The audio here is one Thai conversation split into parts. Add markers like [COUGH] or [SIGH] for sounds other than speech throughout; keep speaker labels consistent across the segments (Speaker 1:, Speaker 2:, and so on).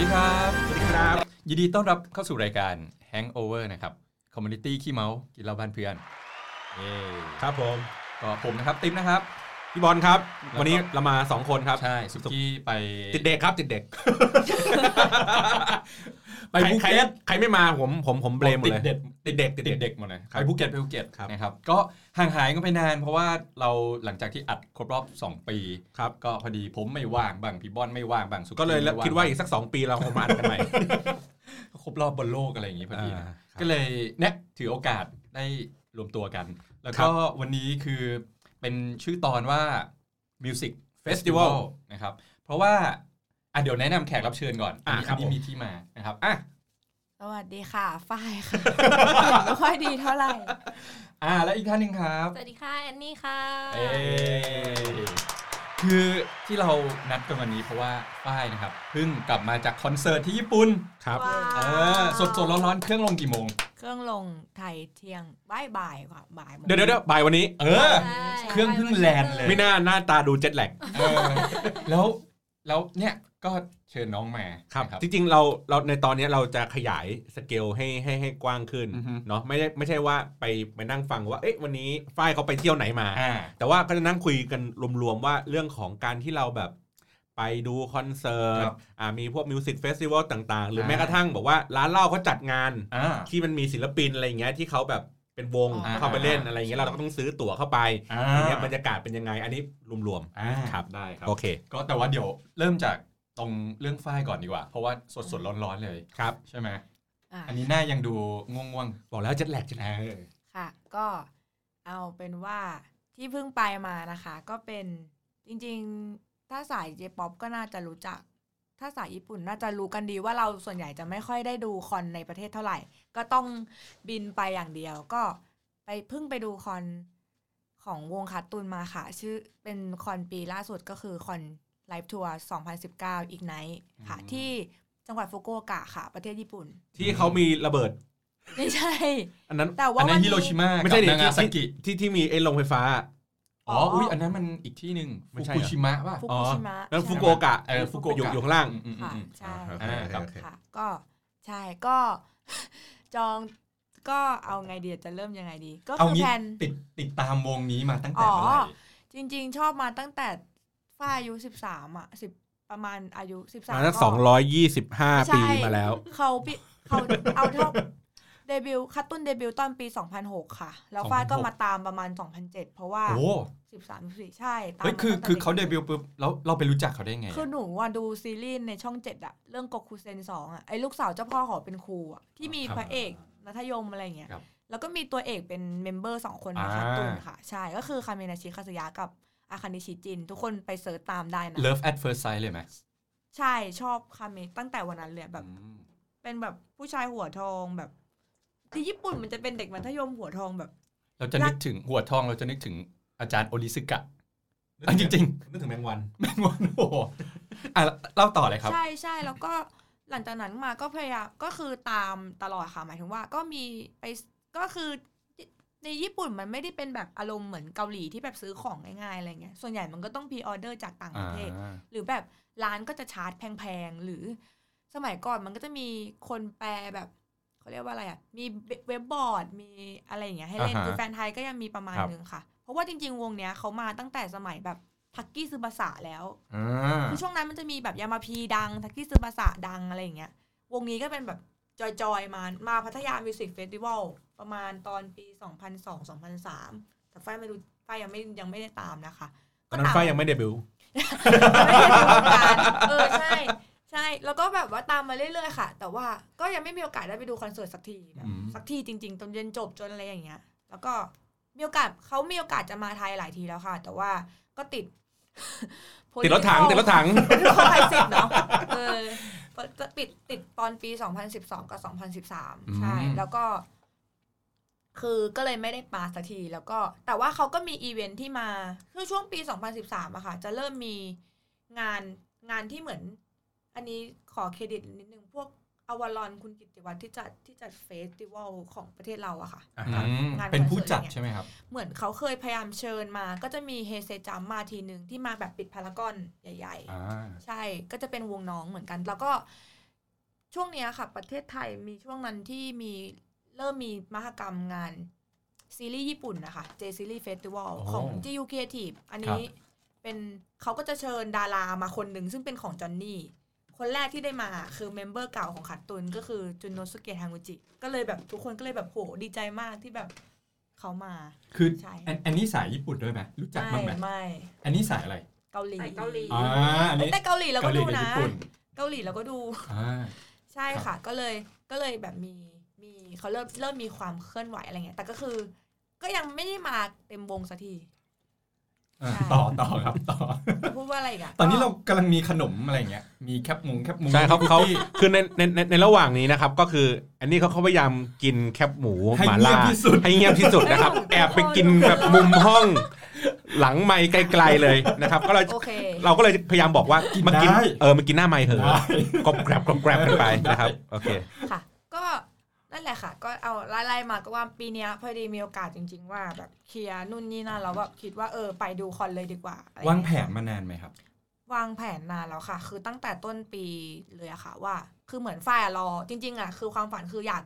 Speaker 1: ดีครับ
Speaker 2: สวัสดีครับ
Speaker 1: ยินดีต้อนรับเข้าสู่รายการ Hangover นะครับคอมมูนิตี้ขี้เมากินเหล้าบ้านเพื่อนเย้
Speaker 2: ครับผม
Speaker 1: ก็ผมนะครับติ๊มนะครับ
Speaker 2: พี่บอลครับ
Speaker 1: แล้วก็
Speaker 2: วันนี้เรามา 2 คนครับ
Speaker 1: ใช่สุกี้ไป
Speaker 2: ติดเด็กครับ ติดเด็ก
Speaker 1: [LAUGHS] ไปภู
Speaker 2: ใคร
Speaker 1: เก็ต
Speaker 2: ใครไม่มาผมผมผมเบลมหมดเลย
Speaker 1: ติดเด็ก
Speaker 2: ติดเด็กติด
Speaker 1: ติด
Speaker 2: เด็ก
Speaker 1: เด็กหมดเลย
Speaker 2: ครับ
Speaker 1: ไปภูเก็ตไปภูเก็ต
Speaker 2: ครับ
Speaker 1: นะครับก็ห่างหายกันไปนาน เพราะว่าเราหลังจากที่อัดครบรอบ 2 ปี
Speaker 2: ครับ
Speaker 1: ก็พอดีผมไม่ว่างบางพี่บอนไม่ว่างบางสุ
Speaker 2: ก็เลย
Speaker 1: ไม่ง
Speaker 2: คิดว่าอีกสัก 2 ปีเราคงมาอัดกันใหม่
Speaker 1: [LAUGHS] ครบรอบบนโลกอะไรอย่างงี้พอดีนะ
Speaker 2: อ่าครับ
Speaker 1: ก็เลยเนี่ยถือโอกาสได้รวมตัวกัน แล้ว
Speaker 2: ครั
Speaker 1: ก็
Speaker 2: บ
Speaker 1: วันนี้คือเป็นชื่อตอนว่า Music
Speaker 2: Festival
Speaker 1: Festival นะครับ เพราะว่าอ่ะเดี๋ยวแนะนำแขกรับเชิญก่อน
Speaker 2: อ่ะ
Speaker 1: นี้
Speaker 2: ครับ
Speaker 1: นี้
Speaker 2: ผม
Speaker 1: มีที่มานะครับอ่ะ
Speaker 3: สวัสดีค่ะ ฝ้ายค่ะ
Speaker 1: [LAUGHS]
Speaker 3: ไม่ค่อยดีเท่าไหร่
Speaker 1: อ่ะแล้วอีกท่านหนึ่งครับ
Speaker 4: สวัสดีค่ะ แอนนี่ค่ะ
Speaker 1: เอ้ยคือที่เรานัดกันวันนี้เพราะว่าป้ายนะครับเพิ่งกลับมาจากคอนเสิร์ตที่ญี่ปุ่น
Speaker 2: ครับ
Speaker 3: ว้าว
Speaker 1: เออสดสดๆร้อนๆเครื่องลงกี่โมง
Speaker 3: เครื่องลงไทยเที่ยงบ่ายบ่ายกว่าบ่ายโมง
Speaker 2: เดี๋ยวเดี๋ยวเดี๋ยวบ่ายวันนี้
Speaker 1: เออ
Speaker 4: ใช่
Speaker 1: เครื่องเพิ่งแลนด์เลย
Speaker 2: ไม่น่าหน้าตาดูเจ็ตแลก
Speaker 1: เออแล้วแล้วเนี่ยก็เชิญน้องมา
Speaker 2: ครับ
Speaker 1: นะ
Speaker 2: จริงๆเราเราในตอนนี้เราจะขยายสเกลให้ให้ให้กว้างขึ้น
Speaker 1: อือฮึ
Speaker 2: เนาะไม่ได้ไม่ใช่ว่าไปไปนั่งฟังว่าเอ๊ะวันนี้ฝ้ายเขาไปเที่ยวไหนมา
Speaker 1: อ่า
Speaker 2: แต่ว่าก็จะนั่งคุยกันรวมๆว่าเรื่องของการที่เราแบบไปดูคอนเสิร์ต
Speaker 1: ครับ
Speaker 2: อ่ามีพวกมิวสิกเฟสติวัลต่างๆ หรืออา แม้กระทั่งบอกว่าร้านเหล้าเขาจัดงาน
Speaker 1: อ่า
Speaker 2: ที่มันมีศิลปินอะไรอย่างเงี้ยที่เขาแบบเป็นวง
Speaker 1: อ๋อ
Speaker 2: เข้าไปเล่น
Speaker 1: อ่า
Speaker 2: อะไรอย่างเงี้ยเราก็ต้องซื้อตั๋วเข้าไป
Speaker 1: อ่า
Speaker 2: อันเนี้ยบรรยากาศเป็นยังไง อันนี้รวม
Speaker 1: อ่า
Speaker 2: ครับ
Speaker 1: ได้ครั
Speaker 2: ๆ
Speaker 1: บ
Speaker 2: โอเค
Speaker 1: ก็แต่ว่าเดี๋ยวเริ่มจากตรงเรื่องฝ้ายก่อนดีกว่า เพราะว่าสดสดๆร้อนๆเลย
Speaker 2: ครับ
Speaker 1: ใช่ไหม
Speaker 3: อ่ะ
Speaker 1: อันนี้หน้ายังดูง่วง
Speaker 2: บอกแล้วเจ็ตแลกเจ็
Speaker 1: ๆ
Speaker 2: ตแล
Speaker 1: เอก อ
Speaker 3: ค่ะ ก็เอาเป็นว่าที่เพิ่งไปมานะคะ ก็เป็นจริงๆ ถ้าสายเจป๊อปก็น่าจะรู้จัก ถ้าสายญี่ปุ่นน่าจะรู้กันดีว่าเราส่วนใหญ่จะไม่ค่อยได้ดูคอนในประเทศเท่าไหร่ ก็ต้องบินไปอย่างเดียว ก็ไปเพิ่งไปดูคอนของวงคาร์ตูนมาค่ะ ชื่อเป็นคอนปีล่าสุดก็คือคอนไลฟ์ทัวร์2019 อีกไนท์ค่ะ ที่จังหวัดฟุกุโอกะค่ะ ประเทศญี่ปุ่น
Speaker 2: ที่เขามีระเบิด
Speaker 3: ไม่ใช่
Speaker 2: อันนั้น
Speaker 3: แต่ว่า
Speaker 1: อันนั้
Speaker 3: วัน น
Speaker 1: ฮิ
Speaker 3: นี้
Speaker 1: โรชิมา
Speaker 2: ไม่
Speaker 1: กั
Speaker 2: ใช่
Speaker 1: บ
Speaker 2: ดิ
Speaker 1: นางาซา
Speaker 2: ที่
Speaker 1: กิ
Speaker 2: ที่ที่ที่มีไอ้โรงไฟฟ้า
Speaker 1: อ๋อ
Speaker 3: อ๋ออุ๊
Speaker 1: อุ้ยอันนั้นมันอีกที่หนึ่ง
Speaker 2: ไม่
Speaker 1: ฟุ
Speaker 2: ใช่
Speaker 1: กุ
Speaker 2: เหรอ
Speaker 1: ชิมะป่ะ
Speaker 3: ฟุ
Speaker 2: อ๋
Speaker 3: กุ
Speaker 2: อ
Speaker 3: ชิมะ
Speaker 2: นั้น
Speaker 3: ใช่
Speaker 2: ฟุกุโอกะ
Speaker 1: เออฟุกุโอกะ
Speaker 2: อยู่อยู่ข้างล่าง
Speaker 1: อืมอืมอื
Speaker 3: ค่ะ
Speaker 1: ม
Speaker 3: ใช่
Speaker 2: อ่า
Speaker 1: อ่าครับ
Speaker 3: ค่ะ ก็ใช่ก็ [LAUGHS] จองก็เอาไงเดียจะเริ่มยังไงดี ก็
Speaker 1: เอา
Speaker 3: คือ
Speaker 1: งี้
Speaker 3: แผน
Speaker 1: ติดติดตามวงนี้มาตั้งแต่เมื่อไห
Speaker 3: อ๋
Speaker 1: ร่
Speaker 3: อ จริง ๆ ชอบมาตั้งแต่ฝ้ายอายุสิบสามอ่ะสิบประมาณอายุสิบสาม
Speaker 2: มาสักสองร้อยยี่สิบห้า
Speaker 3: ใช่
Speaker 2: ปีมาแล้ว
Speaker 3: เขาปิเขาเอาเท่าเดบิวต์คัตตุนเดบิวต์ตอนปี 2006 ค่ะ แล้วฝ้ายก็
Speaker 1: 2006
Speaker 3: มาตามประมาณ 2007 เพราะว่า
Speaker 1: โอ้โห
Speaker 3: 13 14ใช่ตาม
Speaker 1: เฮ้ย
Speaker 3: มา
Speaker 1: คือ
Speaker 3: ตั้งแต่
Speaker 1: คือเขาเด
Speaker 3: ด็ก
Speaker 1: บิวต์ปุ๊บแล้วเราไปรู้จักเขาได้ไงอะ
Speaker 3: คือหนูว่าดูซีรีส์ในช่องเจ็ดอะเรื่องโกคูเซนสองอะไอ้ลูกสาวเจ้าพ่อขอเป็นครูอะที่มีพระเอกนัธยมอะไรอย่างเงี้ย
Speaker 1: ครับ
Speaker 3: แล้วก็มีตัวเอกเป็นเมมเบอร์สองคนใน
Speaker 1: อ่า
Speaker 3: คาร์ตูนค่ะ ใช่ก็คือคาเมนาชิคาสยะกับอาคานิชิจิน ทุกคนไปเสิร์ชตามได้นะ
Speaker 1: Love at First Sight เลยไหม
Speaker 3: ใช่ชอบคาเมตั้งแต่วันนั้นเลยแบบ
Speaker 1: อืม
Speaker 3: เป็นแบบผู้ชายหัวทองแบบ ที่ญี่ปุ่นมันจะเป็นเด็กมัธยมหัวทองแบบ
Speaker 1: เราจะนึ
Speaker 3: รัก
Speaker 1: กถึงหัวทองเราจะนึกถึงอาจารย์โอริสึกะอ่ะจริง
Speaker 2: นึกถึงแมงวัน
Speaker 1: ๆแม่งวันโอ้โหอ่ะเล่าต่อเลยครับ
Speaker 3: ใช่ใช่แล้วก็หลังจากนั้นมาก็พยายามก็คือตามตลอดค่ะ หมายถึงว่าก็มีไปก็คือในญี่ปุ่นมันไม่ได้เป็นแบบอารมณ์เหมือนเกาหลีที่แบบซื้อของง่ายๆอะไรเงี้ยส่วนใหญ่มันก็ต้องพรีออเดอร์จากต่างป
Speaker 1: อ่า
Speaker 3: ระเทศ หรือแบบร้านก็จะชาร์จแพงๆ หรือสมัยก่อนมันก็จะมีคนแปลแบบเขาเรียกว่าอะไรอ่ะ มีเว็บบอร์ดมีอะไรอย่างเงี้ยให้เล่น
Speaker 1: อ่าฮะ
Speaker 3: คือแฟนไทยก็ยังมีประมาณ
Speaker 1: ครับ
Speaker 3: นึงค่ะ เพราะว่าจริง ๆ วงเนี้ยเขามาตั้งแต่สมัยแบบทักกี้ซึบาสะแล้ว
Speaker 1: อ่า
Speaker 3: คือช่วงนั้นมันจะมีแบบยามาพีดัง ทักที่ซึบาสะดังอะไรอย่างเงี้ย วงนี้ก็เป็นแบบจอยๆ มา มาพัทยามิวสิกเฟสติวัลประมาณตอนปี 2002-2003 แต่ไฟไม่รู้ไฟยังไม่ยังไม่ได้ตามนะคะ [LAUGHS]
Speaker 2: ตอนนั้น
Speaker 3: ตาม
Speaker 2: ฝ้ายยังไม่เดบิวต์
Speaker 3: ไม่ได้ทำการเออใช่ ใช่ แล้วก็แบบว่าตามมาเรื่อยๆค่ะ แต่ว่าก็ยังไม่มีโอกาสได้ไปดูคอนเสิร์ตสักทีแบบสักทีจริงๆจนเรียนจบจนอะไรอย่างเงี้ย แล้วก็มีโอกาสเขามีโอกาสจะมาไทยหลายทีแล้วค่ะ แต่ว่าก็ติด [LAUGHS]
Speaker 2: ติดรถถัง ติดรถถัง
Speaker 3: เขาไทยเสร็จเนาะเออจะปิดติดตอนปี 2012 กับ 2013 ใช่ แล้วก็ คือก็เลยไม่ได้มาสักที แล้วก็ แต่ว่าเขาก็มีอีเวนท์ที่มา คือช่วงปี 2013อะค่ะ จะเริ่มมีงานงานที่เหมือน อันนี้ขอเครดิตนิดนึง พวกอวารอนคุณกิตติวัฒน์ที่จัดที่จัดเฟสติวัลของประเทศเราอะค่ะ
Speaker 1: อืม
Speaker 3: งาน
Speaker 1: เป็นผู้
Speaker 3: คอนเสิ
Speaker 1: จั
Speaker 3: ร์
Speaker 1: ด
Speaker 3: ตเนี่ย
Speaker 1: ใช่ไหมครับ
Speaker 3: เหมือนเขาเคยพยายามเชิญมา ก็จะมีเฮเซจัมมาทีหนึ่งที่มาแบบปิดพารากอนใหญ่ ๆ
Speaker 1: อ่า
Speaker 3: ใช่ ก็จะเป็นวงน้องเหมือนกัน แล้วก็ ช่วงเนี้ยค่ะ ประเทศไทยมีช่วงนั้นที่มีเริ่มมีมหกรรมงาน ซีรีส์ญี่ปุ่นนะคะ J Series Festival
Speaker 1: โอ้
Speaker 3: ของ GU Creative อัน
Speaker 1: ครั
Speaker 3: นี้
Speaker 1: บ
Speaker 3: เป็นเขาก็จะเชิญดารามาคนหนึ่งซึ่งเป็นของจอนนี่ คนแรกที่ได้มาคือเมมเบอร์เก่าของขัดตุนก็คือจุนโนสุเกะทางูจิ ก็เลยแบบทุกคนก็เลยแบบโหดีใจมากที่แบบเขามา
Speaker 1: คือ
Speaker 3: ใช่
Speaker 1: อันอันนี้สายญี่ปุ่นด้วยไหมรู้จักบ้างไหม
Speaker 3: ไม่ไม่
Speaker 1: อันนี้สายอะไร
Speaker 3: เกาหลี
Speaker 4: ไปเกาหลี
Speaker 1: อ่าอันนี้
Speaker 3: แต่เกาหลีเรา
Speaker 1: เกา
Speaker 3: ก็
Speaker 1: หลี
Speaker 3: ดู
Speaker 1: กับ
Speaker 3: นะ
Speaker 1: ญี่ปุ่น
Speaker 3: เกาหลีเราก็ดู
Speaker 1: อ่า
Speaker 3: ใช่
Speaker 1: ครั
Speaker 3: ค่ะ
Speaker 1: บ
Speaker 3: ก็เลยก็เลยแบบมีมีเขาเริ่มเริ่มมีความเคลื่อนไหวอะไรเงี้ยแต่ก็คือ ก็ยังไม่ได้มาเต็มวงสักที
Speaker 1: อ่า
Speaker 3: ใช่
Speaker 1: ต่อต่อครับต่อ
Speaker 3: จะพูดว่าอะไรอีกอะ
Speaker 1: ตอนนี้เรากำลังมีคุกกี้ขนมอะไรเงี้ย มีแคบหมูแคบหมู
Speaker 2: ใช่เขาเขาคือในในในในระหว่างนี้นะครับก็คือ อันนี้เขาเขาพยายามกินแคบหมู
Speaker 1: ให้
Speaker 2: หมา
Speaker 1: เงี
Speaker 2: ล่าย
Speaker 1: บที่สุด
Speaker 2: ให้เงียบที่สุดนะครับ
Speaker 1: [LAUGHS]
Speaker 2: แอบไปกินแบบมุมห้อง หลังไมค์ไกลๆเลยนะครับ ก็เรา
Speaker 3: โอเค
Speaker 2: เราก็เลยพยายามบอกว่า
Speaker 1: กิน
Speaker 2: มากิน
Speaker 1: ได้
Speaker 2: เออมากินหน้าไมค์เถ
Speaker 1: ได้
Speaker 2: อะกรอบแกรบกรอบแกรบกันไปนะครับโอเค
Speaker 3: ค่ะ ก็นั่นแหละค่ะ ก็เอาไล่ๆมาก็ว่าปีเนี้ยพอดีมีโอกาสจริง ๆ ว่าแบบเคลียร์นู่นนี่นั่นเราแบบคิดว่าเออไปดูคอนเลยดีกว่าอะไรเยว
Speaker 1: างแผนมานานไหมครับ
Speaker 3: วางแผนนานแล้วค่ะ คือตั้งแต่ต้นปีเลยอะค่ะว่า คือเหมือนฝ้ายอะรอ จริง ๆอะคือความฝันคืออยาก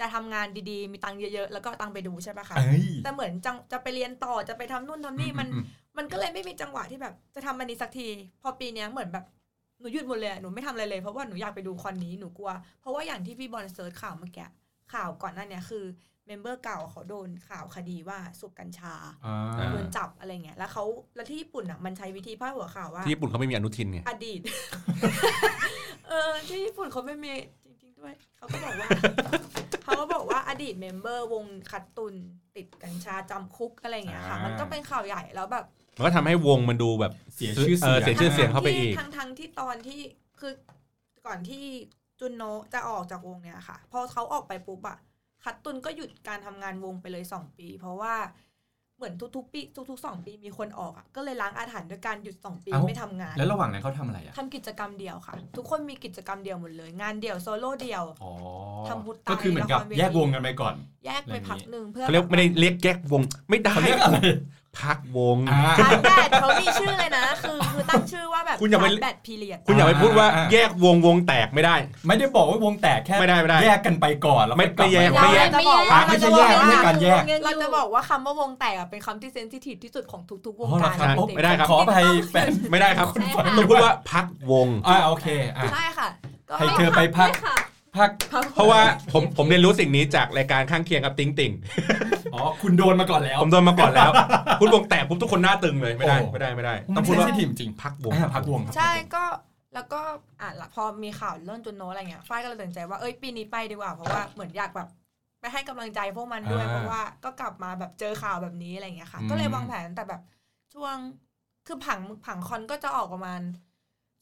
Speaker 3: จะทำงานดีๆ มีตังค์เยอะๆ แล้วก็เอาตังค์ไปดูใช่ไหมคะ
Speaker 1: เอ้ย
Speaker 3: แต่เหมือนจังจะไปเรียนต่อจะไปทำนู่นทำนี่มัน
Speaker 1: อืม
Speaker 3: มันก็เลยไม่มีจังหวะที่แบบ จะทำอันนี้สักที พอปีเนี้ยเหมือนแบบหนูหยุดหมดเลยอะหนูไม่ทำอะไรเลยเพราะว่าหนูอยากไปดูคอนนี้หนูกลัว เพราะว่าอย่างที่พี่บอลเซิร์ชข่าวเมื่อกี้ข่าวก่อนหน้าเนี้ยคือเมมเบอร์เก่าเขาโดนข่าวคดีว่าสูบกัญชา
Speaker 1: อืม
Speaker 2: อ่า
Speaker 1: อ่า
Speaker 3: โดนจับอะไรเงี้ยแล้วเขาแล้วที่ญี่ปุ่นอ่ะมันใช้วิธีพาดหัวข่าวว่า
Speaker 2: ที่ญี่ปุ่นเขาไม่มีอนุทินไง
Speaker 3: อดีต [LAUGHS] เออที่ญี่ปุ่นเขาไม่มีจริงๆด้วย เขาก็
Speaker 1: [LAUGHS]
Speaker 3: บอกว่า เขาก็บอกว่าอดีตเมมเบอร์วงคัตตุนติดกัญชาจำคุกอะไรอย่างเงี้ยค่ะ
Speaker 1: อ่ามั
Speaker 3: มันก็เป็นข่าวใหญ่แล้วแบบ
Speaker 2: มันก็ทำให้วงมันดูแบบ
Speaker 1: เสียชื่อเสียง
Speaker 2: เสียชื่อเสียงเข้าไปอีก
Speaker 3: ทั้งๆที่ทั้งๆที่ตอนที่คือก่อนที่จุนโนะจะออกจากวงเนี่ยค่ะ พอเขาออกไปปุ๊บอะคัตตุนก็หยุดการทำงานวงไปเลยสองปี เพราะว่าเหมือนทุกๆปีทุกๆสองปีมีคนออกอะก็เลยล้างอาถรรพ์ด้วยการหยุดสองปี
Speaker 1: เอ้า
Speaker 3: ไม่ทำงาน
Speaker 1: แล้วระหว่างนั้นเขาทำอะไรอ่ะ
Speaker 3: ทำกิจกรรมเดียวค่ะ ทุกคนมีกิจกรรมเดียวหมดเลย งานเดี่ยวโซโล่เดี่ยว
Speaker 1: อ๋อ
Speaker 3: ทำบุตรตาย
Speaker 1: ก็คือเหมือนกับแยกวงกันไปก่อน
Speaker 3: แยกไปพักหนึ่งเพื่อ
Speaker 2: เขาเรียกไม่ได้เรียกแยกวง ไม่ได้
Speaker 1: เขาเรียกอะไร
Speaker 2: พักวง
Speaker 1: อ่า
Speaker 3: ชาร์จแบตเขามีชื่อเลยนะ คือคือตั้งชื่อว่าแบบ
Speaker 2: คุณอย่าไป
Speaker 3: ชร์จแบตพีเรียด
Speaker 2: คุณอย่าไปพูดว่า
Speaker 1: อ่า
Speaker 2: แยกวงวงแตกไม่ได้
Speaker 1: ไม่ได้บอกว่าวงแตกแค่
Speaker 2: ไม่ได้ไม่ได้
Speaker 1: แยกกันไปก่อนแล้วค่อกลับ
Speaker 2: ไม่ไม่แยก
Speaker 1: า
Speaker 4: ไม่แยก
Speaker 3: เราจะบอกว่า
Speaker 1: ไม่ใช่แยกไม่ใช่การแยก
Speaker 3: เราจะบอกว่าคำว่าวงแตกอะเป็นคำที่เซนซิทีฟที่สุดของทุกๆวง
Speaker 1: อ๋อเหรอ
Speaker 3: การ
Speaker 1: ครับ
Speaker 3: จริงๆ
Speaker 2: ไม่ได้ครับ
Speaker 1: ขออภัยแฟน
Speaker 2: ไม่ได้ครับ
Speaker 4: ใช่ค่ะ
Speaker 2: ต้องพูดว่าพักวง
Speaker 1: อ่าโอเคอ่ะ
Speaker 3: ใช่ค่ะ ก็
Speaker 1: ให้เธอไปพัก
Speaker 4: ม่ค่ะ
Speaker 1: พัก
Speaker 2: เพราะว่าผมผมเรียนรู้สิ่งนี้จากรายการข้างเคียงกับติงติง
Speaker 1: อ๋อคุณโดนมาก่อนแล้ว
Speaker 2: ผมโดนมาก่อน
Speaker 1: [LAUGHS]
Speaker 2: แล้ว พูดวงแตกปุ๊บทุกคนหน้าตึงเลยไม่ได้
Speaker 1: โอ้
Speaker 2: ไม่ได้ไม่ได้
Speaker 1: ต้
Speaker 2: ต้
Speaker 1: อ
Speaker 2: อง ง
Speaker 1: พู
Speaker 2: พู
Speaker 1: ด
Speaker 2: ด
Speaker 1: ว่า
Speaker 2: ว่า
Speaker 1: ทีมจริง
Speaker 2: พักวง
Speaker 1: อ่าพักวงครับ
Speaker 3: ใช่ก็แล้วก็อ่ะละพอมีข่าวเรื่องจุนโนอะไรเงี้ยฝ้ายก็เลยตัดสินใจว่าเอ้ยปีนี้ไปดีกว่า เพราะว่าเหมือนอยากแบบไปให้กำลังใจพวกมันด้วย
Speaker 1: อ่า
Speaker 3: เพราะว่าก็กลับมาแบบเจอข่าวแบบนี้อะไรเงี้ยค่ะ
Speaker 1: อืม
Speaker 3: ก็เลยวางแผนแต่แบบช่วงคือผังผังคอนก็จะออกประมาณ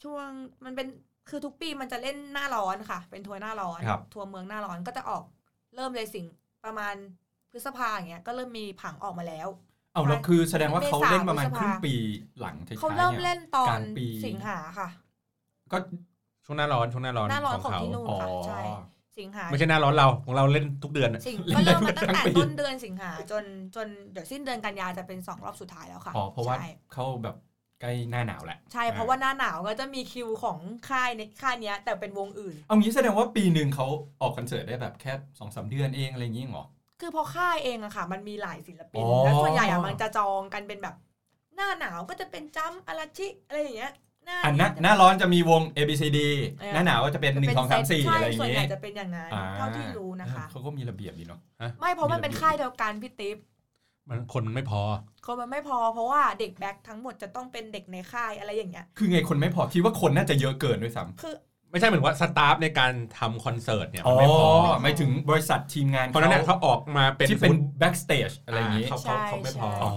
Speaker 3: ช่วงมันเป็นคือทุกปีมันจะเล่นหน้าร้อนค่ะ เป็นทัวร์หน้าร้อน
Speaker 1: ครับ
Speaker 3: ทัวร์เมืองหน้าร้อนก็จะออกเริ่มเลยสิงประมาณพฤษภาอย่างเงี้ยก็เริ่มมีผังออกมาแล้ว
Speaker 1: เอาแล้วคือแสดงว่า
Speaker 3: เมษา
Speaker 1: เขาเล่นประมาณ
Speaker 3: พฤษภา
Speaker 1: ครึ่งปีหลังท้ายๆ
Speaker 3: เขาเริ่ม
Speaker 1: นี่ย
Speaker 3: เล่นตอก น
Speaker 1: ลางปี
Speaker 3: สิงหาค่ะ
Speaker 1: ก็
Speaker 2: ช่วงหน้าร้อนช่วงหน้าร้อน
Speaker 3: หน้าร้อน
Speaker 2: ข
Speaker 3: ข
Speaker 2: อ
Speaker 3: องง
Speaker 2: เขา
Speaker 3: ที่นู่นค่ะ
Speaker 1: อ๋อ
Speaker 3: ใช่สิงหา
Speaker 2: ไม่ใช่หน้าร้อนเราของเราเล่นทุกเดือนอะ
Speaker 3: สิง
Speaker 1: เล่
Speaker 3: ก็
Speaker 1: นได้
Speaker 3: เริ่มมาตั้งแต่
Speaker 1: ทั้งปี
Speaker 3: ต้นเดือนสิงหาจนจนเดี๋ยวสิ้นเดือนกันยาจะเป็นสองรอบสุดท้ายแล้วค่ะ
Speaker 1: อ๋อเพราะว่า
Speaker 3: ใช่
Speaker 1: เขาแบบใกล้หน้าหนาวแหละ
Speaker 3: ใช่เพราะว่าหน้าหนาวก็จะมีคิวของค่ายในค่ายเนี้ย แต่เป็นวงอื่น
Speaker 1: เอางี้แสดงว่าปีหนึ่งเขาออกคอนเสิร์ตได้แบบแค่สองสามเดือนเองอะไรอย่างงี้เหรอ
Speaker 3: คือพอค่ายเองอะค่ะ มันมีหลายศิลปิน
Speaker 1: อ๋อ
Speaker 3: แล้วส่วนใหญ่อะมันจะจองกันเป็นแบบ หน้าหนาวก็จะเป็นจัมอาราชิอะไรอย่างเงี้ยหน้า
Speaker 1: อันหน้า
Speaker 3: จะ
Speaker 1: หน้าร้อนจะมีวง A B C D
Speaker 3: เออ
Speaker 1: หน้าหนาวก็จะเป็น
Speaker 3: จะ
Speaker 1: หนึ่
Speaker 3: เป็
Speaker 1: งสองสามสี่
Speaker 3: เซตใช่
Speaker 1: อะไรอย่าง
Speaker 3: ส่วน
Speaker 1: งี้
Speaker 3: ใหญ่จะเป็นอย่างนั้น
Speaker 1: อ่
Speaker 3: เท่าที่รู้นะคะ
Speaker 1: เขาก็มีระเบียบดีเนาะ
Speaker 3: ไม่เพราะมันเป็น
Speaker 1: มีระเบียบ
Speaker 3: ค่ายเดียวกันพี่ติ๊บ
Speaker 2: มันคนมันไม่พอ
Speaker 3: คนมันไม่พอเพราะว่าเด็กแบ็คทั้งหมดจะต้องเป็นเด็กในค่ายอะไรอย่างเงี้ย
Speaker 1: คือไงคนไม่พอคิดว่าคนน่าจะเยอะเกินด้วยซ้
Speaker 3: คือ
Speaker 2: ไม่ใช่เหมือนว่าสตาฟในการทำคอนเสิร์ตเนี่ย
Speaker 1: ำ
Speaker 2: มันไม่พอ
Speaker 1: หมายถึงบริษัททีมงาน
Speaker 2: เพราะฉะนั้นเนี่ยเขาออกมาเป็น
Speaker 1: ที่เป็น
Speaker 2: ฟุต
Speaker 1: แบ็กสเตจอะไรอย่างงี้
Speaker 2: เขาเขาเขาไม่พอ
Speaker 1: อ๋อ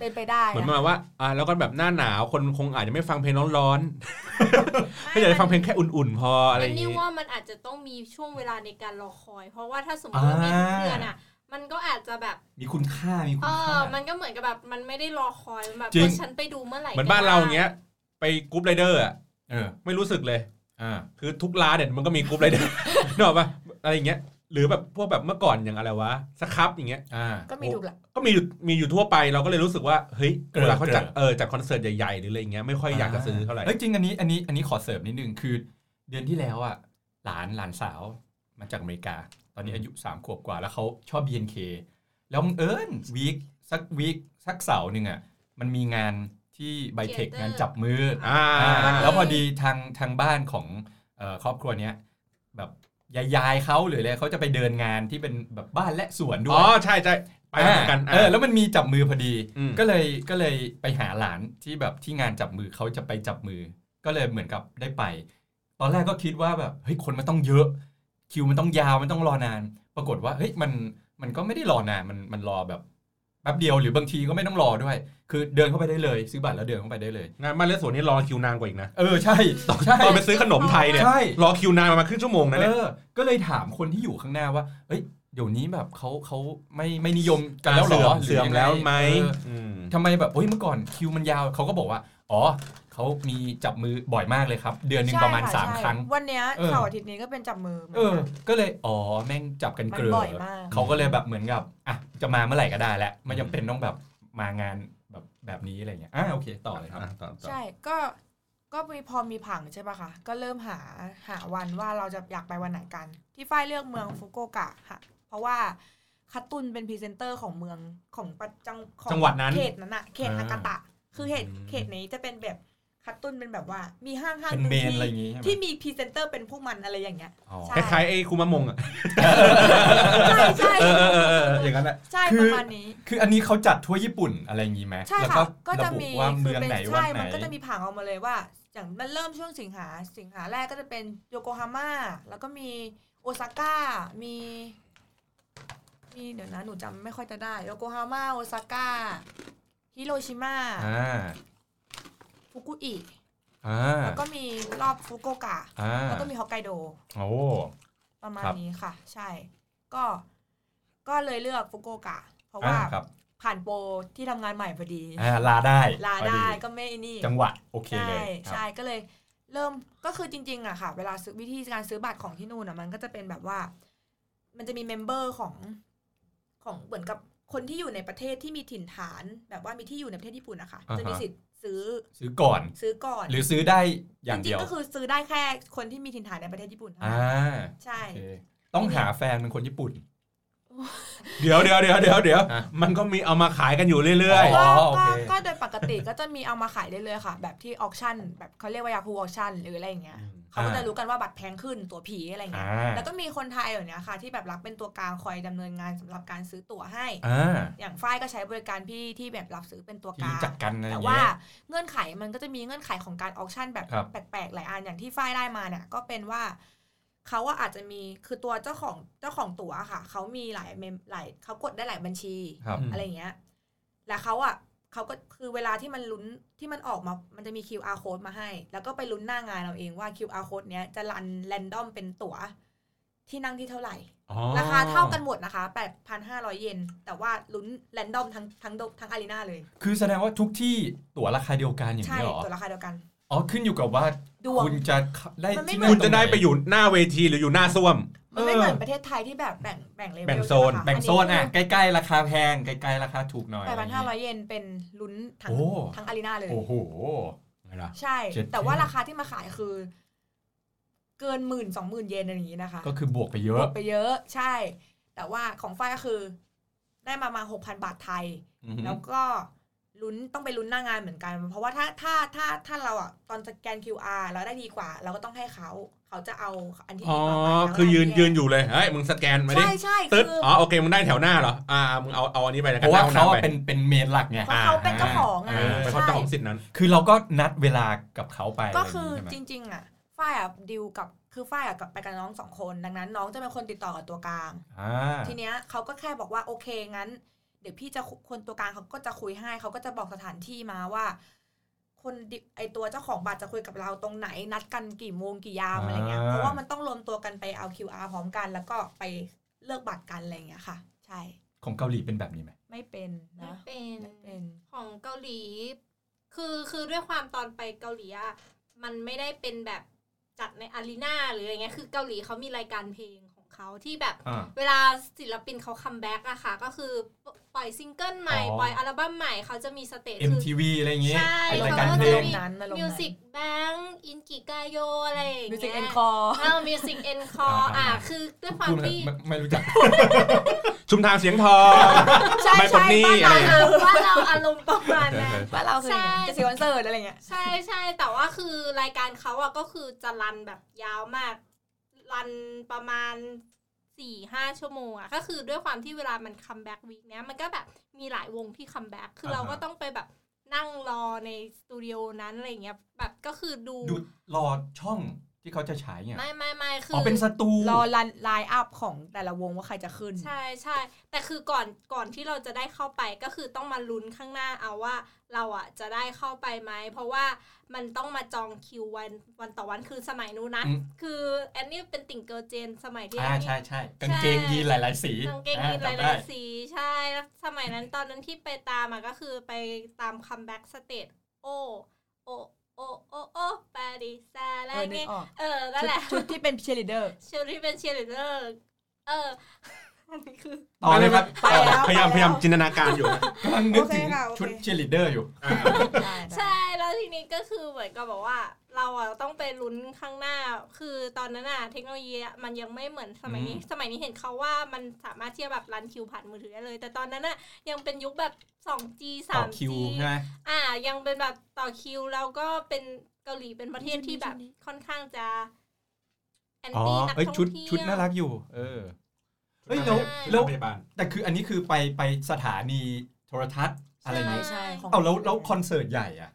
Speaker 3: เป็นไปได้
Speaker 2: เหมือนป
Speaker 3: นะ
Speaker 2: ระมาณว่าอ่า แล้วก็แบบหน้าหนาวคนคงอาจจะไม่ฟังเพลงร้อนๆ
Speaker 3: ไม่
Speaker 2: ก็อยากจะฟังเพลงแค่อุ่นๆ พออะไรอ
Speaker 4: อัน
Speaker 2: ย่าง
Speaker 4: นี้
Speaker 2: งี้
Speaker 4: ว่ามันอาจจะต้องมีช่วงเวลาในการรอคอย เพราะว่าถ้าสมมติว่ามีทุกเดือนอ่ะ มันก็อาจจะแบบ
Speaker 1: มีคุณค่ามีคุณ
Speaker 4: เอ
Speaker 1: ค่า
Speaker 4: อ มันก็เหมือนกับแบบมันไม่ได้รอคอยมันแบบ
Speaker 1: จริง
Speaker 4: ว่าฉันไปดูเมื่อไหร่
Speaker 2: เหมือนบ้านเราอย่างเงี้ย ไปกรุ๊ปไรเดอร์อ่ะ
Speaker 1: เออ
Speaker 2: ไม่รู้สึกเลย
Speaker 1: อ่า
Speaker 2: คือทุกร้านเนี่ยมันก็มีกรุ๊ปไรเดอร์ [LAUGHS] นึกออกปะอะไรอย่างเงี้ย หรือแบบพวกแบบเมื่อก่อนอย่างอะไรวะสครับอย่างเงี้ย
Speaker 1: อ่า
Speaker 3: ก็มีถูกหละ
Speaker 2: ก็มีอยู่มีอยู่ทั่วไปเราก็เลยรู้สึกว่าเฮ้ย
Speaker 1: เกลือ
Speaker 2: เวลาเขาจัด
Speaker 1: เกลือ
Speaker 2: เออจัดคอนเสิร์ตใหญ่ๆหรืออะไรอย่างเงี้ยไม่ค่อยอยากจะซื้อเท่าไหร่
Speaker 1: เอ้ยจริงอันนี้อันนี้อันนี้ขอเสริมนิดนึงคือ เดือนที่แล้วอ่ะ หลานหลานสาวมาจากอเมริกา ตอนนี้อายุ 3 ขวบกว่าแล้วเขาชอบ BNK แล้วบังเอิญวีคสักวีคสักเสาร์หนึ่งอ่ะมันมีงานที่ไบเทค
Speaker 4: Theater
Speaker 1: งานจับมืออ
Speaker 2: อ่า
Speaker 1: อ่าแล้วพอดีทางทางบ้านของเอ่อครอบครัวเนี้ยแบบยายๆเขาหรืออะไรเขาจะไปเดินงานที่เป็นแบบบ้านและสวนด้ว
Speaker 2: อ๋อย ใช่ใช่ไปเหมือนกัน
Speaker 1: เออแล้วมันมีจับมือพอดี
Speaker 2: ก็
Speaker 1: ก็เลยก็เลยไปหาหลานที่แบบที่งานจับมือเขาจะไปจับมือ ก็เลยเหมือนกับได้ไป ตอนแรกก็คิดว่าแบบเฮ้ยคนมันต้องเยอะ คิวมันต้องยาวมันต้องรอนาน ปรากฏว่าเฮ้ยมันมันก็ไม่ได้รอนานมันมันรอแบบแป๊บเดียวหรือบางทีก็ไม่ต้องรอด้วย คือเดินเข้าไปได้เลย ซื้อบัตรแล้วเดินเข้าไปได้เลย
Speaker 2: งานบ้านเลสสวนนี่รอคิวนานกว่าอีกนะ
Speaker 1: เออใช่ใช่
Speaker 2: ตอนไปซื้อขนมไทยเนี่ย
Speaker 1: ใช่
Speaker 2: รอคิวนานประมาณครึ่งชั่วโมงนะ
Speaker 1: เอ
Speaker 2: เนี่ย
Speaker 1: อ ก็เลยถามคนที่อยู่ข้างหน้าว่า เอ้ย เดี๋ยวนี้แบบเขาเขาไม่ไม่นิยมกันแล้วเหรอหรื
Speaker 2: เสื่อม
Speaker 1: ยังไง
Speaker 2: แล้วไหม
Speaker 1: เออทำไมแบบโอ้ยเมื่อก่อนคิวมันยาวเขาก็บอกว่า อ๋อ เขามีจับมือบ่อยมากเลยครับ เดือนหนึ่ง
Speaker 3: ใช่
Speaker 1: ประมาณ
Speaker 3: ค่
Speaker 1: 3
Speaker 3: ใช่
Speaker 1: ครั้ง
Speaker 3: วันเนี้ย
Speaker 1: เออ
Speaker 3: เสาร์อาทิตย์นี้ก็เป็นจับมือหมืน
Speaker 1: เออ
Speaker 3: กัน
Speaker 1: ก็เลย อ๋อ แม่งจับกันเกลื
Speaker 3: มันบ่อยมาก
Speaker 1: เขาก็เลยแบบเหมือนกับ อ่ะ จะมาเมื่อไหร่ก็ได้แหละ ไม่จำเป็นต้องแบบมางานแบบแบบนี้อะไรเงี้ย อ่ะโอเค ต่อเลยครับ
Speaker 2: อ่ะต่อต่อ
Speaker 3: ใช่ก็ก็มีพอมีผังใช่ปะคะก็เริ่มหาหาวันว่าเราจะอยากไปวันไหนกัน ที่ฝ้ายเลือกเมืองฟุกุโอกะค่ะ เพราะว่าคัตตุนเป็นพรีเซนเตอร์ของเมืองของประจังของ
Speaker 1: จังหวัดนั้น
Speaker 3: เขตนั้นอะเข
Speaker 1: อ่าน
Speaker 3: ตากาตะ คือเขต
Speaker 1: อืม
Speaker 3: เขตนี้จะเป็นแบบคัตตุนเป็นแบบว่า มีห้างห้าง
Speaker 1: เป็น
Speaker 3: หนึ่ง
Speaker 1: เมนอะไรอ
Speaker 3: ที่
Speaker 1: ย่างงี้ใช่ไหม
Speaker 3: ที่มีพรีเซนเตอร์เป็นพวกมันอะไรอย่างเงี้ย
Speaker 1: อ๋อ
Speaker 3: ใช่
Speaker 2: คล้ายๆไอ้คุมะมงอ่ะ
Speaker 3: ใช่ใช่
Speaker 2: เออเออเออเอออย่างนั้นแหละ
Speaker 3: ใช่ประมาณนี้
Speaker 1: คืออันนี้เขาจัดทั่วญี่ปุ่นอะไรอย่างงี้ไหม
Speaker 3: ใช่
Speaker 1: แล้ว
Speaker 3: ค่ะ ก็
Speaker 1: ระ
Speaker 3: จะ
Speaker 1: บุ
Speaker 3: มี
Speaker 1: ว่า
Speaker 3: คื
Speaker 1: เมือง
Speaker 3: ป็
Speaker 1: ไหนวั
Speaker 3: ใช่
Speaker 1: นไหน
Speaker 3: มันก็จะมีผังออกมาเลยว่า อย่างมันเริ่มช่วงสิงหา สิงหาแรกก็จะเป็นโยโกฮาม่า แล้วก็มีโอซาก้า มี มีเดี๋ยวนะ หนูจำไม่ค่อยจะได้ โยโกฮาม่า โอซาก้า ฮิโรชิมา
Speaker 1: อ่า
Speaker 3: ฟุกุอิ
Speaker 1: อ่า
Speaker 3: แล้วก็มีรอบฟุกุโอกะ
Speaker 1: อ่า
Speaker 3: แล้วก็มีฮอกไกโด
Speaker 1: โอ้
Speaker 3: ประมาณ
Speaker 1: ครับ
Speaker 3: นี้ค่ะ ใช่ ก็ ก็เลยเลือกฟุกุโอกะ เพราะว่า
Speaker 1: อ่ครับ
Speaker 3: ผ่านโปรที่ทำงานใหม่พอดี
Speaker 1: อ่า ลาได้
Speaker 3: ลาได้
Speaker 1: พอ
Speaker 3: ก็ไม่นี่
Speaker 1: จังหวะ โอเค
Speaker 3: ใช่
Speaker 1: เลยครับ
Speaker 3: ใช่ก็เลยเริ่มก็คือจริงๆอะค่ะ เวลาซื้อวิธีการซื้อบัตรของที่นู่นอะมันก็จะเป็นแบบว่า มันจะมีเมมเบอร์ของของเหมือนกับคนที่อยู่ในประเทศที่มีถิ่นฐาน แบบว่ามีที่อยู่ในประเทศญี่ปุ่นอะค่ะจะมีสิทธิ์ซื้อ
Speaker 1: ซื้อก่อน
Speaker 3: ซื้อก่อน
Speaker 1: หรือซื้อได้อ
Speaker 3: จ
Speaker 1: ย่าง
Speaker 3: ริ
Speaker 1: เดี
Speaker 3: ง
Speaker 1: ยว
Speaker 3: ๆก็คือซื้อได้แค่คนที่มีถิ่นฐานในประเทศญี่ปุ่นเท่า
Speaker 1: อ่า
Speaker 3: นั้นใช่
Speaker 1: โอเคต้องหาแฟนเป็นคนญี่ปุ่น
Speaker 2: เดี๋ยวเดี๋ [LAUGHS] ยวเดี๋ยวเดี๋ยวเดี๋ยว
Speaker 1: อ่ะ
Speaker 2: มันก็มีเอามาขายกันอยู่เรื่อย
Speaker 1: อ๋
Speaker 3: ก็
Speaker 1: อโอ
Speaker 3: ก็
Speaker 1: เค
Speaker 3: ก็โดยปกติก็จะมีเอามาขายเรื่อยๆค่ะ แบบที่ออคชั่น แบบเขาเรียกว่ายาคูออคชั่นหรืออะไรอย่างเงี้ย เขาก็จะรู้กันว่าบัตรแพงขึ้นตั๋วผีอะไรอย่างเงี้ย
Speaker 1: อ่า
Speaker 3: แล้วก็มีคนไทยอยู่เนี้ยค่ะ ที่แบบรับเป็นตัวกลางคอยดำเนินงานสำหรับการซื้อตั๋วให้
Speaker 1: อ่า
Speaker 3: อย่างฝ้ายก็ใช้บริการพี่ที่แบบรับซื้อเป็นตัว
Speaker 1: ที่
Speaker 3: กลาง
Speaker 1: รู้จักกันอะไรอ
Speaker 3: แต่
Speaker 1: ย่าง
Speaker 3: ว่า
Speaker 1: เงี้ย
Speaker 3: เงื่อนไขมันก็จะมีเงื่อนไขของการออคชั่นแบบ
Speaker 1: ครับ
Speaker 3: แปลกๆหลายอันอย่างที่ฝ้ายได้มาเนี่ยก็เป็นว่าเขาว่าอาจจะมีคือตัวเจ้าของเจ้าของตั๋วค่ะเขามีหลายเมมหลายเขากดได้หลายบัญชี
Speaker 1: ครับ
Speaker 3: อะไรอย่างเงี้ย แล้วเขาอ่ะเขาก็คือเวลาที่มันลุ้นที่มันออกมา มันจะมี QR code มาให้ แล้วก็ไปลุ้นหน้างานเราเองว่า QR code เนี้ยจะรันแรนดอมเป็นตั๋ว ที่นั่งที่เท่าไหร่
Speaker 2: ๆอ๋อ
Speaker 3: ราคาเท่ากันหมดนะคะ 8,500 เยน แต่ว่าลุ้นแรนดอมทั้งทั้งโดทั้งอารีนาเลย
Speaker 1: คือแสดงว่าทุกที่ตั๋วราคาเดียวกันอย่าง
Speaker 3: ใช่
Speaker 1: นี้ยเหรอ
Speaker 3: ตัวราคาเดียวกัน
Speaker 1: อ๋อ ขึ้นอยู่กับว่า
Speaker 3: ดวง
Speaker 1: คุณจะได้
Speaker 3: มันไม่
Speaker 1: ที่
Speaker 3: เหมื
Speaker 1: นั่ง
Speaker 3: อน
Speaker 2: คุณจะได้
Speaker 1: ตรงหน
Speaker 2: ไปอยู่หน้าเวทีหรืออยู่หน้าส้วม
Speaker 3: มันไม่เหมือนประเทศไทยที่แบบแบ่งแบ่งเลเวล
Speaker 2: แบ่งโซน
Speaker 1: แบ่งโซนอ่ะ ใกล้ๆ ราคาแพง ใกล้ๆ ราคาถูกหน่อย
Speaker 3: 8,500 เยนเป็นลุ้นทั้ง
Speaker 1: โอ้
Speaker 3: ทั้งอารีนาเลย
Speaker 1: โอ้โหไงล่ะ
Speaker 3: ใช่
Speaker 1: เจ็ด
Speaker 3: แต่ว่า
Speaker 1: แท่ง
Speaker 3: ราคาที่มาขายคือ เกินหมื่นสองหมื่นเยนอะไรอย่างนี้นะคะ
Speaker 1: ก็คือบวกไปเยอะ
Speaker 3: ไปเยอะใช่ แต่ว่าของฝ้ายก็คือ ได้มามาหกพันบาทไทย
Speaker 1: อือฮึ
Speaker 3: แล้วก็ลุ้นต้องไปลุ้นหน้างานเหมือนกัน เพราะว่าถ้าถ้าถ้าถ้าเราอ่ะตอนสแกน QR เราได้ดีกว่า เราก็ต้องให้เขาเขาจะเอาอันที่
Speaker 2: อ๋อ
Speaker 3: ดีกว่าไปแล้ว
Speaker 2: คือยืน
Speaker 3: ให้
Speaker 2: ยืนอยู่เลย เฮ้ย มึงสแกนมาดิ
Speaker 3: ใช่ใช่คื
Speaker 2: ตึ๊ด
Speaker 3: อ
Speaker 2: อ๋อ โอเค มึงได้แถวหน้าเหรอ อ่า มึงเอาเอาอันนี้ไปแล้ว
Speaker 1: เพ
Speaker 2: กัน
Speaker 1: ราะว่า
Speaker 2: อห
Speaker 1: เขาอะ
Speaker 2: ไป
Speaker 1: เป็นเป็นเมนหลักไง
Speaker 3: เพราะเขาเป็นเจ้าของไง
Speaker 2: เออเป็น
Speaker 3: ใช่
Speaker 2: เจ้าของสิทธิ์นั้น
Speaker 1: คือเราก็นัดเวลากับเขาไป
Speaker 3: ก็คือ
Speaker 1: อะไร
Speaker 3: จ
Speaker 1: ย่างงี้ใช่ไหม
Speaker 3: ริง ๆ อ่ะฝ้ายอ่ะดิวกับคือฝ้ายอ่ะกับไปกับน้องสองคน ดังนั้น น้องจะเป็นคนติดต่อกับตัวกลาง
Speaker 1: อ่า
Speaker 3: ทีเนี้ยเขาก็แค่บอกว่าโอเคงั้น เดี๋ยวพี่จะคุคนตัวกลางเขาก็จะคุยให้เขาก็จะบอกสถานที่มาว่า คนดิไอตัวเจ้าของบัตรจะคุยกับเราตรงไหนนัดกันกี่โมงกี่ยาม
Speaker 1: อ่า
Speaker 3: อะไรเงี้ยเพราะว่ามันต้องรวมตัวกันไปเอา QR พร้อมกัน แล้วก็ไปเลือกบัตรกันอะไรเงี้ยค่ะ ใช่
Speaker 1: ของเกาหลีเป็นแบบนี้ไหม
Speaker 3: ไม่เป็น
Speaker 4: ไม่
Speaker 3: นะ
Speaker 4: เป็
Speaker 3: ไม่เป็น น
Speaker 4: ของเกาหลี คือคือด้วยความตอนไปเกาหลีอะมันไม่ได้เป็นแบบจัดในอารีนาหรืออะไรเงี้ยคือเกาหลีเขามีรายการเพลงของเขาที่แบบ
Speaker 1: อ่า
Speaker 4: เวลาศิลปินเขาคัมแบ็กอะค่ะ ก็คือ ปล่อยซิงเกิลใหม่
Speaker 1: อ๋อ
Speaker 4: ปล่อยอัลบั้มใหม่เขาจะมีสเตจคือ
Speaker 1: MTV อะไรอย่างเงี้ย
Speaker 4: ใช่
Speaker 1: เป็
Speaker 3: อาร
Speaker 1: นาย
Speaker 3: ม
Speaker 1: การ
Speaker 3: ณ์
Speaker 1: เพล
Speaker 3: นั้
Speaker 1: ง
Speaker 3: นอารมณ์นั้นอารมณ์
Speaker 4: มิว
Speaker 3: นั้น
Speaker 4: สิกแบงก์อินกิกาโยอะไรอย่าง
Speaker 3: มิวสิก
Speaker 4: เงี้
Speaker 3: เอ็น
Speaker 4: ย
Speaker 3: คอร์
Speaker 4: อ้าวมิวสิกเอ็นคอ
Speaker 1: อ่า
Speaker 4: อ่ะ
Speaker 1: อ่า
Speaker 4: คือด้วยความ
Speaker 1: พูดไม่
Speaker 4: ที่
Speaker 1: ไม่ไม่รู้จัก
Speaker 2: ชุมทางเสียงทอง
Speaker 3: ใช่
Speaker 2: ไม่ปล
Speaker 3: ใช่
Speaker 2: ดหนี้
Speaker 3: บ้า
Speaker 2: อะ
Speaker 3: นเรา
Speaker 2: ไรอย่างเงี้ย
Speaker 4: บ้านเราอารมณ์ประมาณนั้น
Speaker 3: บ้านเราคืออย่างเงี้ยจะสีคอนเสิร์ตอะไรเงี้ย
Speaker 4: ใช่ใช่แต่ว่าคือรายการเขาอ่ะก็คือจะรันแบบยาวมาก รันประมาณสี่ห้าชั่วโมงอ่ะก็คือด้วยความที่เวลามันคัมแบ็กวีคเนี้ยมันก็แบบมีหลายวงที่คัมแบ็กคือเรา
Speaker 1: อ่าฮะ
Speaker 4: ก็ต้องไปแบบนั่งรอในสตูดิโอนั้นอะไรเงี้ยแบบก็คือดู
Speaker 1: ดูรอช่องที่เขาจะฉายเนี่ย
Speaker 4: ไม่ไม่ไม่คือ
Speaker 1: อ๋
Speaker 4: อ
Speaker 1: อเป็นสตู
Speaker 3: รอรันไลน์อัพของแต่ละวงว่าใครจะขึ้น
Speaker 4: ใช่ใช่แต่คือก่อนก่อนที่เราจะได้เข้าไปก็คือต้องมาลุ้นข้างหน้าเอาว่าเราอ่ะจะได้เข้าไปไหมเพราะว่ามันต้องมาจองคิววันวันต่อวันคือสมัยนู้นนะ
Speaker 1: อืม
Speaker 4: คือแอนนี่เป็นติ่งเกิร์ลเจนสมัยที่
Speaker 1: อ่า
Speaker 4: แอนนี่
Speaker 1: ใช่ใช่กางเกงยีนหลาย ๆ สี
Speaker 4: กางเกง
Speaker 1: อ่
Speaker 4: ยีนห
Speaker 1: จำ
Speaker 4: ลา
Speaker 1: ได้
Speaker 4: ยๆสีใช่แล้วสมัยนั้นตอนนั้นที่ไปตามอะก็คือไปตามคัมแบ็กสเตจโอโอโอโอโอปาดิซาอะไร
Speaker 3: เออนึ
Speaker 4: เงี้
Speaker 3: ก
Speaker 4: ย
Speaker 3: ออก
Speaker 4: เออนั่น
Speaker 3: ชุด
Speaker 4: แหละ
Speaker 3: ชุดที่เป็นเชียร์ลีเดอร์
Speaker 4: เชอรี่เป็นเชียร์ลีดเดอร์เออ [LAUGHS] อันนี้คือ
Speaker 1: ต่อเลยครับ
Speaker 3: ไปแล้ว
Speaker 2: พยายามพยายามจินตนาการอยู่
Speaker 1: กำลังนึกถึง
Speaker 3: โอเคค่ะโอเค
Speaker 1: ชุดเชียร์ลีดเดอร์อยู่
Speaker 4: ใช่ แล้วทีนี้ก็คือเหมือนกับบอกว่า เราอ่ะต้องไปลุ้นข้างหน้า คือตอนนั้นอ่ะเทคโนโลยีอะมันยังไม่เหมือนสมัยนี้
Speaker 1: อืม
Speaker 4: สมัยนี้เห็นเขาว่ามันสามารถที่จะแบบรันคิวผ่านมือถือได้เลย แต่ตอนนั้นอ่ะยังเป็นยุคแบบ 2G
Speaker 1: ต่อคิ
Speaker 4: 3G
Speaker 1: วใช่ไหม
Speaker 4: อ่า ยังเป็นแบบต่อคิว แล้วก็เป็นเกาหลีเป็นประเทศที่แบบค่อนข้างจะแอน
Speaker 1: อ๋อ
Speaker 4: ตี้นัก
Speaker 1: เอ้ย
Speaker 4: ท่อง
Speaker 1: ชุด
Speaker 4: เที่ยว
Speaker 1: ชุดน่ารักอยู่ เออ เฮ้ยแล้ว
Speaker 2: แล้วพยาบาล
Speaker 1: แต่คืออันนี้คือไปไปสถานีโทรทัศน์อะไรอย่าง
Speaker 4: ใช่
Speaker 1: เงี้ย
Speaker 3: ใช่ของ
Speaker 1: เอาแล้วแล้วคอนเสิร์ตใหญ่อะ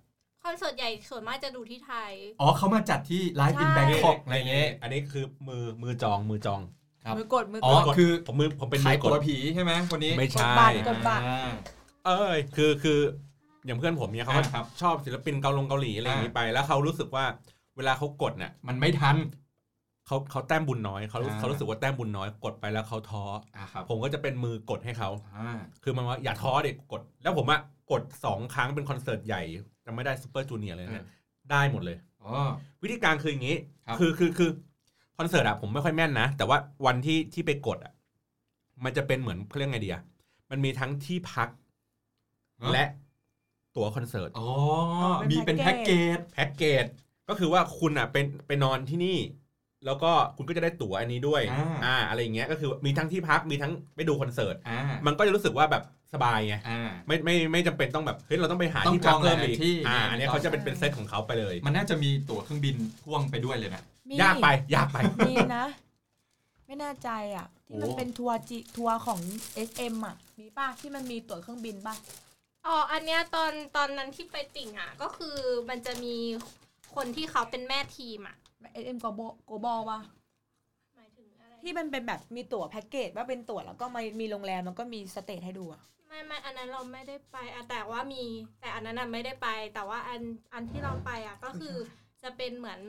Speaker 4: คอนเสิร์ตใหญ่ส่วนมากจะดูที่ไทย
Speaker 1: อ๋อเขามาจัดที่ไลฟ์อิน
Speaker 4: ใช่
Speaker 1: แบงคอกอะไรเงี้ย
Speaker 2: อันนี้คือมือมือจองมือจอง
Speaker 1: ครับ
Speaker 3: มือกดมือ
Speaker 1: อ๋
Speaker 3: ก
Speaker 1: อ
Speaker 3: ด
Speaker 1: คือ
Speaker 2: ผมมือผมเป็นมื
Speaker 1: ขาย
Speaker 2: อก
Speaker 1: ตั๋ว
Speaker 2: ด
Speaker 1: ผีใช่ไหมคนนี้
Speaker 2: ไม่ใช่
Speaker 3: กดบัตรกด
Speaker 1: อ่า
Speaker 2: เอ้ยคือคืออย่างเพื่อนผมเนี่ยเขาก็
Speaker 1: อ่าครับ
Speaker 2: ชอบศิลปินเกาหลงเกาหลีอะไรอย่างนี้
Speaker 1: อ่า
Speaker 2: ไป แล้วเขารู้สึกว่าเวลาเขากดเนี่ย
Speaker 1: มันไม่ทัน
Speaker 2: เขาเขาแต้มบุญน้อยเขารู้
Speaker 1: อ่า
Speaker 2: เขารู้สึกว่าแต้มบุญน้อยกดไปแล้วเขาท้อ
Speaker 1: อ่าครับ
Speaker 2: ผมก็จะเป็นมือกดให้เขา
Speaker 1: อ่า
Speaker 2: คือมันว่าอย่าท้อเด็กกด แล้วผมอะกดสองครั้งเป็นคอนเสิร์ตใหญ่จะไม่ได้ซูเปอร์จูเนียร์เลยนะได้หมดเลย
Speaker 1: อ๋อ
Speaker 2: วิธีการคืออย่างนี้
Speaker 1: ครับ
Speaker 2: คือคือคือคอนเสิร์ตอะผมไม่ค่อยแม่นนะ แต่ว่าวันที่ที่ไปกดอะมันจะเป็นเหมือนเขาเรียกไงดีอะมันมีทั้งที่พักและตั๋วคอนเสิร์ต
Speaker 1: อ๋อ
Speaker 3: มี
Speaker 1: มี
Speaker 3: เป็
Speaker 1: เป็น
Speaker 3: น
Speaker 1: แพ็กเกจ
Speaker 2: แพ็กเกจก็คือว่าคุณอ่ะเป็นไปนอนที่นี่ แล้วก็คุณก็จะได้ตั๋วอันนี้ด้วย
Speaker 1: อ่า
Speaker 2: อะไรอย่างเงี้ยก็คือมีทั้งที่พักมีทั้งไปดูคอนเสิร์ต
Speaker 1: อ่า
Speaker 2: มันก็จะรู้สึกว่าแบบสบายไง
Speaker 1: อ่า
Speaker 2: ไม่ไม่ไม่จำเป็นต้องแบบเฮ้ยเราต้องไปหา
Speaker 1: ต้อง
Speaker 2: ที่พัก
Speaker 1: จอง
Speaker 2: เพิ่ม
Speaker 1: หลาย
Speaker 2: อีก
Speaker 1: ที่
Speaker 2: อ่า
Speaker 1: เนี่ย
Speaker 2: อันเนี้ยเขาจะเป็นเป็นเซตของเขาไปเลย
Speaker 1: มันน่าจะมีตั๋วเครื่องบินพ่วงไปด้วยเลยนะ
Speaker 3: มี
Speaker 2: ยากไปยากไป
Speaker 3: มีนะ ไม่แน่ใจอ่ะ ที่มัน
Speaker 1: โอ้
Speaker 3: เป็นทัวร์จิทัวร์ของ SM อ่ะ มีป่ะ ที่มันมีตั๋วเครื่องบินป่ะ
Speaker 4: อ๋อ อันเนี้ยตอนตอนนั้นที่ไปติ่งอ่ะ ก็คือมันจะมีคนที่เขาเป็นแม่ทีมอ่ะ
Speaker 3: SM โกโบโกบอป่ะ
Speaker 4: หมายถึงอะไร
Speaker 3: ที่มันเป็นแบบมีตั๋วแพ็กเกจว่าเป็นตั๋วแล้วก็มามีโรงแรมแล้วก็มีสเตจให้ดูอ่ะ
Speaker 4: ไม่ไม่อันนั้นเราไม่ได้ไปอะแต่ว่ามีแต่อันนั้นอะไม่ได้ไป แต่ว่าอันอันที่เราไปอ่ะก็คือจะเป็นเหมือน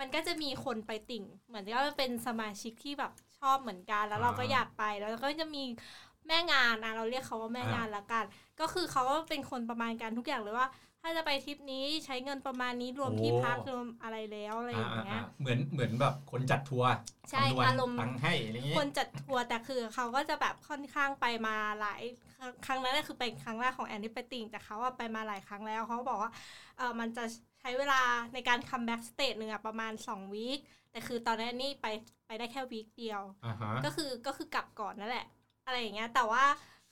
Speaker 4: มันก็จะมีคนไปติ่ง เหมือนก็เป็นสมาชิกที่แบบชอบเหมือนกันแล้วเราก็
Speaker 1: อ่า
Speaker 4: อยากไปแล้วก็จะมีแม่งานอะเราเรียกเขาว่าแม่งานละกัน ก็คือเขาก็เป็นคนประมาณการทุกอย่างเลยว่า ถ้าจะไปทริปนี้ใช้เงินประมาณนี้รวมที่พักรวมอะไรแล้วอะไรอย่างเงี้ย
Speaker 1: อ่าๆๆเหมือนเหมือนแบบคนจัดทัวร์
Speaker 4: ใช่
Speaker 1: คำนวณ
Speaker 4: อารมณ์
Speaker 1: ตังค์ให้อะไรอย่างเงี้ย
Speaker 4: คนจัดทัวร์แต่คือเขาก็จะแบบค่อนข้างไปมาหลายครั้งครั้งนั้นนะคือเป็นครั้งแรกของแอนนี่ไปติ่งแต่เขาอะไปมาหลายครั้งแล้วเขาบอกว่าเออมันจะใช้เวลาในการคัมแบ็กสเตจหนึ่งอะประมาณ2วีคแต่คือตอนนั้นแอนนี่ไปไปได้แค่วีคเดียว
Speaker 1: อ่าฮะ
Speaker 4: ก็คือก็คือกลับก่อนนั่นแหละ อะไรอย่างเงี้ยแต่ว่า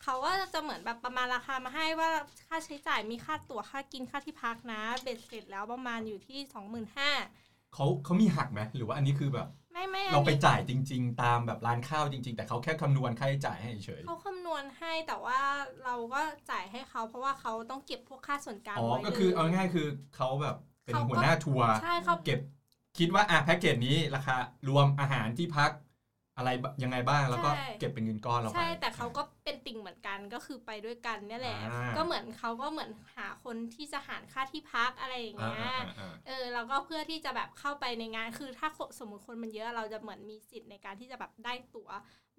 Speaker 4: เขาก็จะเหมือนแบบประมาณราคามาให้ว่าค่าใช้จ่ายมีค่าตั๋วค่ากินค่าที่พักนะเบ็ดเสร็จแล้วประมาณอยู่ที่ 25,000
Speaker 1: เขาเขามีหักไหมหรือว่าอันนี้คือแบบ
Speaker 4: ไม่ไม่อัน
Speaker 1: เราไป
Speaker 4: นี้
Speaker 1: จ่ายจริง ๆ ตามแบบร้านข้าวจริง ๆ แต่เขาแค่คำนวณค่าใช้จ่ายให้เฉย
Speaker 4: เขาคำนวณให้แต่ว่าเราก็จ่ายให้เขาเพราะว่าเขาต้องเก็บพวกค่าส่วนกลาง
Speaker 1: อ๋อ
Speaker 4: ไว้
Speaker 1: ก็คือ
Speaker 4: ลย
Speaker 1: เอาง่ายๆคือเขาแบบเป็น
Speaker 4: เขาก็
Speaker 1: หัวหน้าทัวร์
Speaker 4: ใช่เขา
Speaker 1: เก็บคิดว่าอ่ะแพ็กเกจนี้ราคารวมอาหารที่พัก อะไรยังไงบ้างแล้วก็เก็บเป็นเงินก้อนเราไป
Speaker 4: ใช่แต่เขาก็เป็นติ่งเหมือนกันก็คือไปด้วยกันเนี่ยแหละ
Speaker 1: อ่า
Speaker 4: ก็เหมือนเขาก็เหมือนหาคนที่จะหารค่าที่พักอะไรอย่าง
Speaker 1: อ่า
Speaker 4: เงี้ย
Speaker 1: ๆ
Speaker 4: เออแล้วก็เพื่อที่จะแบบเข้าไปในงานคือถ้าสมมติคนมันเยอะเราจะเหมือนมีสิทธิ์ในการที่จะแบบได้ตั๋ว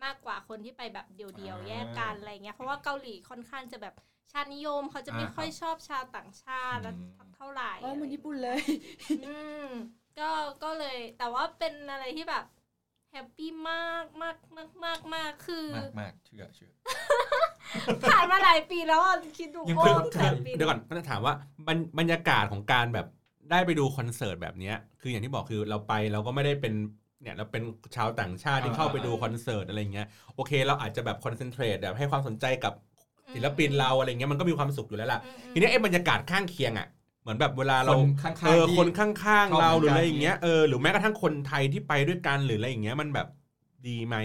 Speaker 4: มากกว่าคนที่ไปแบบเดี่ยวๆแยกกันอะไรเงี้ยเพราะว่าเกาหลีค่อนข้างจะแบบชาตินิยมเขาจะไม่ค่อยชอบชาวต่างชาติแล้วเท่าไหร่
Speaker 3: เออเหมันญี่ปุ่นเลย
Speaker 4: อืมก็ก็เลยแต่ว่าเป็นอะไรที่แบบแฮปปี้มากมากมากมากมากคือ
Speaker 1: ๆมากๆเชื่อเชื่อ
Speaker 4: ผ่านมาหลายปีแล้วอะคิดดู
Speaker 1: ยัง
Speaker 4: โอ้
Speaker 1: เพิ่ง
Speaker 4: หลายปี
Speaker 2: เดี๋ยวก่อนก็จะถามว่าบรรบรรยากาศของการแบบได้ไปดูคอนเสิร์ตแบบเนี้ยคืออย่างที่บอกคือเราไปเราก็ไม่ได้เป็นเนี่ยเราเป็นชาวต่างชาติที่เข้าไปดูคอนเสิร์ตอะไรเงี้ยโอเค เราอาจจะแบบคอนเซนเทรตแบบให้ความสนใจกับศิลปินเราอะไรเงี้ยมันก็มีความสุขอยู่แล้วล่ะ
Speaker 4: อืม
Speaker 2: ทีนี้ไอ้บรรยากาศข้างเคียงอ่ะเหมือนแบบเวลาเรา
Speaker 1: คนข้างๆ
Speaker 2: เออ
Speaker 1: ที่
Speaker 2: คนข้างๆ เรา
Speaker 1: เข้า
Speaker 2: ห
Speaker 1: เหมื
Speaker 2: รื
Speaker 1: อนกัน
Speaker 2: ออะไรอย่างเงี้ยเออหรือแม้กระทั่งคนไทยที่ไปด้วยกันหรืออะไรอย่างเงี้ยมันแบบดีไหม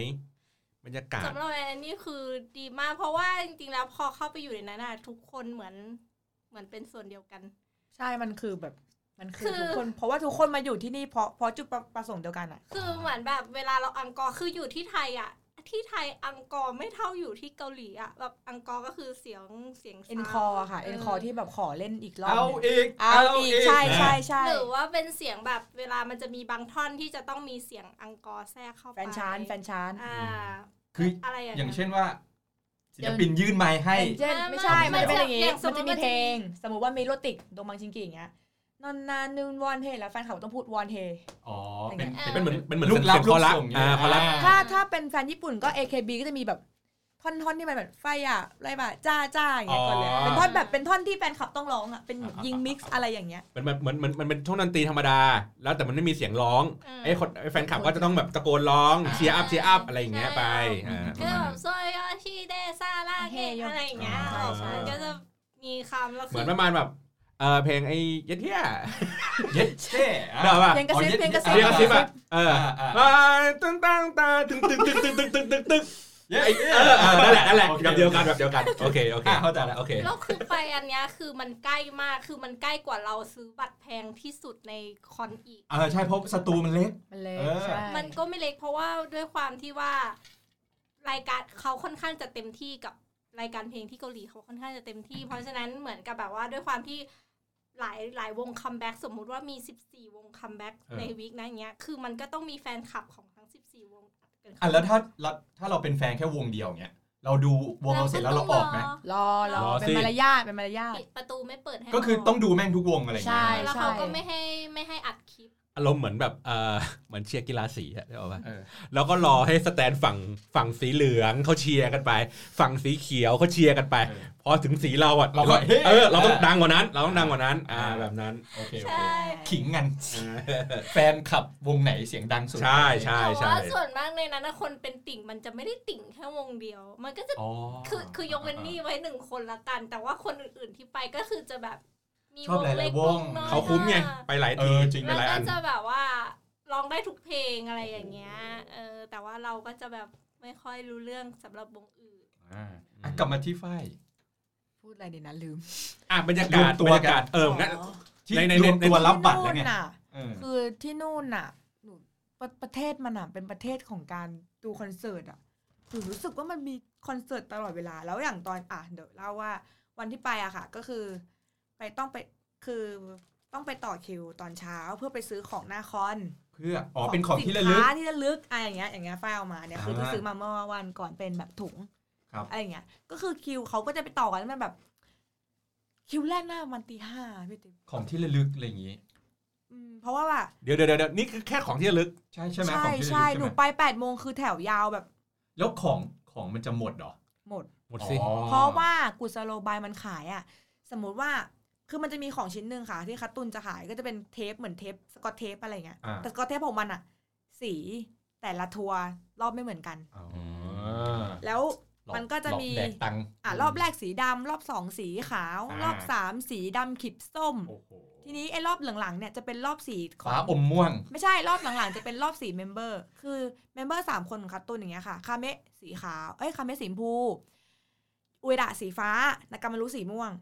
Speaker 2: บรรยากาศ
Speaker 4: สำหรับแอนนี่คือดีมากเพราะว่าจริงๆแล้วพอเข้าไปอยู่ในนั้นอะทุกคนเหมือนเหมือนเป็นส่วนเดียวกัน
Speaker 3: ใช่มันคือแบบมันคื
Speaker 4: คือ อ
Speaker 3: ทุกคน เพราะว่าทุกคนมาอยู่ที่นี่เพราะเพราะจุดประประสงค์เดียวกันอะ
Speaker 4: คือเหมือนแบบเวลาเราอังกอร์คืออยู่ที่ไทยอะที่ไทยอังกอร์ไม่เท่าอยู่ที่เกาหลีอะแบบอังกอร์ก็คือเสียงเสียง
Speaker 3: เอ็นคอร์ค่ะเอ็นคอร์ที่แบบขอเล่นอีกรอบ
Speaker 1: เอา
Speaker 3: เนี่ย
Speaker 1: อีก
Speaker 3: เอาอีกใช่ใช่ใช่
Speaker 4: หรือว่าเป็นเสียงแบบเวลามันจะมีบางท่อนที่จะต้องมีเสียงอังกอร์แทรกเข้าไป
Speaker 3: แฟนชานแฟนชาน
Speaker 4: อ่า
Speaker 1: คือ
Speaker 4: อะไรอย่าง
Speaker 1: อย่าง
Speaker 4: เงี้ย
Speaker 1: เช่นว่าศิลปินยื่นไม้ให้
Speaker 3: เช่น
Speaker 4: ไม่
Speaker 3: ไม่ใช่
Speaker 4: ไม่
Speaker 3: มันจะเป็นอย่างงี้
Speaker 4: อย่างสม
Speaker 3: มันจะมี
Speaker 4: มุติมันจะมี
Speaker 3: เพลง สมมติว่ามีโรติกดงบางชิงกิอย่างเงี้ยนอนนานนูนวอนเฮแล้วแฟนเขาต้องพูดวอนเฮ
Speaker 1: อ๋อ
Speaker 3: เป็
Speaker 1: เป็น น
Speaker 2: เป็นเหมือนเป็นเหมือน
Speaker 1: ลูกรับ
Speaker 2: เสียง
Speaker 1: ลู
Speaker 2: คอก รัส
Speaker 1: ส่ง
Speaker 2: อ่าคอรัส
Speaker 3: ถ้าถ้าเป็นแฟนญี่ปุ่นก็ AKB ก็จะมีแบบท่อนท่อนที่มันแบบไฟอ่ะไรแบบจ้าจ้าอย่างเงี้ยก่อนเลย
Speaker 2: อ๋อ
Speaker 3: เป็นท่อนแบบเป็นท่อนที่แฟนคลับต้องร้องอ่ะเป็นแบบยิงมิกซ์อะไรอย่างเงี้ย
Speaker 2: มันมันมันมันมันเป็นช่วงดนตรีธรรมดา แล้วแต่มันไม่มีเสียงร้อง
Speaker 4: อืม
Speaker 2: ไอ้คนไอ้แฟนคลับก็จะต้องแบบตะโกนร้อง
Speaker 1: อ่า
Speaker 2: เชียร์อัพเชียร์อัพอะไรอย่างเงี้ยไปอ่าป
Speaker 4: ก็
Speaker 2: ระมาณนั้
Speaker 4: แบบ
Speaker 2: น
Speaker 4: โซยอชิเดซาลาเกะอะไรอย่างเงี้ย
Speaker 2: ใช่ใช่
Speaker 4: มันก็จะมีคำแล้ว
Speaker 2: เห
Speaker 4: คื
Speaker 2: มือ
Speaker 4: อน
Speaker 2: ประมาณแบบเออเพลงไอ้เย็ดเที่ย
Speaker 1: เย็ดเช่
Speaker 2: เดาป่ะ
Speaker 3: เพลงกระซิบเพลงกระซิบ
Speaker 2: เรียกกระซิบ
Speaker 1: อ่ะ
Speaker 2: อ่ะเออ
Speaker 1: อ่า
Speaker 2: มาตึ้งตั้งตาตึ้งตึ้งตึ้งตึ้งตึ้งตึ้งตึ้งตึ้ง
Speaker 1: เย้
Speaker 2: เออเออนั่นแหละนั่นแหละ
Speaker 1: โอค
Speaker 2: แบบเดียวกันแบบเดียวกันโอเคโอเค
Speaker 1: อ่ะเข้าใจแล้ว
Speaker 2: โอเค
Speaker 4: แล้วคือไปอันเนี้ยคือมันใกล้มากคือมันใกล้กว่าเราซื้อบัตรแพงที่สุดในคอนอีก
Speaker 1: เออใช่เพราะสตูมันเล็ก
Speaker 3: มันเลย
Speaker 1: เออ
Speaker 3: ใช่
Speaker 4: มันก็ไม่เล็กเพราะว่าด้วยความที่ว่ารายการเขาค่อนข้างจะเต็มที่กับรายการเพลงที่เกาหลีเขาค่อนข้างจะเต็มที่ เพราะฉะนั้นเหมือนกับแบบว่าด้วยความที่หลายหลายวงคัมแบ็กสมมุติว่ามี 14 วงคัมแบ็ก
Speaker 1: เออ
Speaker 4: ในวีคนั้นเนี้ย คือมันก็ต้องมีแฟนคลับของทั้ง 14 วงอัดกันเข้า
Speaker 1: อ่ะแล้วถ้าเราถ้าเราเป็นแฟนแค่วงเดียวเงี้ย เราดูวงเราเสร็จแล้วเราออกไหม
Speaker 4: แล้ว
Speaker 3: รอ
Speaker 4: ก็ต้ง
Speaker 3: รอ
Speaker 2: รอสิ
Speaker 3: เป็นมารยาทเป็นมารยา
Speaker 4: อ
Speaker 3: ท
Speaker 4: ปิดประตูไม่เปิดให้
Speaker 1: ก็คือ
Speaker 4: เรา
Speaker 1: ต้องดูแม่งทุกวงอะไรอย่างเงี้
Speaker 3: ใช่
Speaker 1: ย
Speaker 4: แล้วเขาก็ไม่ให้ไม่ให้อัดคลิป
Speaker 2: อารมณ์เหมือนแบบเออเหมือนเชียร์กีฬาสีอะได้ป่ะ
Speaker 1: เออ
Speaker 2: แล้วก็รอให้สแตนฝั่งฝั่งสีเหลืองเขาเชียร์กันไป ฝั่งสีเขียวเขาเชียร์กันไป
Speaker 1: เออ
Speaker 2: พอถึงสีเราอะ
Speaker 1: เราก็เฮ้
Speaker 2: เออเราต้องดังกว่านั้น เราต้องดังกว่านั้น อ่า
Speaker 1: อ่า
Speaker 2: แบบนั้น
Speaker 1: โอเคโอ
Speaker 4: ใช่
Speaker 1: เคขิง
Speaker 2: [LAUGHS]
Speaker 1: กันแฟนขับวงไหนเสียงดังสุด
Speaker 2: ใช่ใช่
Speaker 4: แต่
Speaker 2: ใช่
Speaker 4: ว่าส่วนมากในนั้นนะคนเป็นติ่งมันจะไม่ได้ติ่งแค่วงเดียว มันก็จะ
Speaker 1: อ๋อ
Speaker 4: คือคือยกเว้นนี่ไว้หนึ่งคนละกัน แต่ว่าคนอื่นๆที่ไปก็คือจะแบบมี
Speaker 1: ชอบหลายๆ
Speaker 4: เล็ก
Speaker 1: วง
Speaker 4: น้อย
Speaker 2: เขาคุ้มไง ไปหลาย
Speaker 1: เอ
Speaker 2: ที
Speaker 1: อจริง
Speaker 2: ไป
Speaker 4: แล้ว
Speaker 2: หลาย
Speaker 4: ก็
Speaker 2: อัน
Speaker 4: จะแบบว่าร้องได้ทุกเพลงอะไรอย่างเงี้ยเออแต่ว่าเราก็จะแบบไม่ค่อยรู้เรื่องสำหรับวงอื่น
Speaker 1: อ่ะอ่ะกลับมาที่ฝ้าย
Speaker 3: พูดอะไรดีนะลืม
Speaker 2: อ่ะบรรยาการ
Speaker 1: ว
Speaker 2: ศ
Speaker 1: มตั
Speaker 2: บ
Speaker 1: ว
Speaker 2: ร
Speaker 1: กัน
Speaker 2: รยากาศเอองั้น
Speaker 3: อ๋อ
Speaker 1: ที่
Speaker 2: ในใน
Speaker 1: รวม
Speaker 2: ใน
Speaker 1: ตัวรับบัตรแล้วไง
Speaker 3: ที่นู่นน่ะ
Speaker 1: เออ
Speaker 3: คือที่นู่นน่ะหนูประประเทศมันอ่ะเป็นประเทศของการดูคอนเสิร์ตอ่ะหนูรู้สึกว่ามันมีคอนเสิร์ตตลอดเวลา แล้วอย่างตอนอ่ะเดี๋ยวเล่าว่าวันที่ไปอะค่ะ ก็คือ ไปต้องไปคือต้องไปต่อคิวตอนเช้าเพื่อไปซื้อของหน้าคอน
Speaker 1: เพื่ออ๋อเป็นของที่ระลึ
Speaker 3: สิ
Speaker 1: ก
Speaker 3: นค้าที่ระลึกอะไรอย่างเงี้ยอย่างเงี้ยไฟล์เอามาเนี่ยคือ
Speaker 1: อ่า
Speaker 3: เพิ่งซื้อมาเมื่อวันก่อนเป็นแบบถุง
Speaker 1: ครับ
Speaker 3: อะไรอย่างเงี้ยก็คือคิวเขาก็จะไปต่อกันมันแบบ คิวแรกหน้ามันตีห้าพี่ติ๊บ
Speaker 1: ของที่ระลึกอะไรอย่างงี้
Speaker 3: อืมเพราะว่าแบบ
Speaker 2: เดี๋ยวเดี๋ยวเดี๋ยวนี่คือแค่ของที่ระลึก
Speaker 1: ใช่ใช่ไหม
Speaker 3: ใช่
Speaker 1: ของที่ระลึกใช่
Speaker 3: ใช่ห
Speaker 1: ไห
Speaker 3: นู
Speaker 1: ม
Speaker 3: ไป8ปดโมงคือแถวยาวแบบ
Speaker 1: แล้วของของมันจะหมดเหรอ
Speaker 3: หมด
Speaker 2: หมดสิ
Speaker 1: อ๋อ
Speaker 3: เพราะว่ากุศโลบายมันขายอะสมมุติว่าคือมันจะมีของชิ้นหนึ่งค่ะ ที่คัตตุนจะขายก็จะเป็นเทปเหมือนเทปสกอตเทปอะไรเงี้ย
Speaker 1: อ่ะ
Speaker 3: แต่สกอตเทปของมันอะสีแต่ละทัวร์รอบไม่เหมือนกัน
Speaker 1: อ๋อ
Speaker 3: แล้ว
Speaker 1: หลอก
Speaker 3: มันก็จะ
Speaker 1: หลอ
Speaker 3: มี
Speaker 1: แดกตังค์
Speaker 3: อ่ะรอบแรกสีดำรอบสองสีขาว
Speaker 1: อ่าร ร
Speaker 3: อบสามสีดำขิดส้ม
Speaker 1: โอ้โห
Speaker 3: ทีนี้ไอ้รอบหลังๆเนี่ยจะเป็นรอบสีขอ
Speaker 1: ฟ้าง อมม่วง
Speaker 3: ไม่ใช่รอบหลังๆจะเป็นรอบสีเมมเบอร์ คือเมมเบอร์สามคนของคัตตุนอย่างเงี้ยค่ะ คาเมะสีขาว เอ้ย คาเมะสีชมพูอุเอดะสีฟ้านากามารุสีม่วง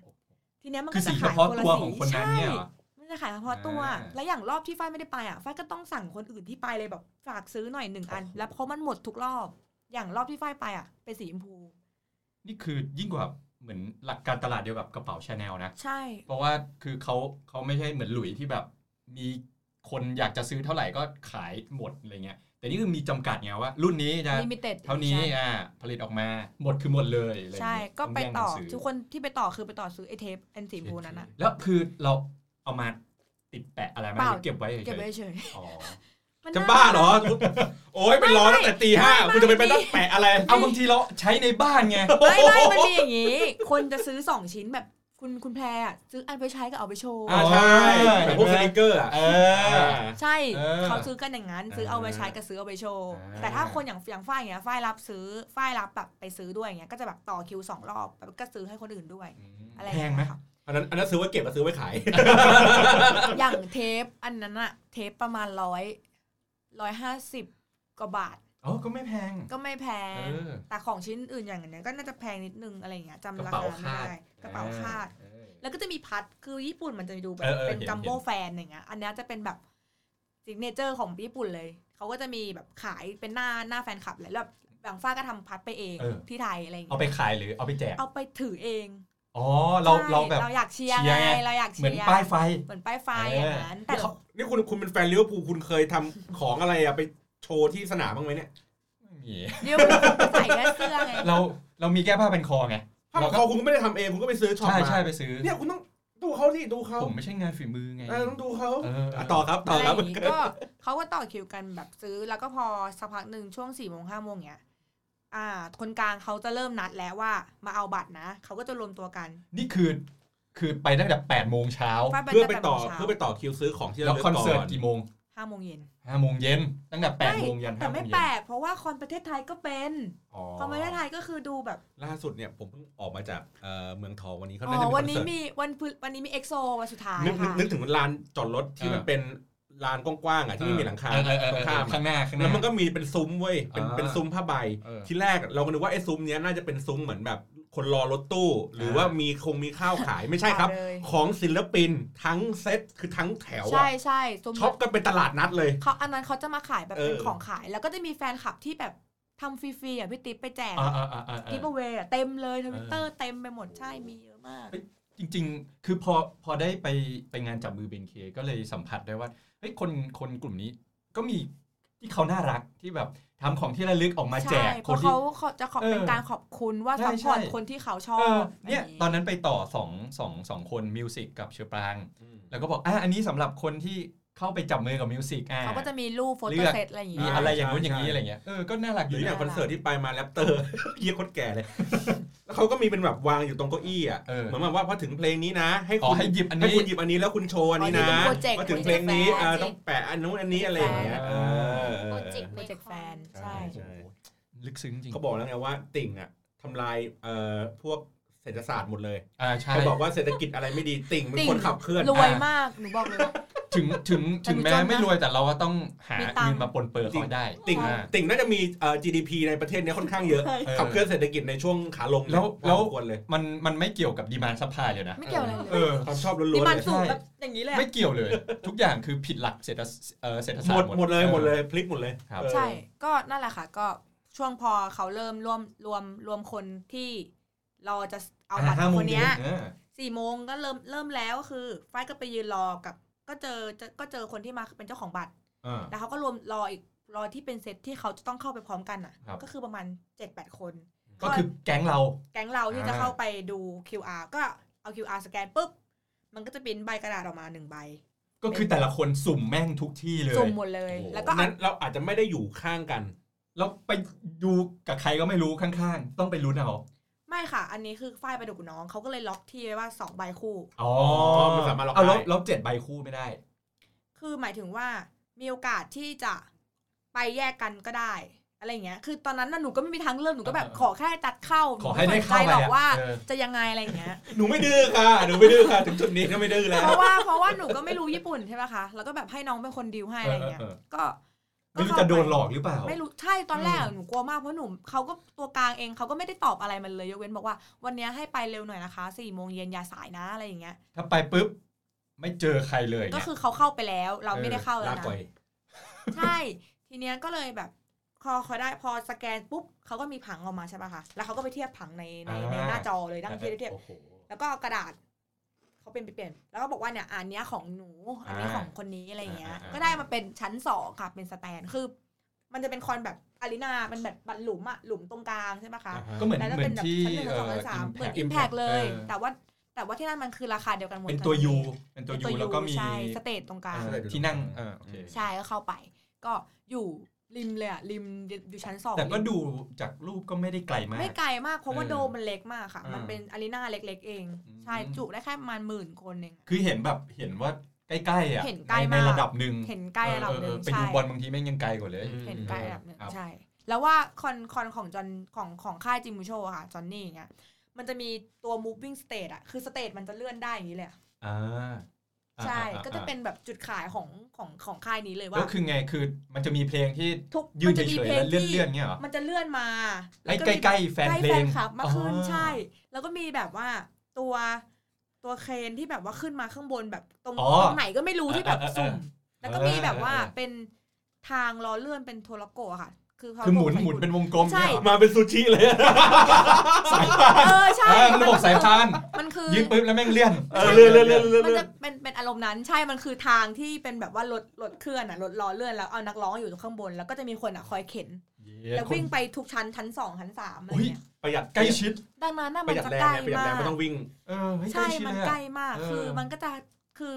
Speaker 3: ทีเนี้ยมัน
Speaker 1: คื
Speaker 3: ก็
Speaker 1: อ
Speaker 3: จะ
Speaker 1: สีเฉ
Speaker 3: ขาย
Speaker 1: พาะ
Speaker 3: คนละ
Speaker 1: ตัว
Speaker 3: สี
Speaker 1: ของคนนั้นเนี่ยเหรอ
Speaker 3: มันจะขายเฉพาะตัว
Speaker 1: อ่า
Speaker 3: แล้วอย่างรอบที่ฝ้ายไม่ได้ไปอ่ะฝ้ายก็ต้องสั่งคนอื่นที่ไปเลยแบบฝากซื้อหน่อยหนึ่งอัน
Speaker 1: โอ้โห
Speaker 3: แล้วเพราะมันหมดทุกรอบ อย่างรอบที่ฝ้ายไปอ่ะเป็นสีชมพู
Speaker 1: นี่คือยิ่งกว่าเหมือนหลักการตลาดเดียวกับกระเป๋าชาแนลนะ
Speaker 3: ใช่
Speaker 1: เพราะว่าคือเขาเขาไม่ใช่เหมือนหลุยที่แบบ มีคนอยากจะซื้อเท่าไหร่ก็ขายหมดอะไรเงี้ย แต่นี่คือมีจำกัดไงว่า รุ่นนี้จะ
Speaker 3: limited
Speaker 1: เท่านี้
Speaker 3: ใช่
Speaker 1: อ่าผลิตออกมาหมดคือหมดเลยอะไรเงี้ย
Speaker 3: ใช่ ก็ไปต่อ
Speaker 1: งแย่งนซื้
Speaker 3: ทุกคนที่ไปต่อคือไปต่อซื้อไอเทปอันสีชมพูนั้นอ่ะ
Speaker 1: แล้วคือเราเอามาติดแปะอะไรไหม
Speaker 3: เปล่า
Speaker 1: หรือเก็บไว้เฉย
Speaker 3: เก็บไว้เฉย
Speaker 1: ๆอ๋อ
Speaker 3: ไม มัน
Speaker 2: จะ
Speaker 3: น่
Speaker 2: บ้าเหรอ โอ้ยไปรอ
Speaker 3: ไม่
Speaker 2: ตั้งแต่ตีห้า
Speaker 3: ไม่
Speaker 2: คุณจะไปไป
Speaker 3: ไม่
Speaker 2: นั่งแปะอะไร
Speaker 1: เอาบางทีเราใช้ในบ้านไง
Speaker 3: ไม่ไม่ มันมีอย่างนี้ คนจะซื้อสองชิ้นแบบคุณคุณแพรอะซื้ออันไปใช้กับเอาไปโชว์
Speaker 2: อ่าใช่
Speaker 1: อ๋อ
Speaker 2: แบบพวกสนิเกอร์อ่ะ
Speaker 1: เออ
Speaker 3: ใช่
Speaker 1: เออ
Speaker 3: เขาซื้อกันอย่างนั้น ซื้อเอาไปใช้กับซื้อเอาไปโชว์
Speaker 1: อ่า
Speaker 3: แต่ถ้าคนอย่างอย่างฝ้ายอย่างเงี้ยฝ้ายรับซื้อฝ้ายรับแบบไปซื้อด้วยอย่างเงี้ยก็จะแบบต่อคิวสองรอบแบบก็ซื้อให้คนอื่นด้วย อะไรอ
Speaker 1: แพ
Speaker 3: ย่าง ง
Speaker 1: ไหม
Speaker 3: เงี้ยค่ะ
Speaker 2: อันนั้นอันนั้นซื้อไว้เก็บก็ซื้อไว้ขาย
Speaker 3: อย่างเทปอันนั้นอะเทปประมาณร้อยร้อยห้าสิบกว่าบาท
Speaker 1: เอ๋อก็ไม่แพง
Speaker 3: ก็ไม่แพ
Speaker 1: เอง อ
Speaker 3: แต่ของชิ้นอื่นอย่างเนี้ยก็น่าจะแพงนิดนึงอะไรอย่างเงี้ยจำราก
Speaker 1: ระเป๋า
Speaker 3: คาไม่
Speaker 1: คาด
Speaker 3: ได้กระเป๋าคาด
Speaker 1: เออ
Speaker 3: แล้วก็จะมีพัดคือญี่ปุ่นมันจะดูแบ
Speaker 1: เอบ อเออ
Speaker 3: เป็น
Speaker 1: เห็น
Speaker 3: จัมโบ้
Speaker 1: เห็น
Speaker 3: แฟนอย่างเงี้ย อันเนี้ยจะเป็นแบบซิกเนเจอร์ของญี่ปุ่นเลย เขาก็จะมีแบบขายเป็นหน้าหน้าแฟนคลับเลยแล้วแบบบางฝ้าก็ทำพัดไปเอง
Speaker 1: เออ
Speaker 3: ที่ไทยอะไรอย่าง
Speaker 1: เอา
Speaker 3: เงี้ย
Speaker 1: ไปขายหรือเอาไปแจก
Speaker 3: เอาไปถือเอง
Speaker 1: อ๋อ เรา
Speaker 3: ใช่
Speaker 1: เราแบบ
Speaker 3: เราอยากเชียร์
Speaker 1: เชียร์
Speaker 3: ไง
Speaker 1: ไง
Speaker 3: เราอยาก
Speaker 1: เหมื
Speaker 3: เชี
Speaker 1: อน
Speaker 3: ยร์
Speaker 1: ป้ายไฟ
Speaker 3: เหมือนป้ายไฟ
Speaker 1: เอออ
Speaker 3: อย่างนั้นแต่
Speaker 2: เขานี่คุณคุณเป็นแฟนลิเวอร์พูลคุณเคยทำของอะไรอะไปโชว์ที่สนามบ้างไหมเนี่ย
Speaker 1: ไม่มี
Speaker 3: เดี๋ยวมันใส่แค่เสื้อไง
Speaker 1: เราเรามีแก้ผ้าเป็นคอไง
Speaker 2: ถ้า
Speaker 1: เราก็
Speaker 2: เขาคุณก็ไม่ได้ทำเองคุณก็ไปซื้อช็อป
Speaker 1: ใช่
Speaker 2: มา
Speaker 1: ใช่ไปซื้อ
Speaker 2: เนี่ยคุณต้องดูเขาที่ดูเขา
Speaker 1: ผมไม่ใช่งานฝีมือไง
Speaker 2: เออต้องดูเขา
Speaker 1: เออ
Speaker 2: อ่ะต่อครับต่
Speaker 3: อะ
Speaker 2: อ
Speaker 3: ไรอ
Speaker 2: ครับ
Speaker 3: ย่างงี้ก็เขาก็ต่อคิวกันแบบซื้อแล้วก็พอสักพักหนึ่งช่วงสี่โมงห้าโมงเนี้ยอ่า คนกลางเขาจะเริ่มนัดแล้วว่ามาเอาบัตรนะเขาก็จะรวมตัวกัน
Speaker 1: นี่คือ คือไปตั้งแต่แปดโมงเช้า
Speaker 2: เพื่อไปต่อเพื่อไปต่อคิวซื้อของที่
Speaker 1: แล้
Speaker 2: เรา
Speaker 1: ว
Speaker 2: ลืก
Speaker 1: คอนเสิร์ต
Speaker 2: ก่
Speaker 1: กี่โมง
Speaker 3: ห้าโมงเย็น
Speaker 1: ห้าโมงเย็นตั้งแต่แปด
Speaker 3: ไม่
Speaker 1: โมงยัน
Speaker 3: แต่
Speaker 1: ห้าโม
Speaker 3: ไม่
Speaker 1: ง
Speaker 3: แปล
Speaker 1: เย็น
Speaker 3: กเพราะว่าคอนประเทศไทยก็เป็น
Speaker 2: อ๋อ
Speaker 3: คอนประเทศไทยก็คือดูแบบ
Speaker 2: ล่าสุดเนี่ยผมเพิ่งออกมาจากเอ่อเมืองทองวันนี้เขา
Speaker 3: อ๋
Speaker 2: น่าจะ
Speaker 3: อ
Speaker 2: มีคอ
Speaker 3: วั
Speaker 2: น น
Speaker 3: นี้
Speaker 2: เสิร์ต
Speaker 3: มีวันพฤวันนี้มีเอ็กโซวันสุดท้าย
Speaker 2: นึกนึก
Speaker 3: ค่ะ
Speaker 2: นึกถึงลานจอดรถที่มันเป็นลานกว้างๆอ่ะที่ไม่มีหลังคา
Speaker 1: เออเออเออ
Speaker 2: ตรงข้าม
Speaker 1: ข้า
Speaker 2: อะ
Speaker 1: งหน้าข้างห
Speaker 2: แล้
Speaker 1: น้า
Speaker 2: วมันก็มีเป็นซุ้มเว้ยเป็น
Speaker 1: อ่า
Speaker 2: เป็นซุ้มผ้าใบ
Speaker 1: เออ
Speaker 2: ที่แรกเราก็นึกว่าไอ้ซุ้มเนี้ยน่าจะเป็นซุ้มเหมือนแบบคนรอรถตู้ หรือว่ามีคงมีข้าวขายไม่ใช่ครับ
Speaker 3: เอาเลย
Speaker 2: ของศิลปินทั้งเซตคือทั้งแถว
Speaker 3: ใช่
Speaker 2: อะ
Speaker 3: ใช่สมม
Speaker 2: ช็อป
Speaker 3: ติ
Speaker 2: กันเป็นตลาดนัดเลย
Speaker 3: เขาอันนั้นเขาจะมาขายแบบเป็
Speaker 2: เอ
Speaker 3: น
Speaker 2: อ
Speaker 3: ของขาย แล้วก็จะมีแฟนคลับที่แบบทำฟรีๆอ่ะพี่ติ๊บไปแจก
Speaker 1: าอ่าอ่าอ่า
Speaker 3: กิฟต์เวย์เต็มเลยทวิตเตอร์เต็มไปหมดใช่มีเยอะมาก
Speaker 1: เฮ้ย จริง ๆ คือพอพอได้ไปไปงานจับมือเบนเคก็เลยสัมผัสได้ว่าเฮ้ยคนคนกลุ่มนี้ก็มีที่เขาน่ารักที่แบบทำของที่ระลึกออกมาแจ
Speaker 3: ใช่
Speaker 1: ก
Speaker 3: เพ
Speaker 1: คน
Speaker 3: ราะ
Speaker 1: ที่
Speaker 3: เขาเขาจะขอบ
Speaker 1: เออ
Speaker 3: เป็นการขอบคุณว่า
Speaker 1: ใช่
Speaker 3: ซัพพอร์ต
Speaker 1: ใช่
Speaker 3: คนที่เขาชอบ
Speaker 1: เออเนี่ย
Speaker 3: แบบ
Speaker 1: ตอนนั้นไปต่อสองสองสองคนมิวสิกกับเชอปราง แล้วก็บอกอ่ะอันนี้สำหรับคนที่เข้าไปจับมือกับมิวสิกอ่ะ
Speaker 3: เขาก็จะมีรูปโฟ
Speaker 1: เลื
Speaker 3: โต้
Speaker 1: อก
Speaker 3: เซตอะไรอย่าง
Speaker 1: มี
Speaker 3: เงี้ย
Speaker 1: อะไรอย่างนู้น
Speaker 2: ใช่
Speaker 1: อย่างนี้อะไรเงี้ยเออก็น่ารัก
Speaker 2: ห
Speaker 1: อ
Speaker 2: รื
Speaker 1: ยู่
Speaker 2: ออย่างคอนเสิร์ตที่ไปมาแรปเตอร์ [LAUGHS] เยี่ยคนแก่เลย แล้วเขาก็มีเป็นแบบวางอยู่ตรงเก้าอี้อ่ะ
Speaker 1: เออ
Speaker 2: เหมือนแบบว่าพอถึงเพลงนี้นะ ให้
Speaker 1: ขอ
Speaker 2: คุณ
Speaker 1: ให้หยิบอัน
Speaker 2: ให้
Speaker 1: นี้
Speaker 2: คุณหยิบอันนี้แล้วคุณโชว์อันนี้นะ
Speaker 3: อ๋อนี่เป็นโปรเจกต์
Speaker 2: พอถึงเพลงนี้เออต้องแปะอันนู้นอันนี้อะไรอย่างเงี้ย
Speaker 1: โปร
Speaker 2: เอ
Speaker 1: เจกต์แฟน
Speaker 2: อ
Speaker 5: โปรเจกต์
Speaker 3: โปรเจกต์แฟนใช่
Speaker 1: โอ้โหลึกซึ้งจริง
Speaker 2: เขาบอกแล้วไงว่าติ่งอ่ะทำลายเอ่อพวกเศรษฐศาสตร์หมดเลย
Speaker 1: อ่าใช่
Speaker 2: เขาบอกว่าเศรษฐกิจอะไรไม่ดีติ่งเป็น
Speaker 3: ติ่ง
Speaker 2: คนขับเคลื่อน
Speaker 3: รวยมาก หนูบอกเลยว่า
Speaker 1: ถึงถึงถึง
Speaker 3: แต่
Speaker 1: แม้
Speaker 3: หนูจนนะ
Speaker 1: ไม่รวยแต่เราก็ต้องหา
Speaker 3: มีตังค์
Speaker 1: เงินมาปนเปื้อนเขาให้ได้
Speaker 2: ติ่ง
Speaker 1: อ่า
Speaker 2: ติ่งน่าจะมีเอ่อ GDP ในประเทศเนี้ยค่อนข้างเยอะ
Speaker 4: ใช่
Speaker 2: ขับเคลื่อนเศรษฐกิจในช่วงขาลงเนี่ย
Speaker 1: แล้ว
Speaker 2: พอ
Speaker 1: แล้ว
Speaker 2: สมควรเลย
Speaker 1: มันมันไม่เกี่ยวกับดีมานซัพพลายเลยนะ
Speaker 3: ไม่เกี่ยวอะไร
Speaker 1: เอ
Speaker 3: เลย
Speaker 1: อ
Speaker 2: ความชอบล้วนๆ
Speaker 3: ดีมัน
Speaker 2: เลย
Speaker 3: สูงแบบอย่างนี้เลยอะ
Speaker 1: ไม่เกี่ยวเลย ทุกอย่างคือผิดหลักเศรษฐศเอ่อเศรษฐศา
Speaker 2: ห
Speaker 1: ส
Speaker 2: ม
Speaker 1: ต
Speaker 2: ด
Speaker 1: ร์
Speaker 2: หมดเลย
Speaker 1: ออ
Speaker 2: หมดเลยพลิกหมดเลย
Speaker 1: ครับ
Speaker 2: เออ
Speaker 3: ใช่ ก็นั่นแหละค่ะ ก็ช่วงพอเขาเริ่มรวมรวมรวมคนที่เราจะเอาบัตร
Speaker 1: ห้โม
Speaker 3: ค
Speaker 1: ง
Speaker 3: นเนี้ย
Speaker 1: เย็น
Speaker 3: สี่โมงก็เริ่มเริ่มแล้วก็คือฝ้ายก็ไปยืนรอกับ ก็เจอจะก็เจอคนที่มาเป็นเจ้าของบัตร
Speaker 1: เออ
Speaker 3: แล้วเขาก็รวมรออีกรอที่เป็นเซตที่เขาจะต้องเข้าไปพร้อมกันอ่ะ
Speaker 1: ครับ
Speaker 3: ก็คือประมาณ7จ็ดแปดคน
Speaker 1: ก็คือแก๊งเรา
Speaker 3: แก๊งเราที่
Speaker 1: อ่า
Speaker 3: จะเข้าไปดู QR ก็เอา QR สแกนปุ๊บมันก็จะเป็นใบกระดาษออกมาหนึ่งใบ
Speaker 1: ก็คือแต่ละคนสุ่มแม่งทุกที่เลย
Speaker 3: สุ่มหมดเลย
Speaker 2: โอ้โห
Speaker 3: แล้วก็เอา
Speaker 2: นั้นเราอาจจะไม่ได้อยู่ข้างกัน
Speaker 1: แล้วไปดูกับใครก็ไม่รู้ข้างๆ ต้องไปรู้นเอา
Speaker 3: ไม่ค่ะ อันนี้คือฝ้ายไปดูกับน้อง เขาก็เลยล็อกที่ไว้ว่า 2 ใบคู่
Speaker 1: อ๋อ
Speaker 2: มันสามารถล็อก
Speaker 1: เอาแล้ว
Speaker 2: ได้
Speaker 1: แล้วเจ็ดใบคู่ไม่ได้
Speaker 3: คือหมายถึงว่ามีโอกาสที่จะไปแยกกันก็ได้ อะไรอย่างเงี้ย คือตอนนั้นน่ะหนูก็ไม่มีทางเลือก หนูก็แบบ
Speaker 1: เออ
Speaker 3: ขอแค่ตัดเข้า
Speaker 1: ขอให้ได้เข้า
Speaker 3: ม่ส
Speaker 1: ไป
Speaker 3: นใจหรอก
Speaker 1: อะ
Speaker 3: ว่า
Speaker 1: เออ
Speaker 3: จะยังไงอะไรอย่างเงี้ย
Speaker 2: หนูไม่ดื้อค่ะหนูไม่ดื้อค่ะถึงจุดนี้ก็ไม่ดื้อแล้ว
Speaker 3: เพราะว่าเพราะว่าหนูก็ไม่รู้ญี่ปุ่นใช่ไหมคะ แล้วก็แบบให้น้องเป็นคนดีลให้อะไรอย่างเงี้ย ก็
Speaker 1: ไม่รู้
Speaker 3: เข้า
Speaker 1: จะ
Speaker 3: ป
Speaker 1: โดนหลอกหรือเปล่า
Speaker 3: ไม่รู้ใช่ตอนแรกอะหนูกลัวมากเพราะหนูเขาก็ตัวกลางเองเขาก็ไม่ได้ตอบอะไรมันเลยยกเว้นบอกว่า วันเนี้ยให้ไปเร็วหน่อยนะคะสี่โมงเย็นอย่าสายนะอะไรอย่างเงี้ย
Speaker 1: ถ้าไปปุ๊บ ไม่เจอใครเลย
Speaker 3: ก็
Speaker 1: เนี่ย
Speaker 3: คือเขาเข้าไปแล้วเราไม่ได้เข้าแล้
Speaker 2: ลาว
Speaker 3: นะ
Speaker 2: ก่อย
Speaker 3: ใช่ ทีเนี้ยก็เลยแบบพอเขาได้พอสแกนปุ๊บเขาก็มีผังออกมาใช่ปะคะแล้วเขาก็ไปเทียบผังในในใน
Speaker 1: อ่า
Speaker 3: หน้าจอเลยนั่งเทียบเทียบ
Speaker 1: โอ้โห
Speaker 3: แล้วก็เอากระดาษเขาเป็นไปเปลี่ยน แล้วก็บอกว่าเนี่ยอันเนี้ยของหนูอันนี้ของคนนี้อะไรอย่างเงี้ย
Speaker 1: อ่าอ่าอ่า
Speaker 3: ก็ได้มาเป็นชั้นสองค่ะเป็นสแตนคือ มันจะเป็นคอนแบบอารีนาเป็นแบบบันหลุมอะหลุมตรงกลางใช่ปะคะ
Speaker 1: ก็เหมือน
Speaker 3: แล้วก็
Speaker 1: เหมื
Speaker 3: เป็
Speaker 1: อน
Speaker 3: นแบบ
Speaker 1: ที่
Speaker 3: ชั้นหนึ่งชั้นสองชั้นสามเหมือนอิมแพกเลย
Speaker 1: ออ
Speaker 3: แต่ว่าแต่ว่าที่นั่นมันคือราคาเดียวกันหมด
Speaker 1: เป็นตัวยู
Speaker 3: ทั้ง
Speaker 1: เป็นตัวยูแล้วก็มี
Speaker 3: ใช่สเตจตรงกลาง
Speaker 1: เออที่นั่งเออโอเค
Speaker 3: ใช่ก็เข้าไป ก็อยู่ริมเลยอะริมอยู่ชั้นสอง
Speaker 1: แต่ก็
Speaker 3: ริม
Speaker 1: ดูจากรูปก็ไม่ได้ไกลมาก
Speaker 3: ไม่ไกลมากเพราะว่า
Speaker 1: เออ
Speaker 3: โดมมันเล็กมากค่ะ
Speaker 1: อ่ามั
Speaker 3: มันเป็นอารีนาเล็ก ๆ เอง
Speaker 1: อืม
Speaker 3: ใช่จุได้แค่ประมาณหมื่นคนเอง
Speaker 1: คือเห็นแบบเห็นว่าใกล้ๆอ่ะ
Speaker 3: เห็นใกล้
Speaker 1: ใน
Speaker 3: มาก
Speaker 1: ระดับหนึ่ง
Speaker 3: เห็นใกล้ระดับหนึ่ง
Speaker 1: เออเออเออไป
Speaker 3: ใช่
Speaker 1: ดูบอลบางทีแม่งยังไกลกว่าเลย
Speaker 2: อืม
Speaker 3: เห็นใกล้ระดับหนึ่ง
Speaker 1: ครับ
Speaker 3: ใช่ แล้วว่าคอนคอนของจอนของของค่ายจิมูโชอะค่ะจอนนี่อย่างเงี้ยมันจะมีตัว moving stage อะคือสเตจมันจะเลื่อนได้อย่างนี้เลยอะ
Speaker 1: อ่า
Speaker 3: ใช่
Speaker 1: อ่าอ่า
Speaker 3: ก็จะเป็นแบบจุดขายของของของค่ายนี้เลย
Speaker 1: ก็
Speaker 3: ว่า
Speaker 1: คือไงคือมันจะมีเพลงที่
Speaker 3: ทุก
Speaker 1: ยื
Speaker 3: มัน จะมี
Speaker 1: เฉย
Speaker 3: เพ
Speaker 1: ๆ
Speaker 3: ล
Speaker 1: แล้
Speaker 3: ง
Speaker 1: วเลื่
Speaker 3: ที่
Speaker 1: อนๆเนี่ยเหรอ
Speaker 3: มันจะเลื่อนมา
Speaker 1: ไอ้
Speaker 3: แล้วก็
Speaker 1: ใก
Speaker 3: มี
Speaker 1: ล้ๆแฟน
Speaker 3: ใกล้
Speaker 1: เพล
Speaker 3: แฟ
Speaker 1: ง
Speaker 3: นคลับมากขึ้น
Speaker 1: อ๋อ
Speaker 3: ใช่ แล้วก็มีแบบว่าตัวตัวเครนที่แบบว่าขึ้นมาข้างบนแบบตรง
Speaker 1: อ๋อ
Speaker 3: ตรงไหนก็ไม่รู้ที่แบบ
Speaker 1: เออเออ
Speaker 3: สุ่ม
Speaker 1: เออ
Speaker 3: แล้วก็มีแบบว่า
Speaker 1: เออเออ
Speaker 3: เป็นทางล้อเลื่อนเป็นโทรโกะค่ะ คือเขา
Speaker 1: คือหมุน
Speaker 3: ใส่
Speaker 1: หมุนเป็นวงกลม
Speaker 3: ใช่
Speaker 1: เนี่ยเหรอ
Speaker 2: มาเป็นซูชิเลย
Speaker 1: สายพาน
Speaker 3: เออใช่
Speaker 1: เออระบบสายพาน
Speaker 3: มันคือ
Speaker 1: ยืนปุ๊บแล้วแม่งเลื่อน
Speaker 2: เออเลื่อนเลื่อนเลื่อนเลื่อน
Speaker 3: มัน
Speaker 2: เลื่อ
Speaker 3: จะ
Speaker 2: น
Speaker 3: เป็นเป็นอารมณ์นั้นใช่มันคือทางที่เป็นแบบว่ารถรถเคลื่อนอ่ะรถล้อเลื่อนแล้วเอานักร้องอยู่ข้างบน แล้วก็จะมีคนอ่ะคอยเข็น แล้ววิ่งไปทุกชั้นชั้นสองชั้นสามอะไร
Speaker 1: อุ๊ย
Speaker 3: เงี้ย
Speaker 2: ประหยัด
Speaker 1: ใกล้ชิด
Speaker 3: ดังนั้นน่ะ
Speaker 2: ป
Speaker 3: มั
Speaker 2: ระ
Speaker 3: น
Speaker 2: หยัด
Speaker 3: จะ
Speaker 2: แรง
Speaker 3: ใกล้
Speaker 2: ไงประหยัด
Speaker 3: มา
Speaker 2: แรง
Speaker 3: ก
Speaker 2: ไม่ต้องวิ่ง
Speaker 1: เออเฮ้ย
Speaker 3: ใช่
Speaker 1: ชิด
Speaker 3: มัน
Speaker 1: เลยอะ
Speaker 3: ใกล้มาก
Speaker 1: เออ
Speaker 3: คือมันก็จะ คือ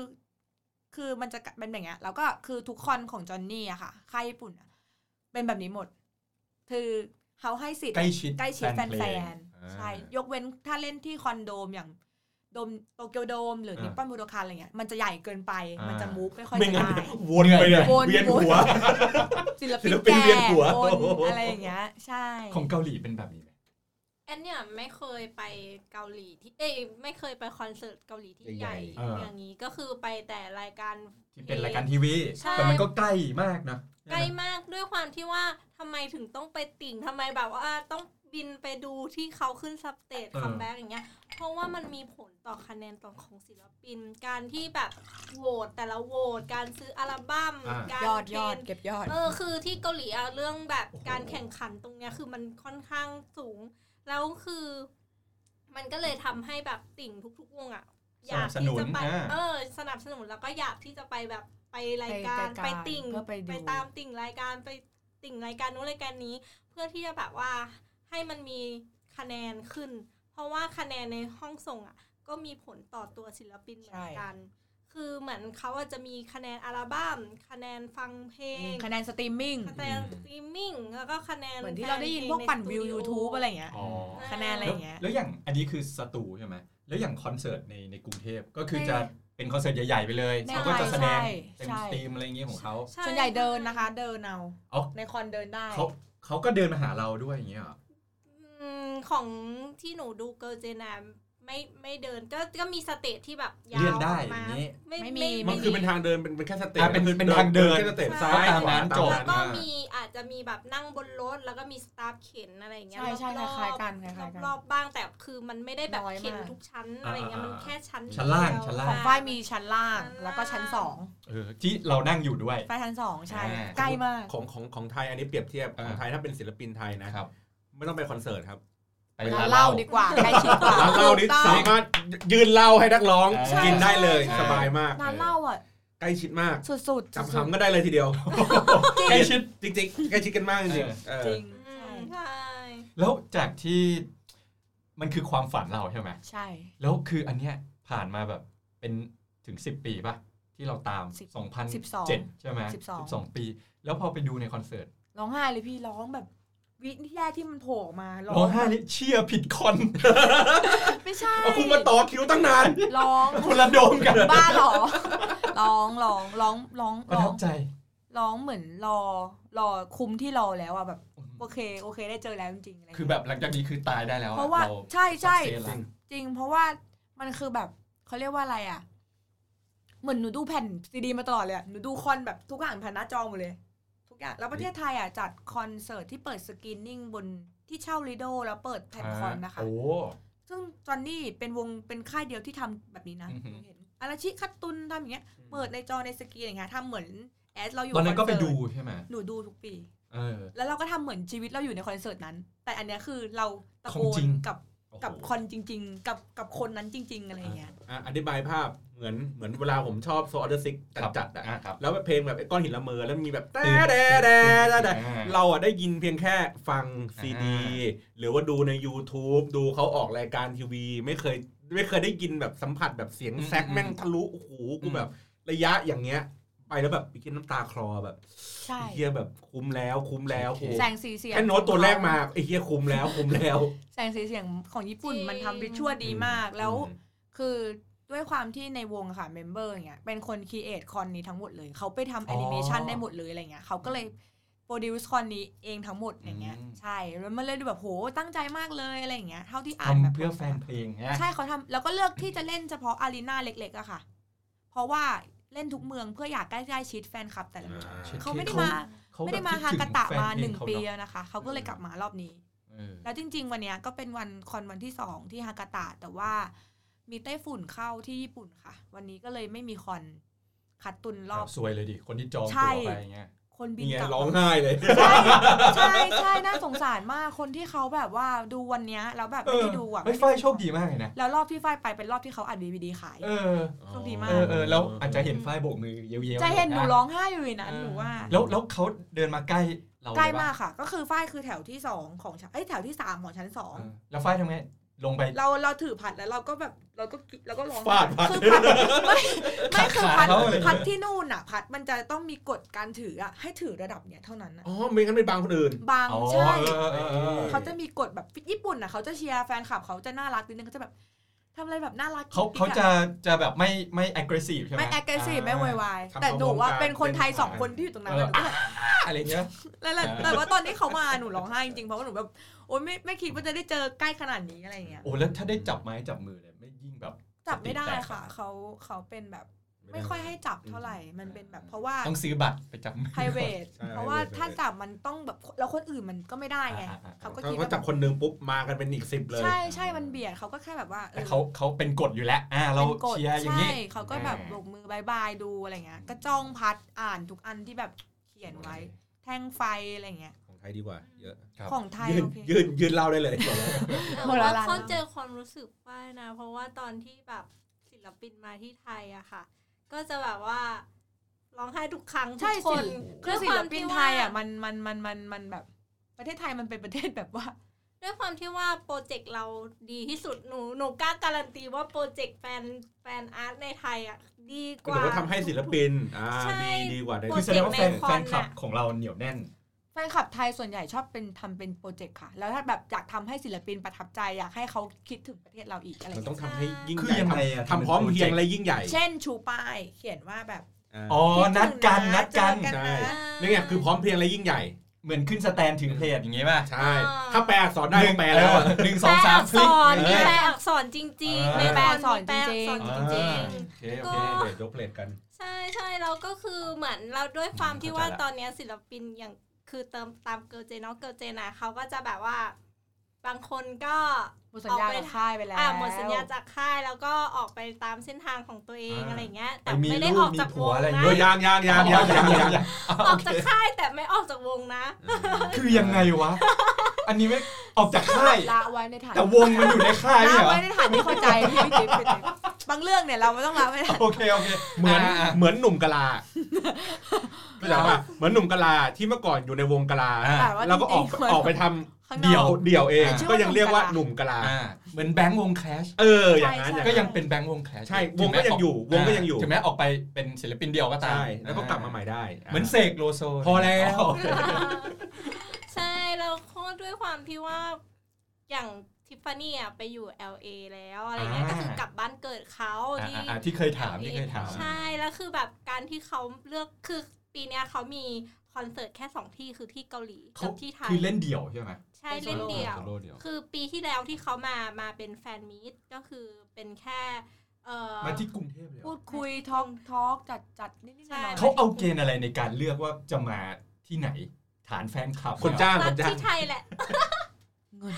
Speaker 3: คือมันจะเป็นแบบเนี้ย แล้วก็คือทุกคอนของจอนนี่อะค่ะ ค่ายญี่ปุ่นอะเป็นแบบนี้หมด คือเขาให้สิทธิ์
Speaker 1: ใกล้ชิด
Speaker 3: ใกล้ชิด
Speaker 1: เพ
Speaker 3: แฟ
Speaker 1: ลง
Speaker 3: น
Speaker 1: อ่า
Speaker 3: ๆ ใช่ ยกเว้นถ้าเล่นที่คอนโดมอย่างโดมโตเกียวโดม หรือ
Speaker 1: เออ
Speaker 3: นิปปอนบูโดคานอะไรเงี้ย มันจะใหญ่เกินไป
Speaker 1: อ่ามั
Speaker 3: มันจะมูฟไม่ค่อย
Speaker 2: ไม่
Speaker 3: จะ
Speaker 2: งั้น
Speaker 3: ได้
Speaker 2: วนไปเนี่ย
Speaker 3: วน
Speaker 2: เวียนหัว
Speaker 3: วน ศิลปิน
Speaker 2: ศิลปิน
Speaker 3: แก่
Speaker 2: เวียนหัว
Speaker 3: คนอะไรอย่างเงี้ย ใช่
Speaker 1: ของเกาหลีเป็นแบบนี้ไหม
Speaker 4: แอนเนี่ยไม่เคยไปเกาหลีที่เอ้ยไม่เคยไปคอนเสิร์ตเกาหลีที่
Speaker 2: ให
Speaker 4: ให
Speaker 2: ญ่
Speaker 4: ญ่
Speaker 1: เอออ
Speaker 4: อย่างนี้ก็คือไปแต่รายการ
Speaker 1: ที่เป็นรายการทีวี
Speaker 4: ใช่
Speaker 1: แต่มันก็ใกล้มากนะ
Speaker 4: ใกล้มากด้วยความที่ว่าทำไมถึงต้องไปติ่งทำไมแบบว่าต้องบินไปดูที่เขาขึ้นสเตจคัมแบ็กอย่างเงี้ย เพราะว่ามันมีผลต่อคะแนนต่อของศิลปิน การที่แบบโหวตแต่ละโหวตการซื้ออัลบั้ม
Speaker 2: อ่า
Speaker 4: การ
Speaker 3: ยอดย
Speaker 4: เทร
Speaker 3: อด
Speaker 4: น
Speaker 3: เก็บยอด
Speaker 4: เออคือที่เกาหลีอะเรื่องแบบการแข่งขันตรงเนี้ยคือมันค่อนข้างสูง แล้วคือ มันก็เลยทำให้แบบติ่งทุกๆวงอ่ะอยากที่จะไปเออ สนับสนุนแล้วก็อยากที่จะไปแบบไปรายการ
Speaker 3: ไปรายการ
Speaker 4: ไปติ่ง
Speaker 3: เพื่อไปดู
Speaker 4: ตามติ่งรายการไปติ่งรายการนู้นรายการนี้ เพื่อที่จะแบบว่าให้มันมีคะแนนขึ้น เพราะว่าคะแนนในห้องส่งอ่ะ ก็มีผลต่อตัวศิลปินเหมือนกัน คือเหมือนเขาอาจจะมีคะแนนอัลบั้มคะแนนฟังเพลง
Speaker 3: คะแนนสตรีมมิ่ง
Speaker 4: คะแนนสตรีมมิ่งแล้วก็คะแนน
Speaker 3: เหมือนที่เราได้ยินพวกปั่นวิว YouTube อะไรอย่างเงี้ย
Speaker 1: อ๋อ
Speaker 3: คะแนนอะไร
Speaker 1: แล้วแล้วอย่างอันนี้คือสตูใช่ไหมแล้วอย่างคอนเสิร์ตในในกรุงเทพก็คือจะเป็นคอนเสิร์ตใหญ่ๆไปเลย
Speaker 3: ใช่
Speaker 1: เขาก็จะแสดง
Speaker 3: ใช่
Speaker 1: เต็ม
Speaker 3: ใช่
Speaker 1: สตรีมอะไรอย่างเงี้ยของเขา
Speaker 4: ช่
Speaker 3: ส่วนใหญ่เดินนะคะ เดินเอา
Speaker 1: เอา
Speaker 3: ในคอนเดินได้
Speaker 1: เขาเขาก็เดินมาหาเราด้วยอย่างเงี้ยเหรอ
Speaker 4: อืมของที่หนูดูเกิร์ลเจนามไม่ไม่เดินก็ก็มีสเตจที่แบบยาว
Speaker 1: เลื่อนได้
Speaker 4: ก
Speaker 1: อ
Speaker 4: มา
Speaker 1: ย่างงี้
Speaker 4: ไม่
Speaker 3: ไม่มี
Speaker 4: ไม่
Speaker 2: มันคือเป็นทางเดินเป็นเป็นแค่สเตจ
Speaker 1: อ่ะเป็นเป็นทางเดิน
Speaker 2: แค่สเตจซ้า
Speaker 1: ก็
Speaker 2: ย
Speaker 1: ตาม
Speaker 2: ขวา
Speaker 1: นั้น
Speaker 2: ตาม
Speaker 1: จบ
Speaker 4: แล้วก็
Speaker 1: อ่ามี
Speaker 4: มีอาจจะมีแบบนั่งบนรถแล้วก็มีสตาฟเข็นอะไรอย่างเงี้ย
Speaker 3: ใช่ใช่
Speaker 4: รอบๆ
Speaker 3: คล้ายๆกันคล้ายๆกัน
Speaker 4: รอบๆบ้างแต่คือมันไม่ได้แบบ
Speaker 3: น้อยมาก
Speaker 4: เข็นทุกชั้นอะไรเงี้ยมันแค่ชั้น
Speaker 1: ชั้นล่าง
Speaker 4: เดียว
Speaker 1: ชั้นล่
Speaker 3: ของฝ้ายมีชั้นล่าง
Speaker 4: ชั้นล่าง
Speaker 3: แล้วก็ชั้นสอง
Speaker 1: เออที่เรานั่งอยู่ด้วย
Speaker 3: ฝ้ายชั้นสองใช่
Speaker 1: อ่า
Speaker 3: ใกล้มาก
Speaker 2: ของของของไทยอันนี้เปรียบเทียบของไทยถ้าเป็นศิลปินไทยนะ
Speaker 1: นะครับ
Speaker 2: ไม่ต้องไปคอนเสิร์ตครับ
Speaker 1: ไป
Speaker 3: ร้า
Speaker 1: ร้าน น
Speaker 3: เห
Speaker 1: เห
Speaker 3: ล้า
Speaker 1: ล้า
Speaker 3: ดีกว่า ใกล้ชิดกว่า
Speaker 2: ร้านเหล้านี่
Speaker 3: ถูกต้อง
Speaker 2: สามารถยืนเหล้าให้นักร้อง
Speaker 1: ใช่
Speaker 2: กินได้เลย
Speaker 3: ใช่
Speaker 2: สบายมาก
Speaker 3: ร้านเหล้าอ่ะ
Speaker 2: ใกล้ชิดมาก
Speaker 3: สุดๆสุด
Speaker 2: จำคำก็ได้เลยทีเดียว
Speaker 1: ใกล้ชิด
Speaker 2: จริงๆใกล้ชิดกันมากจริงๆเออ
Speaker 3: จริง
Speaker 4: อืมใช่
Speaker 1: แล้วจากที่มันคือความฝันเราใช่ไหม
Speaker 3: ใช่
Speaker 1: แล้วคืออันเนี้ยผ่านมาแบบเป็นถึง 10 ปีป่ะที่เราตาม
Speaker 3: สิบ
Speaker 1: 2007 ใช่ไหม
Speaker 3: สิบสอง
Speaker 1: สิบสองปี แล้วพอไปดูในคอนเสิร์ต
Speaker 3: ร้องไห้เลยพี่ร้องแบบ วิที่แรกที่มันโผล่ออกมาร้
Speaker 1: ร้อ
Speaker 3: อง ง
Speaker 1: ไห้นี่เชียร์ผิดคอน
Speaker 3: ไม่ใช่
Speaker 2: เอาคุณมาต่อคิวตั้งนาน
Speaker 3: ร้อง
Speaker 1: คนละโดมกัน
Speaker 3: บ้าเหรอร้องร้องร้องร้อง
Speaker 1: ประ
Speaker 3: ร้อ
Speaker 1: ทั
Speaker 3: ง
Speaker 1: บใจ
Speaker 3: ร้องเหมือนรอรอคุมที่รอแล้วอ่ะแบบ โอเคโอเคได้เจอแล้วจริงๆอะไรอย่าง
Speaker 1: คือ
Speaker 3: เงี้ย
Speaker 1: แบบหลังจากนี้คือตายได้แล้วอ
Speaker 3: เพราะว่า
Speaker 1: เ
Speaker 3: ใช่ใช่
Speaker 1: success ละ
Speaker 3: จริงเพราะว่ามันคือแบบเขาเรียกว่าอะไรอ่ะ เหมือนหนูดูแผ่นซีดีมาตลอดเลยอะหนูดูคอนแบบทุกอย่างผ่านหน้าจอหมดเลย ทุกอย่างแล้วประเทศไทยอ่ะจัดคอนเสิร์ตที่เปิดสกรีนนิ่งบนที่เช่าลิโดแล้วเปิดแผ่นคอนนะคะ
Speaker 1: โอ้
Speaker 3: ซึ่งจอนนี่เป็นวงเป็นค่ายเดียวที่ทำแบบนี้นะ
Speaker 1: อือหือ
Speaker 3: หนูเห็นอาราชิคัตตุนทำอย่างเงี้ยเปิดในจอในสกรีนอย่างเงี้ยทำเหมือนแอดเราอยู่
Speaker 1: ตอนนั้นก็ไป
Speaker 3: คเสิ
Speaker 1: ดู
Speaker 3: ร์
Speaker 1: ใช่ไหม
Speaker 3: หนูดูทุกปี
Speaker 1: เออ
Speaker 3: แล้วเราก็ทำเหมือนชีวิตเราอยู่ในคอนเสิร์ตนั้น แต่อันเนี้ยคือเราตะ
Speaker 1: ข
Speaker 3: โก
Speaker 1: องจ
Speaker 3: น
Speaker 1: ริง
Speaker 3: กับ
Speaker 1: โอ้โห
Speaker 3: กับคนจริง ๆ กับกับคนนั้นจริง ๆ อะไรเงี้ย
Speaker 2: อ่ะอธิบายภาพเหมือนเหมือนเวลาผมชอบโซอเดอร์ซิก
Speaker 1: ครับ
Speaker 2: จัดๆอ่ะ
Speaker 1: อ่ะครับ
Speaker 2: แล้วแบบเพลงแบบไอ้ก้อนหินละเมอแล้วมีแบบแต่
Speaker 1: ตื่น
Speaker 2: แต่แต่แต่
Speaker 1: อ่า
Speaker 2: เราอ่ะได้ยินเพียงแค่ฟังซี
Speaker 1: อ่
Speaker 2: ดี หรือว่าดูใน YouTube ดูเขาออกรายการทีวี ไม่เคยไม่เคยได้ยินแบบสัมผัสแบบเสียง
Speaker 1: อืม
Speaker 2: แซกแม่งทะลุโอ้โหกู
Speaker 1: อืม
Speaker 2: แบบระยะอย่างเงี้ย ไปแล้วแบบไปกินน้ำตาคลอแบบ
Speaker 3: ใช่
Speaker 2: ไอ้เฮียแบบคุ้มแล้วคุ้มแล้วโอ้
Speaker 3: แสงสีเสียง
Speaker 2: แค่โน้ตตัวแรกมาไอ้เฮียคุ้มแล้วคุ้มแล้ว
Speaker 3: แสงสีเสียงของญี่ปุ่น
Speaker 4: จริง
Speaker 3: มันทำวิชวลดีมากแล้ว คือด้วยความที่ในวงค่ะเมมเบอร์เนี่ยเป็นคนค r ีเอทคอนนี้ทั้งหมดเลย เขาไปทำแอนิเมชัน
Speaker 2: อ๋อ
Speaker 3: ได้หมดเลยอะไรเงี้ยเขาก็เลยโปรดิวซ์คอนนี้เองทั้งหมดอย่างเงี้ย
Speaker 1: อืม
Speaker 3: ใช่แล้วมันเลยดูแบบโหตั้งใจมากเลยอะไรอย่างเงี้ยเท่าที่อ่านแบบ
Speaker 1: ทำเพื่อแฟนเพลงนะ
Speaker 3: ใช่เขาทำแล้วก็เลือกที่จะเล่นเฉพาะอารีนาเล็กๆอะค่ะ เพราะว่าเล่นทุกเมืองเพื่ออยากใกล้ๆชิดแฟนคลับแต่ละเมือง
Speaker 2: อ่า
Speaker 3: เขาไม่ได้มาไม่ได้มาฮากาตะมาหนึ่งปีแล้วนะคะเขาก็เลยกลับมารอบนี้ แล้วจริง ๆ วันเนี้ยก็เป็นวันคอนวันที่สองที่ฮากาตะแต่ว่ามีไต้ฝุ่นเข้าที่ญี่ปุ่นค่ะ วันนี้ก็เลยไม่มีคอนคัดตุนรอบ
Speaker 1: ซวยเลยดิ คนที่จอง
Speaker 3: ใช่
Speaker 1: ตั๋วไปอย่างเงี้ย
Speaker 3: คนบิน
Speaker 2: เนี่ย
Speaker 3: กลับ
Speaker 2: ร้องไห้เลย
Speaker 3: ใช่ใช่น่าสงสารมากคนที่เขาแบบว่าดูวันเนี้ยแล้วแบบ
Speaker 1: เออ
Speaker 3: ไม่ได้ดูอ่ะ
Speaker 1: เฮ้ยไฟโชคดีมากเลยนะ
Speaker 3: แล้วรอบที่ไฟไปเป็นรอบที่เขาอัดดีวีดีขาย
Speaker 1: เออ
Speaker 3: โชคดีมาก
Speaker 1: เออเออแล้วอาจจะเห็นไฟโบกมือเย้ยวๆ
Speaker 3: จะเห็นหนู
Speaker 1: ะ
Speaker 3: ร้องไห้อยู่ในนั้นหนูว่า
Speaker 1: แล้วแล้วเขาเดินมาใกล้เรา
Speaker 3: ใกล้มาก
Speaker 1: เปะ
Speaker 3: ค่ะ ก็คือฝ้ายคือแถวที่สองของชั้นเอ้ยแถวที่สามของชั้นสอง
Speaker 1: เออแล้วไฟทำไง ลงไป
Speaker 3: เราเราถือผัดแล้วเราก็แบบเราก็กิเราก็ร้อง
Speaker 2: ฟาดฟาด
Speaker 3: คือผัดไม่ไม่คือ
Speaker 1: ขา
Speaker 3: ผัด
Speaker 1: เขาอะไร
Speaker 3: ผัดที่นู่นอ่ะ ผัดมันจะต้องมีกฎการถืออ่ะให้ถือระดับเนี้ยเท่านั้นอะ
Speaker 2: อ๋อไม่งั้นไปบางคนอื่น
Speaker 3: บาง
Speaker 1: อ๋อ
Speaker 3: ใช่
Speaker 1: เออเออเออ
Speaker 3: เขาจะมีกฎแบบญี่ปุ่นอ่ะเขาจะเชียร์แฟนคลับเขาจะน่ารักนิดนึงเขาจะแบบทำอะไรแบบน่ารัก
Speaker 1: เขา
Speaker 3: กิ๊กๆ
Speaker 1: เขาจะจะแบบไม่ไม่ aggressive ใช่ไหม
Speaker 3: ไม่แอคทีฟไม่โวยวาย
Speaker 2: ทำ
Speaker 3: แต่หนูว่า
Speaker 2: พร้อมๆกัน
Speaker 3: เป็นคนไทยสองคนที่อยู่ตรงนั้นแล้วหนูก็แบบ
Speaker 1: อะไรเงี้ย
Speaker 3: แล้วแหละ
Speaker 1: อ่า
Speaker 3: แต่ว่าตอนที่เขามาหนูร้องไห้จริงๆ เพราะว่าหนูแบบโอ๊ยไม่ไม่คิดว่าจะได้เจอใกล้ขนาดนี้อะไรอย่างเงี้ย
Speaker 1: โอ้แล้วถ้าได้จับไม้จับมือเลยไม่ยิ่งแบบ
Speaker 3: จับไม่ได้
Speaker 1: ติดแตก
Speaker 3: ค่ะเขาเขาเป็นแบบไม่ค่อยให้จับเท่าไหร่มันเป็นแบบเพราะว่า
Speaker 1: ต้องซื้อบัตรไปจับมือ
Speaker 3: p r i v a t
Speaker 2: ใช่
Speaker 3: เพราะว่า
Speaker 2: private
Speaker 3: ถ้าจับมันต้องแบบแล้วคนอื่นมันก็ไม่ได้ไง
Speaker 1: อ่าอ่าอ่า
Speaker 3: เขาก็
Speaker 2: ถ้า
Speaker 3: คิด
Speaker 2: เขา
Speaker 3: ว่า
Speaker 2: จับคนหนึงปุ๊บมากันเป็นอีกสิบเลย
Speaker 3: ใช่ใช่มันเบียดเขาก็แค่แบบว่าอ
Speaker 1: แต่
Speaker 3: อ
Speaker 1: เขาเขาเป็นกฎอยู่แล้ว อ่า เรา
Speaker 3: ป็นกฎ
Speaker 1: เชียร์อย่างนี้
Speaker 3: ใช่เขาก็แบบโบกมือบายบายดูอะไรเงี้ยก็จ้องพัดอ่านทุกอันที่แบบเขียนไว้ แท่งไฟอะไรเงี้ย
Speaker 2: ของไทยดีกว่าเยอะ
Speaker 1: ครับ
Speaker 3: ของไทย
Speaker 2: ยืน
Speaker 3: โอเค
Speaker 2: ยืนยืนเล่าได้เลย
Speaker 4: แต่
Speaker 3: หมด
Speaker 4: ว่า
Speaker 3: แล้วล่ะ
Speaker 4: เขาเจอความรู้สึกป้ายนะ เพราะว่าตอนที่แบบศิลปินมาที่ไทยอะค่ะ ก็จะแบบว่าร้องไห้ทุกครั้งทุ
Speaker 3: ใช่
Speaker 4: กค
Speaker 3: สิ
Speaker 4: น
Speaker 3: คือศิลปินไทยอ่ะ
Speaker 4: ด้วยความที่ว่า
Speaker 3: มันมันมันมันมันแบบ ประเทศไทยมันเป็นประเทศแบบว่า [LAUGHS]
Speaker 4: ด้วยความที่ว่าโปรเจกต์เราดีที่สุดหนูหนูกล้าการันตีว่าโปรเจกต์แฟนแฟนอาร์ตในไทยอะดีก
Speaker 2: ก็
Speaker 4: ว่า
Speaker 2: ถือว่าทำให้ศิลปินอ่า
Speaker 4: ใช่
Speaker 2: ดีดีกว่าใน
Speaker 1: คือแสดงว่าแฟน
Speaker 4: ในคอน
Speaker 1: แฟนคลับ
Speaker 4: น่ะ
Speaker 1: ของเราเหนียวแน่น
Speaker 3: แฟนคลับไทยส่วนใหญ่ชอบเป็นทำเป็นโปรเจกต์ค่ะ แล้วถ้าแบบอยากทำให้ศิลปินประทับใจอยากให้เขาคิดถึงประเทศเราอีกอะไร
Speaker 2: มันต้อ
Speaker 3: เงี้
Speaker 2: ง
Speaker 3: ย
Speaker 2: ทำให้ยิ่ง
Speaker 1: คือ
Speaker 2: ใหญ่
Speaker 1: ยังไง
Speaker 2: ทำ
Speaker 1: อะ
Speaker 2: ทำพร้อมเพรียงและยิ่งใหญ่
Speaker 3: เช่นชูป้าย เขียนว่าแบบ
Speaker 2: อ่า
Speaker 1: อ๋อ นัดกัน นัดกัน
Speaker 3: คิถึงะเจอ
Speaker 2: ใช่
Speaker 3: นะ
Speaker 2: นี่ไงคือพร้อมเพรียงและยิ่งใหญ่
Speaker 1: เหมือนขึ้นสแตนถึงเพลทอย่างงี้ป่ะ
Speaker 2: ใช่
Speaker 4: อ่า
Speaker 2: ถ้าแปลอักษรได้ก็แปลแล้วอะ
Speaker 1: เออหนึ่งสองสามค
Speaker 4: แป
Speaker 1: ลิ
Speaker 4: ล
Speaker 1: ก
Speaker 4: อักษร
Speaker 2: เออ
Speaker 4: มีแปลอักษรจริง
Speaker 1: เออ
Speaker 4: ๆในคมีแปลอักษร
Speaker 1: อ่า
Speaker 4: จริง
Speaker 1: โอเคโอ
Speaker 4: ก็
Speaker 1: เค
Speaker 2: เดี๋ยวยกเพลทกัน
Speaker 4: ๆ ใช่ใช่เราก็คือเหมือนเราด้วยความที่ว่า
Speaker 1: เข้าใจละ
Speaker 4: ตอนเนี้ยศิลปินอย่างคือเติมตามเกิร์ลเจนน้องเกิร์ลเจนนะเขาก็จะแบบว่า บางคนก็
Speaker 3: หมดสัญญากับค่ายไปแล้ว
Speaker 4: อ่าหมดสัญญาจากค่ายแล้วก็ออกไปตามเส้นทางของตัวเอง
Speaker 1: อ่า
Speaker 4: อะไรเงี้ย แต่
Speaker 1: ไปมี
Speaker 4: ไม่ได้
Speaker 1: ลูก
Speaker 4: ออกจาก
Speaker 1: มีผั
Speaker 4: ว
Speaker 1: ว
Speaker 4: ง
Speaker 1: อะไรอย่าง
Speaker 4: นะ
Speaker 1: เงี้
Speaker 2: เฮ้ยยางยางยางยางยางยาง
Speaker 4: ออกจากค่ายแต่ไม่ออกจากวง
Speaker 1: [LAUGHS]
Speaker 4: นะ
Speaker 1: คือยังไงวะ อันนี้ไม่ออกจากค่าย
Speaker 3: ละไว้ในฐาน
Speaker 1: แต่วงมันอยู่ในค่ายไม่
Speaker 3: ละ
Speaker 1: ใช่เหรอ
Speaker 3: ไว้ในฐานที่เข้าใจพี่พี่จิ๊บพี่จิ๊บบางเรื่องเนี่ยเราไม่ต้องละไว้ในฐาน
Speaker 1: โอเคโอเค
Speaker 2: เหมือน
Speaker 1: อ่ะ
Speaker 2: เหมือนหนุ่มกะลาเข้าใจป่ะเหมือนหนุ่มกะลาที่เมื่อก่อนอยู่ในวงกะลา
Speaker 1: อ่า
Speaker 3: แต่ว่า
Speaker 2: แล้วก็ออก
Speaker 3: จริงๆ
Speaker 2: ออกไปทำ
Speaker 3: ข้างนอก
Speaker 2: เดี่ยวเดี่ยวเอง
Speaker 3: ชื่อ
Speaker 2: ก็
Speaker 3: ว่า
Speaker 2: ยังเรียกว่าห
Speaker 3: หนุ่
Speaker 2: นุ่ม
Speaker 3: ม
Speaker 2: กะลา
Speaker 1: อ่ะเหมือนแบงค์วงแคลช
Speaker 2: เอออย่างนั้นอา
Speaker 3: ใช่
Speaker 2: นั้น
Speaker 1: ก็ยังเป็นแบงค์วงแคลช
Speaker 2: ใช่
Speaker 1: ถึ
Speaker 2: วงก็ยังอยู่วงก็ยังอยู่
Speaker 1: ถึงแม้ออกไปเป็นศิลปินเดียวก็ตาม
Speaker 2: ใช่แล้วก็กลับมาใหม่ได้
Speaker 1: เหมือนเสกโลโซ
Speaker 2: พอแล้ว
Speaker 1: โอเค
Speaker 4: ใช่แล้วก็ด้วยความที่ว่าอย่างทิฟฟานี่อ่ะไปอยู่ LA แล้วอะไรเงี้ย
Speaker 1: อ่า
Speaker 4: ก็คือกลับบ้านเกิดเขา
Speaker 1: อ่ะ
Speaker 4: ที่
Speaker 1: อ่ะอ่ะที่เคยถาม
Speaker 4: LA
Speaker 1: ที่เคยถาม
Speaker 4: ใช่แล้วคือแบบการที่เขาเลือกคือปีเนี้ยเขามีคอนเสิร์ตแค่สองที่คือที่เกาหลี
Speaker 1: เขา
Speaker 4: กับที่ไทย
Speaker 1: คือเล่นเดี่ยวใช่ไหม
Speaker 4: ใช่เล่นเดี่ยว
Speaker 2: โซโล่เดี่ยว
Speaker 4: คือปีที่แล้วที่เขามามาเป็นแฟนมีตก็คือเป็นแค่เอ่อ
Speaker 1: มาที่กรุงเทพเลยเหรอ
Speaker 3: พูดคุยทองทอกจัดจัดนิดนิดหน่อยๆ
Speaker 1: เขาเอาเกณฑ์อะไรในการเลือกว่าจะมาที่ไหน ฐานแฟนคลับ
Speaker 2: คนจ้างค
Speaker 4: รัก
Speaker 2: นจ้าง
Speaker 4: ที่ไทยแหละ
Speaker 1: [LAUGHS]
Speaker 3: เงิน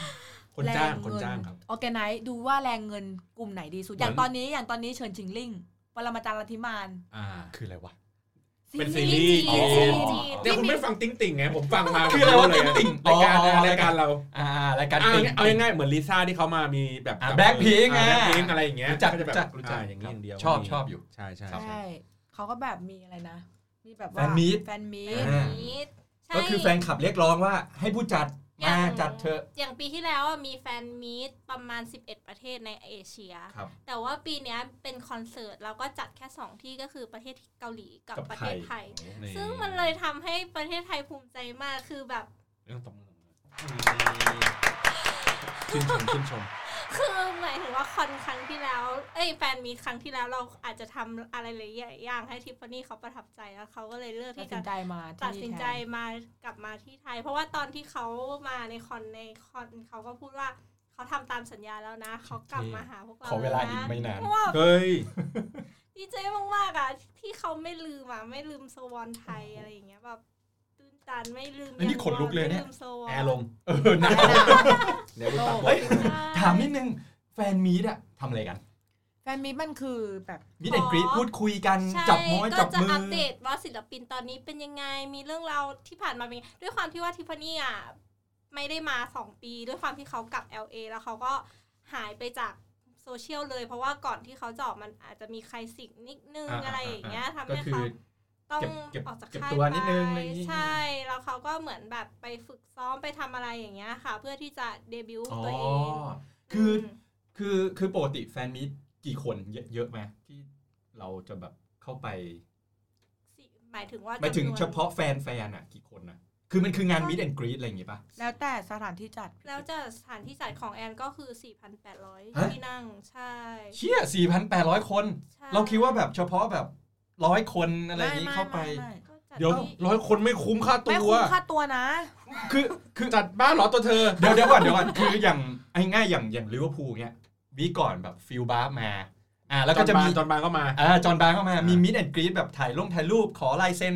Speaker 2: คนจ้าง
Speaker 3: แรเ
Speaker 2: คนจ้างครับ
Speaker 3: ออแกไนซ์ดูว่าแรงเงินกลุ่มไหนดีสุด อย่าง
Speaker 2: เหมือน
Speaker 3: ตอนนี้อย่างตอนนี้เชิญชิงลิงปรมาจารย์ลัทธิมาน
Speaker 2: อ่า
Speaker 1: คืออะไรวะ
Speaker 2: เป็นซี
Speaker 4: ซี
Speaker 2: รี
Speaker 4: รี
Speaker 2: ส์
Speaker 4: ส์
Speaker 2: จี
Speaker 4: จีน
Speaker 2: น
Speaker 4: จีน
Speaker 2: เนี่ยคุณไม่ฟังติ๊งติ่งไงผมฟังมา
Speaker 1: คืออะไรวะ
Speaker 2: ผมเลย
Speaker 1: ติ๊งติ่
Speaker 2: ราย
Speaker 1: ง
Speaker 2: การ
Speaker 1: อ๋อ
Speaker 2: รายการเรา
Speaker 1: อ่ารายการ
Speaker 2: อ่า
Speaker 1: ติง
Speaker 2: เอาง่ายๆเหมือนลิซ่าที่เขามามีแบบ
Speaker 1: อ่ะ Blackpink
Speaker 2: แบ็คพิง
Speaker 1: อ่ะ
Speaker 2: อะไรอย่างเงี้ย
Speaker 1: รู้จัก
Speaker 2: ก็จะ
Speaker 1: รู้
Speaker 2: แบบ
Speaker 1: จักรู้จัก
Speaker 2: อ่าอย่างนี้อย่างเดียว
Speaker 1: ชอบชอบอยู่
Speaker 2: ใช่ใช่
Speaker 1: ครับ
Speaker 2: ใช่
Speaker 3: ใช่เขาก็แบบมีอะไรนะ มีแบบว่า
Speaker 1: แฟนมีต
Speaker 3: แฟนมี
Speaker 4: แฟ
Speaker 3: ต
Speaker 4: นมีตใช่
Speaker 1: ก็คือแฟนคลับเรียกร้องว่าให้ผู้จัด มา จัดเถอะ
Speaker 4: อย่างปีที่แล้วอะมีแฟนมีตประมาณ 11 ประเทศในเอเชีย
Speaker 1: ครับ
Speaker 4: แต่ว่าปีเนี้ยเป็นคอนเสิร์ตเราก็จัดแค่ 2 ที่ก็คือประเทศเกาหลีกับ
Speaker 1: กับ
Speaker 4: ประเทศ
Speaker 1: ไท
Speaker 4: ไท
Speaker 1: ย
Speaker 4: ย
Speaker 2: นี่
Speaker 4: ซึ่งมันเลยทำให้ประเทศไทยภูมิใจมากคือแบบ
Speaker 2: เรื่องตบมือชื่นชมชื่นชม
Speaker 4: คือหมายถึงว่าคอนครั้งที่แล้ว เอ้ยแฟนมีตครั้งที่แล้วเราอาจจะทำอะไรหลายอย่างให้ทิฟฟานี่เขาประทับใจแล้วเขาก็เลยเลือก
Speaker 3: ตัด
Speaker 4: ที่
Speaker 3: สิ
Speaker 4: จะ
Speaker 3: นใจมาที่
Speaker 4: ตัดสินใจ
Speaker 3: แท
Speaker 4: มากลับมาที่ไทย เพราะว่าตอนที่เขามาในคอนในคอนเขาก็พูดว่าเขาทำตามสัญญาแล้วนะ เขากลับมาหาพวกเรา
Speaker 1: ขอเวลา
Speaker 4: แนะ
Speaker 1: อีกไม่นาน
Speaker 4: เพราะว่า
Speaker 2: เฮ้ย
Speaker 4: ดีใจมากๆอ่ะที่เขาไม่ลืมอ่ะไม่ลืมสวอนไทยอะไรอย่างเงี้ยแบบตื่นตันไม่ลืม
Speaker 1: เฮ้ยนี่
Speaker 4: ยัง
Speaker 1: ขนลุกเลยเนี่ย
Speaker 4: ไม่มสวอน
Speaker 2: แอร์ลง
Speaker 1: เออนะ
Speaker 2: เดี๋ยวกูตัดบ
Speaker 1: เฮ้ย
Speaker 2: ท
Speaker 4: ใช่
Speaker 1: ถามนิดนึง แฟนมีดอะทำอะไรกัน
Speaker 3: แฟนมีตมันคือแบบ
Speaker 1: มีดแอนกรีดพูดคุยกัน
Speaker 4: ใช่
Speaker 1: จับม้อย
Speaker 4: ก็
Speaker 1: จับ
Speaker 4: จะ
Speaker 1: มืออ
Speaker 4: อัปเดตว่าศิลปินตอนนี้เป็นยังไงมีเรื่องราวที่ผ่านมาเป็นยังไงด้วยความที่ว่าทิฟฟานี่อ่ะไม่ได้มาสองปี ด้วยความที่เขากลับ LA แล้วเขาก็หายไปจากโซเชียลเลย เพราะว่าก่อนที่เขาจะออกมันอาจจะมีใครสิกนิดนึงอะไรอย่างเงี้ยทำ
Speaker 1: ก็
Speaker 4: ให้
Speaker 1: คือ
Speaker 4: เขา ต้อง
Speaker 1: เก็บเก็บ
Speaker 4: ออกจาก
Speaker 1: เก็บ
Speaker 4: ค่าย
Speaker 1: ตัวนิดนึงอะไรอย่างงี้
Speaker 4: ใช่ แล้วเขาก็เหมือนแบบไปฝึกซ้อมไปทำอะไรอย่างเงี้ยค่ะ เพื่อที่จะเดบิวต์
Speaker 1: อ๋อ
Speaker 4: ตัวเอง
Speaker 1: คือ
Speaker 4: ม
Speaker 1: คือ คือปกติแฟนมีดกี่คนเยอะเยอะไหมที่เราจะแบบเข้าไป
Speaker 4: สิหมายถึงว่า
Speaker 1: ไปถึง
Speaker 4: จำนวน
Speaker 1: เฉพาะแฟนแฟนอะกี่คนนะ คือมันคืองานมิดแอนกรีดอะไรอย่างงี้ปะ
Speaker 3: แล้วแต่สถานที่จัด
Speaker 4: แล้วจะสถานที่จัดของแอนก็คือ
Speaker 1: ฮะ
Speaker 4: 4,800 ที่นั่ง ใช่
Speaker 1: เชี่ย4,800 คน
Speaker 4: ใช่
Speaker 1: เราคิดว่าแบบเฉพาะแบบร้อยคนอะไรอย่างงี้เข้าไป
Speaker 4: ก็จัด
Speaker 2: เดี๋ยว
Speaker 4: ที่
Speaker 2: ร้อยคนไม่คุ้มค่าตั
Speaker 3: ไม่
Speaker 2: ว
Speaker 3: คุ้มค่าตัวนะ
Speaker 1: คือคือ
Speaker 2: จัดบ้านเหรอตัวเธอ
Speaker 1: เดี๋ยวเดี๋ยวก่อนเดี๋ยวก่อนคืออย่างไอ้ง่ายอย่างอย่างลิเวอร์พูลเนี้ยวีคก่อนแบบฟิลบาร์มา อ่า แล้วก็จะมี
Speaker 2: จอนบานก็มา
Speaker 1: อ่าจอห์นบาร์เข้ามามีมิดแอนกรีดแบบถ่ายลงถ่ายรูปขอลายเซ็น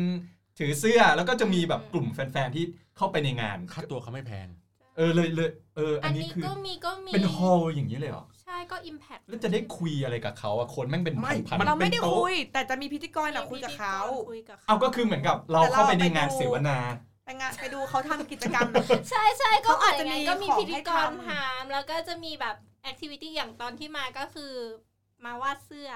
Speaker 1: ถือเสื้อ แล้วก็จะมีแบบกลุ่มแฟนๆที่เข้าไปในงาน
Speaker 2: ค่าตัวเขาไม่แพง
Speaker 1: เออเลยเลยเออ อั
Speaker 4: อั
Speaker 1: น
Speaker 4: น
Speaker 1: นี้
Speaker 4: นี้
Speaker 1: คือ
Speaker 4: ก็มีก็มี
Speaker 1: เป็นฮอลอย่างนี้เลยเหรอ
Speaker 4: ใช่ก็ Impact
Speaker 1: แล้วจะได้คุยอะไรกับเขาอะคนแม่งเป็น
Speaker 2: ไม่
Speaker 1: พัน
Speaker 2: มั
Speaker 1: ๆ
Speaker 3: เราไม่ได้
Speaker 2: เป็นโต๊ะ
Speaker 3: คุย แต่จะมีพิธีกรอะคุยกับเขา
Speaker 4: คุยกับเขา
Speaker 1: เอาก็คือเหมือนกับเราเข้าไปในงานเสวนา
Speaker 3: ไปงานไปดูเขาทำกิจกรรม [LAUGHS]
Speaker 4: ใช่ใช่ก็
Speaker 3: เขาอาจจะมี
Speaker 4: ก็มี
Speaker 3: ของ
Speaker 4: พิธี
Speaker 3: ให้
Speaker 4: ก
Speaker 3: ทำ
Speaker 4: รถามแล้วก็จะมีแบบแอคทิวิตี้อย่างตอนที่มาก็คือมาวาดเสื้อ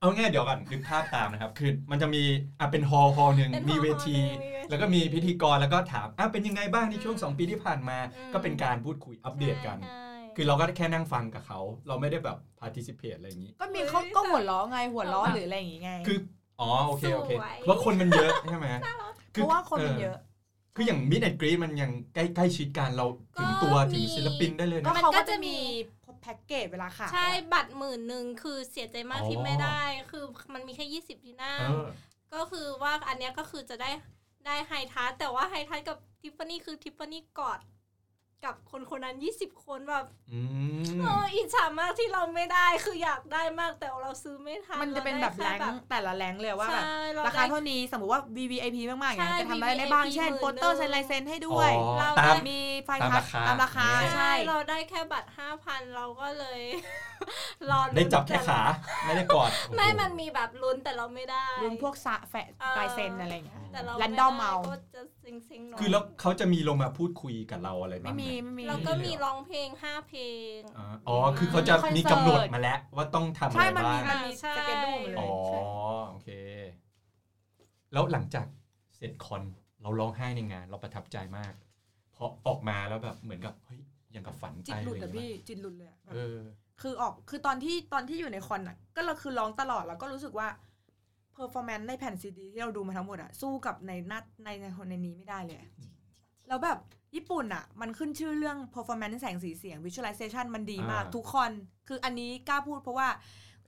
Speaker 1: เอาง่ายเดี๋ยวก่อนนึกภาพตามนะครับ คือมันจะมีอ่ะเป็นฮอลล์ฮอลล์หนึ่ง
Speaker 4: เป็น
Speaker 1: มี
Speaker 4: hall
Speaker 1: เวที
Speaker 4: hall หนึ่งมีเวที
Speaker 1: แล้วก็มีพิธีกรแล้วก็ถามอ่ะเป็นยังไงบ้างในช่วง 2 ปีที่ผ่านมา
Speaker 4: อืม
Speaker 1: ก็เป็นการพูดคุยอัปเดตกัน
Speaker 4: ใช่
Speaker 1: คือเราก็แค่นั่งฟังกับเขา เราไม่ได้แบบ participate อะไรอย่างนี้
Speaker 3: ก็มีเขาก็หัวล้อไงหัวล้อหรืออะไรอย่างงี้ไง
Speaker 1: คือ อ๋อ โอเค โอเค
Speaker 4: สวย
Speaker 1: เพราะคนมันเยอะ ใช่ไหม
Speaker 3: เพราะว่าคนมันเยอะ
Speaker 1: คืออย่างมิดแอนกรีมันยังใกล้ใกล้ชิดกันเราถึงตัวถึงศิลปินได้เลย
Speaker 3: ก็
Speaker 1: นะ
Speaker 4: มัน
Speaker 3: เขา
Speaker 4: ก็
Speaker 3: ก็
Speaker 4: จะ
Speaker 3: จะ
Speaker 4: มี
Speaker 3: มีแพ็กเกจเวลาขาย
Speaker 4: ใช่บัตรหมื่นหนึ่งคือเสียใจมาก
Speaker 1: อ๋อ
Speaker 4: ที่ไม่ได้ คือมันมีแค่ 20 ที่นั่ง
Speaker 1: เออ
Speaker 4: ก็คือว่าอันเนี้ยก็คือจะได้ได้ไฮทัสแต่ว่าไฮทัสกับทิฟฟานี่คือทิฟฟานี่กอด กับคนคนนั้น 20 คนแบบ
Speaker 1: อืม
Speaker 4: เอออิจฉามากที่เราไม่ได้คืออยากได้มากแต่เราซื้อไม่ทัน
Speaker 3: มันจะเป็นแบบแรงค์แต่ละแรงค์เลยว่าแบบ
Speaker 4: ใช่
Speaker 3: ราคา
Speaker 4: เได้
Speaker 3: เท่านี้สมมุติว่า VVIP มากๆอย่างเงี้ย
Speaker 4: ใช่
Speaker 3: จะทำอะไรได้บ้าง
Speaker 4: VVIP
Speaker 3: เช่นโปสเตอร์เซ็นลายเซ็นให้
Speaker 1: อ๋
Speaker 3: ด้
Speaker 1: อ
Speaker 3: วย
Speaker 4: เรา
Speaker 1: ตาม
Speaker 3: มีไฟ
Speaker 1: ตาม
Speaker 3: พั
Speaker 1: ราคา
Speaker 3: ตามราคา
Speaker 1: ใช่
Speaker 3: ใช่
Speaker 4: เราได้แค่บัตร 5,000 เราก็เลย [LAUGHS] รอลุ้น
Speaker 1: ได้จับแค่
Speaker 4: ต่
Speaker 1: ขา ไม่ได้กอดโอ้โห
Speaker 4: ไม่มันมีแบบลุ้นแต่เราไม่ได้
Speaker 3: รวมพวกสะแฝะ
Speaker 4: เออ
Speaker 3: ลายเซ็นอะไรอย่างเงี้ย
Speaker 4: แต่เรา
Speaker 3: random เอา
Speaker 4: ก็จะซิงๆหน่อย
Speaker 1: คือแล้วเขาจะมีลงมาพูดคุยกับเราอะไรบ้า
Speaker 3: ไม่
Speaker 1: ง
Speaker 3: มี
Speaker 1: เนี่ย
Speaker 3: ไม่มี
Speaker 4: แล้วก็มีร้องเพลง 5 เพลง
Speaker 1: อ่าอ๋อ คือเขาจะมีกำหนดมาแล้วว่าต้องทำอะไร
Speaker 3: ใช่มัน
Speaker 1: บ้า
Speaker 3: มี
Speaker 1: ง
Speaker 3: มันมี
Speaker 4: ใช่
Speaker 3: สเกจดูหมดเล
Speaker 1: อ๋อย โอเค แล้วหลังจากเสร็จคอนเราร้องไห้ในงาน เราประทับใจมากเพราะออกมาแล้วแบบเหมือนกับเฮ้ยยังกับฝัน
Speaker 3: จิ
Speaker 1: ใจ
Speaker 3: ตหลุด
Speaker 1: เล
Speaker 3: อะ
Speaker 1: ย
Speaker 3: พี่จิตหลุดเลยอะ
Speaker 1: เออ
Speaker 3: คือออกคือตอนที่ตอนที่อยู่ในคอนอะก็เราคือร้องตลอดแล้วก็รู้สึกว่าเพอร์ฟอร์แมนซ์ในแผ่นซีดีที่เราดูมาทั้งหมดอะสู้กับในหนัดในในคนในนี้ไม่ได้เลยอะ
Speaker 1: อืม
Speaker 3: แล้วแบบญี่ปุ่นอะมันขึ้นชื่อเรื่อง performance แสงสีเสียง visualization มันดีมาก
Speaker 1: อ่า
Speaker 3: ทุกคอน คืออันนี้กล้าพูดเพราะว่า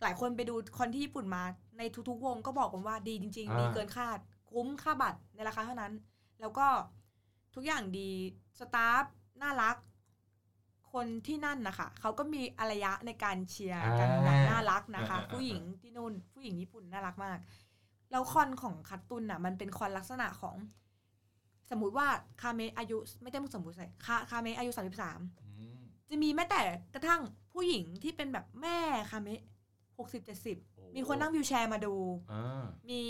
Speaker 3: หลายคนไปดูคอนที่ญี่ปุ่นมาในทุกๆวงก็บอกผมว่าดีจริง ๆ ดีเกินคาด คุ้มค่าบัตรในราคาเท่านั้น แล้วก็ทุกอย่างดีสตาฟน่ารัก คนที่นั่นนะคะเขาก็มีอารยะในการเชียร์กัน
Speaker 1: อ่า
Speaker 3: แบบน่ารักนะคะ
Speaker 1: อ่าอ่าอ่า
Speaker 3: ผู้หญิงที่นู่น ผู้หญิงญี่ปุ่นน่ารักมาก แล้วคอนของคัตตุนน่ะ มันเป็นคอนลักษณะของ สมมุติว่าคาเมะอายุ ไม่ได้สมมติใส่คาคาเมะอายุสามสิบสาม
Speaker 1: อืม
Speaker 3: จะมีแม้แต่กระทั่งผู้หญิงที่เป็นแบบแม่คาเมะหกสิบเจ็ดสิบ
Speaker 1: โอ้
Speaker 3: มีคนนั่งวิวแชร์มาดู
Speaker 1: อ่า
Speaker 3: มี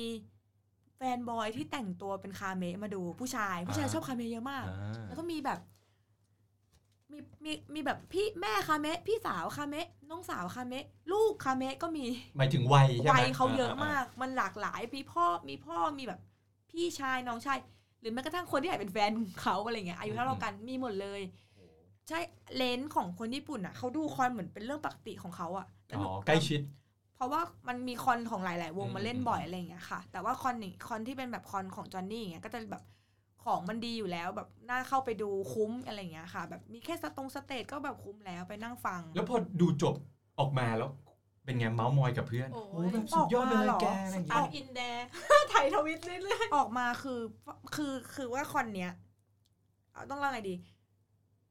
Speaker 3: แฟนบอยที่แต่งตัวเป็นคาเมะมาดูผู้ชาย ผู้ชาย
Speaker 1: อ่า
Speaker 3: ชอบคาเมะเยอะมาก
Speaker 1: อ่า
Speaker 3: แล้วก็มีแบบ มีมีมีแบบพี่แม่คาเมะพี่สาวคาเมะน้องสาวคาเมะลูกคาเมะก็มี
Speaker 1: หมายถึงวัยใช่ไหม
Speaker 3: วัยเขาเยอะมาก มันหลากหลายมีพ่อมีพ่อมีแบบ พี่ชายน้องชาย หรือแม้กระทั่งคนที่อาจเป็นแฟนเขาอะไรเงี้ยอายุเท่าเรากันมีหมดเลย ใช่เลนส์ของคนญี่ปุ่นอ่ะเขาดูคอนเหมือนเป็นเรื่องปกติของเขาอ่ะแล้วห
Speaker 1: อ๋
Speaker 3: นู
Speaker 1: อใกล้ชิด
Speaker 3: เพราะว่ามันมีคอนของหลาย ๆ วง
Speaker 1: อืม
Speaker 3: มาเล่นบ่อยอะไรอย่างเงี้ยค่ะ แต่ว่าคอนนี่คอนที่เป็นแบบคอนของจอห์นนี่อย่างเงี้ยก็จะแบบของมันดีอยู่แล้วแบบน่าเข้าไปดูคุ้มอะไรอย่างเงี้ยค่ะ แบบมีแค่สตรงสเตจก็แบบคุ้มแล้วไปนั่งฟัง
Speaker 1: แล้วพอดูจบออกมาแล้ว เป็นไงเมาส์มอยกับเพื่อน
Speaker 4: โอ้ย
Speaker 1: แบบสุดยอดไปเลยแกอะไรอย่าง
Speaker 4: อั
Speaker 1: เงี้
Speaker 4: น
Speaker 1: ย
Speaker 4: อินแด [LAUGHS] ร์ไทยทวิตเรื่อย
Speaker 3: ออกมาคือคือคือว่าคอนเนี้ยเอาต้องเล่าไงดี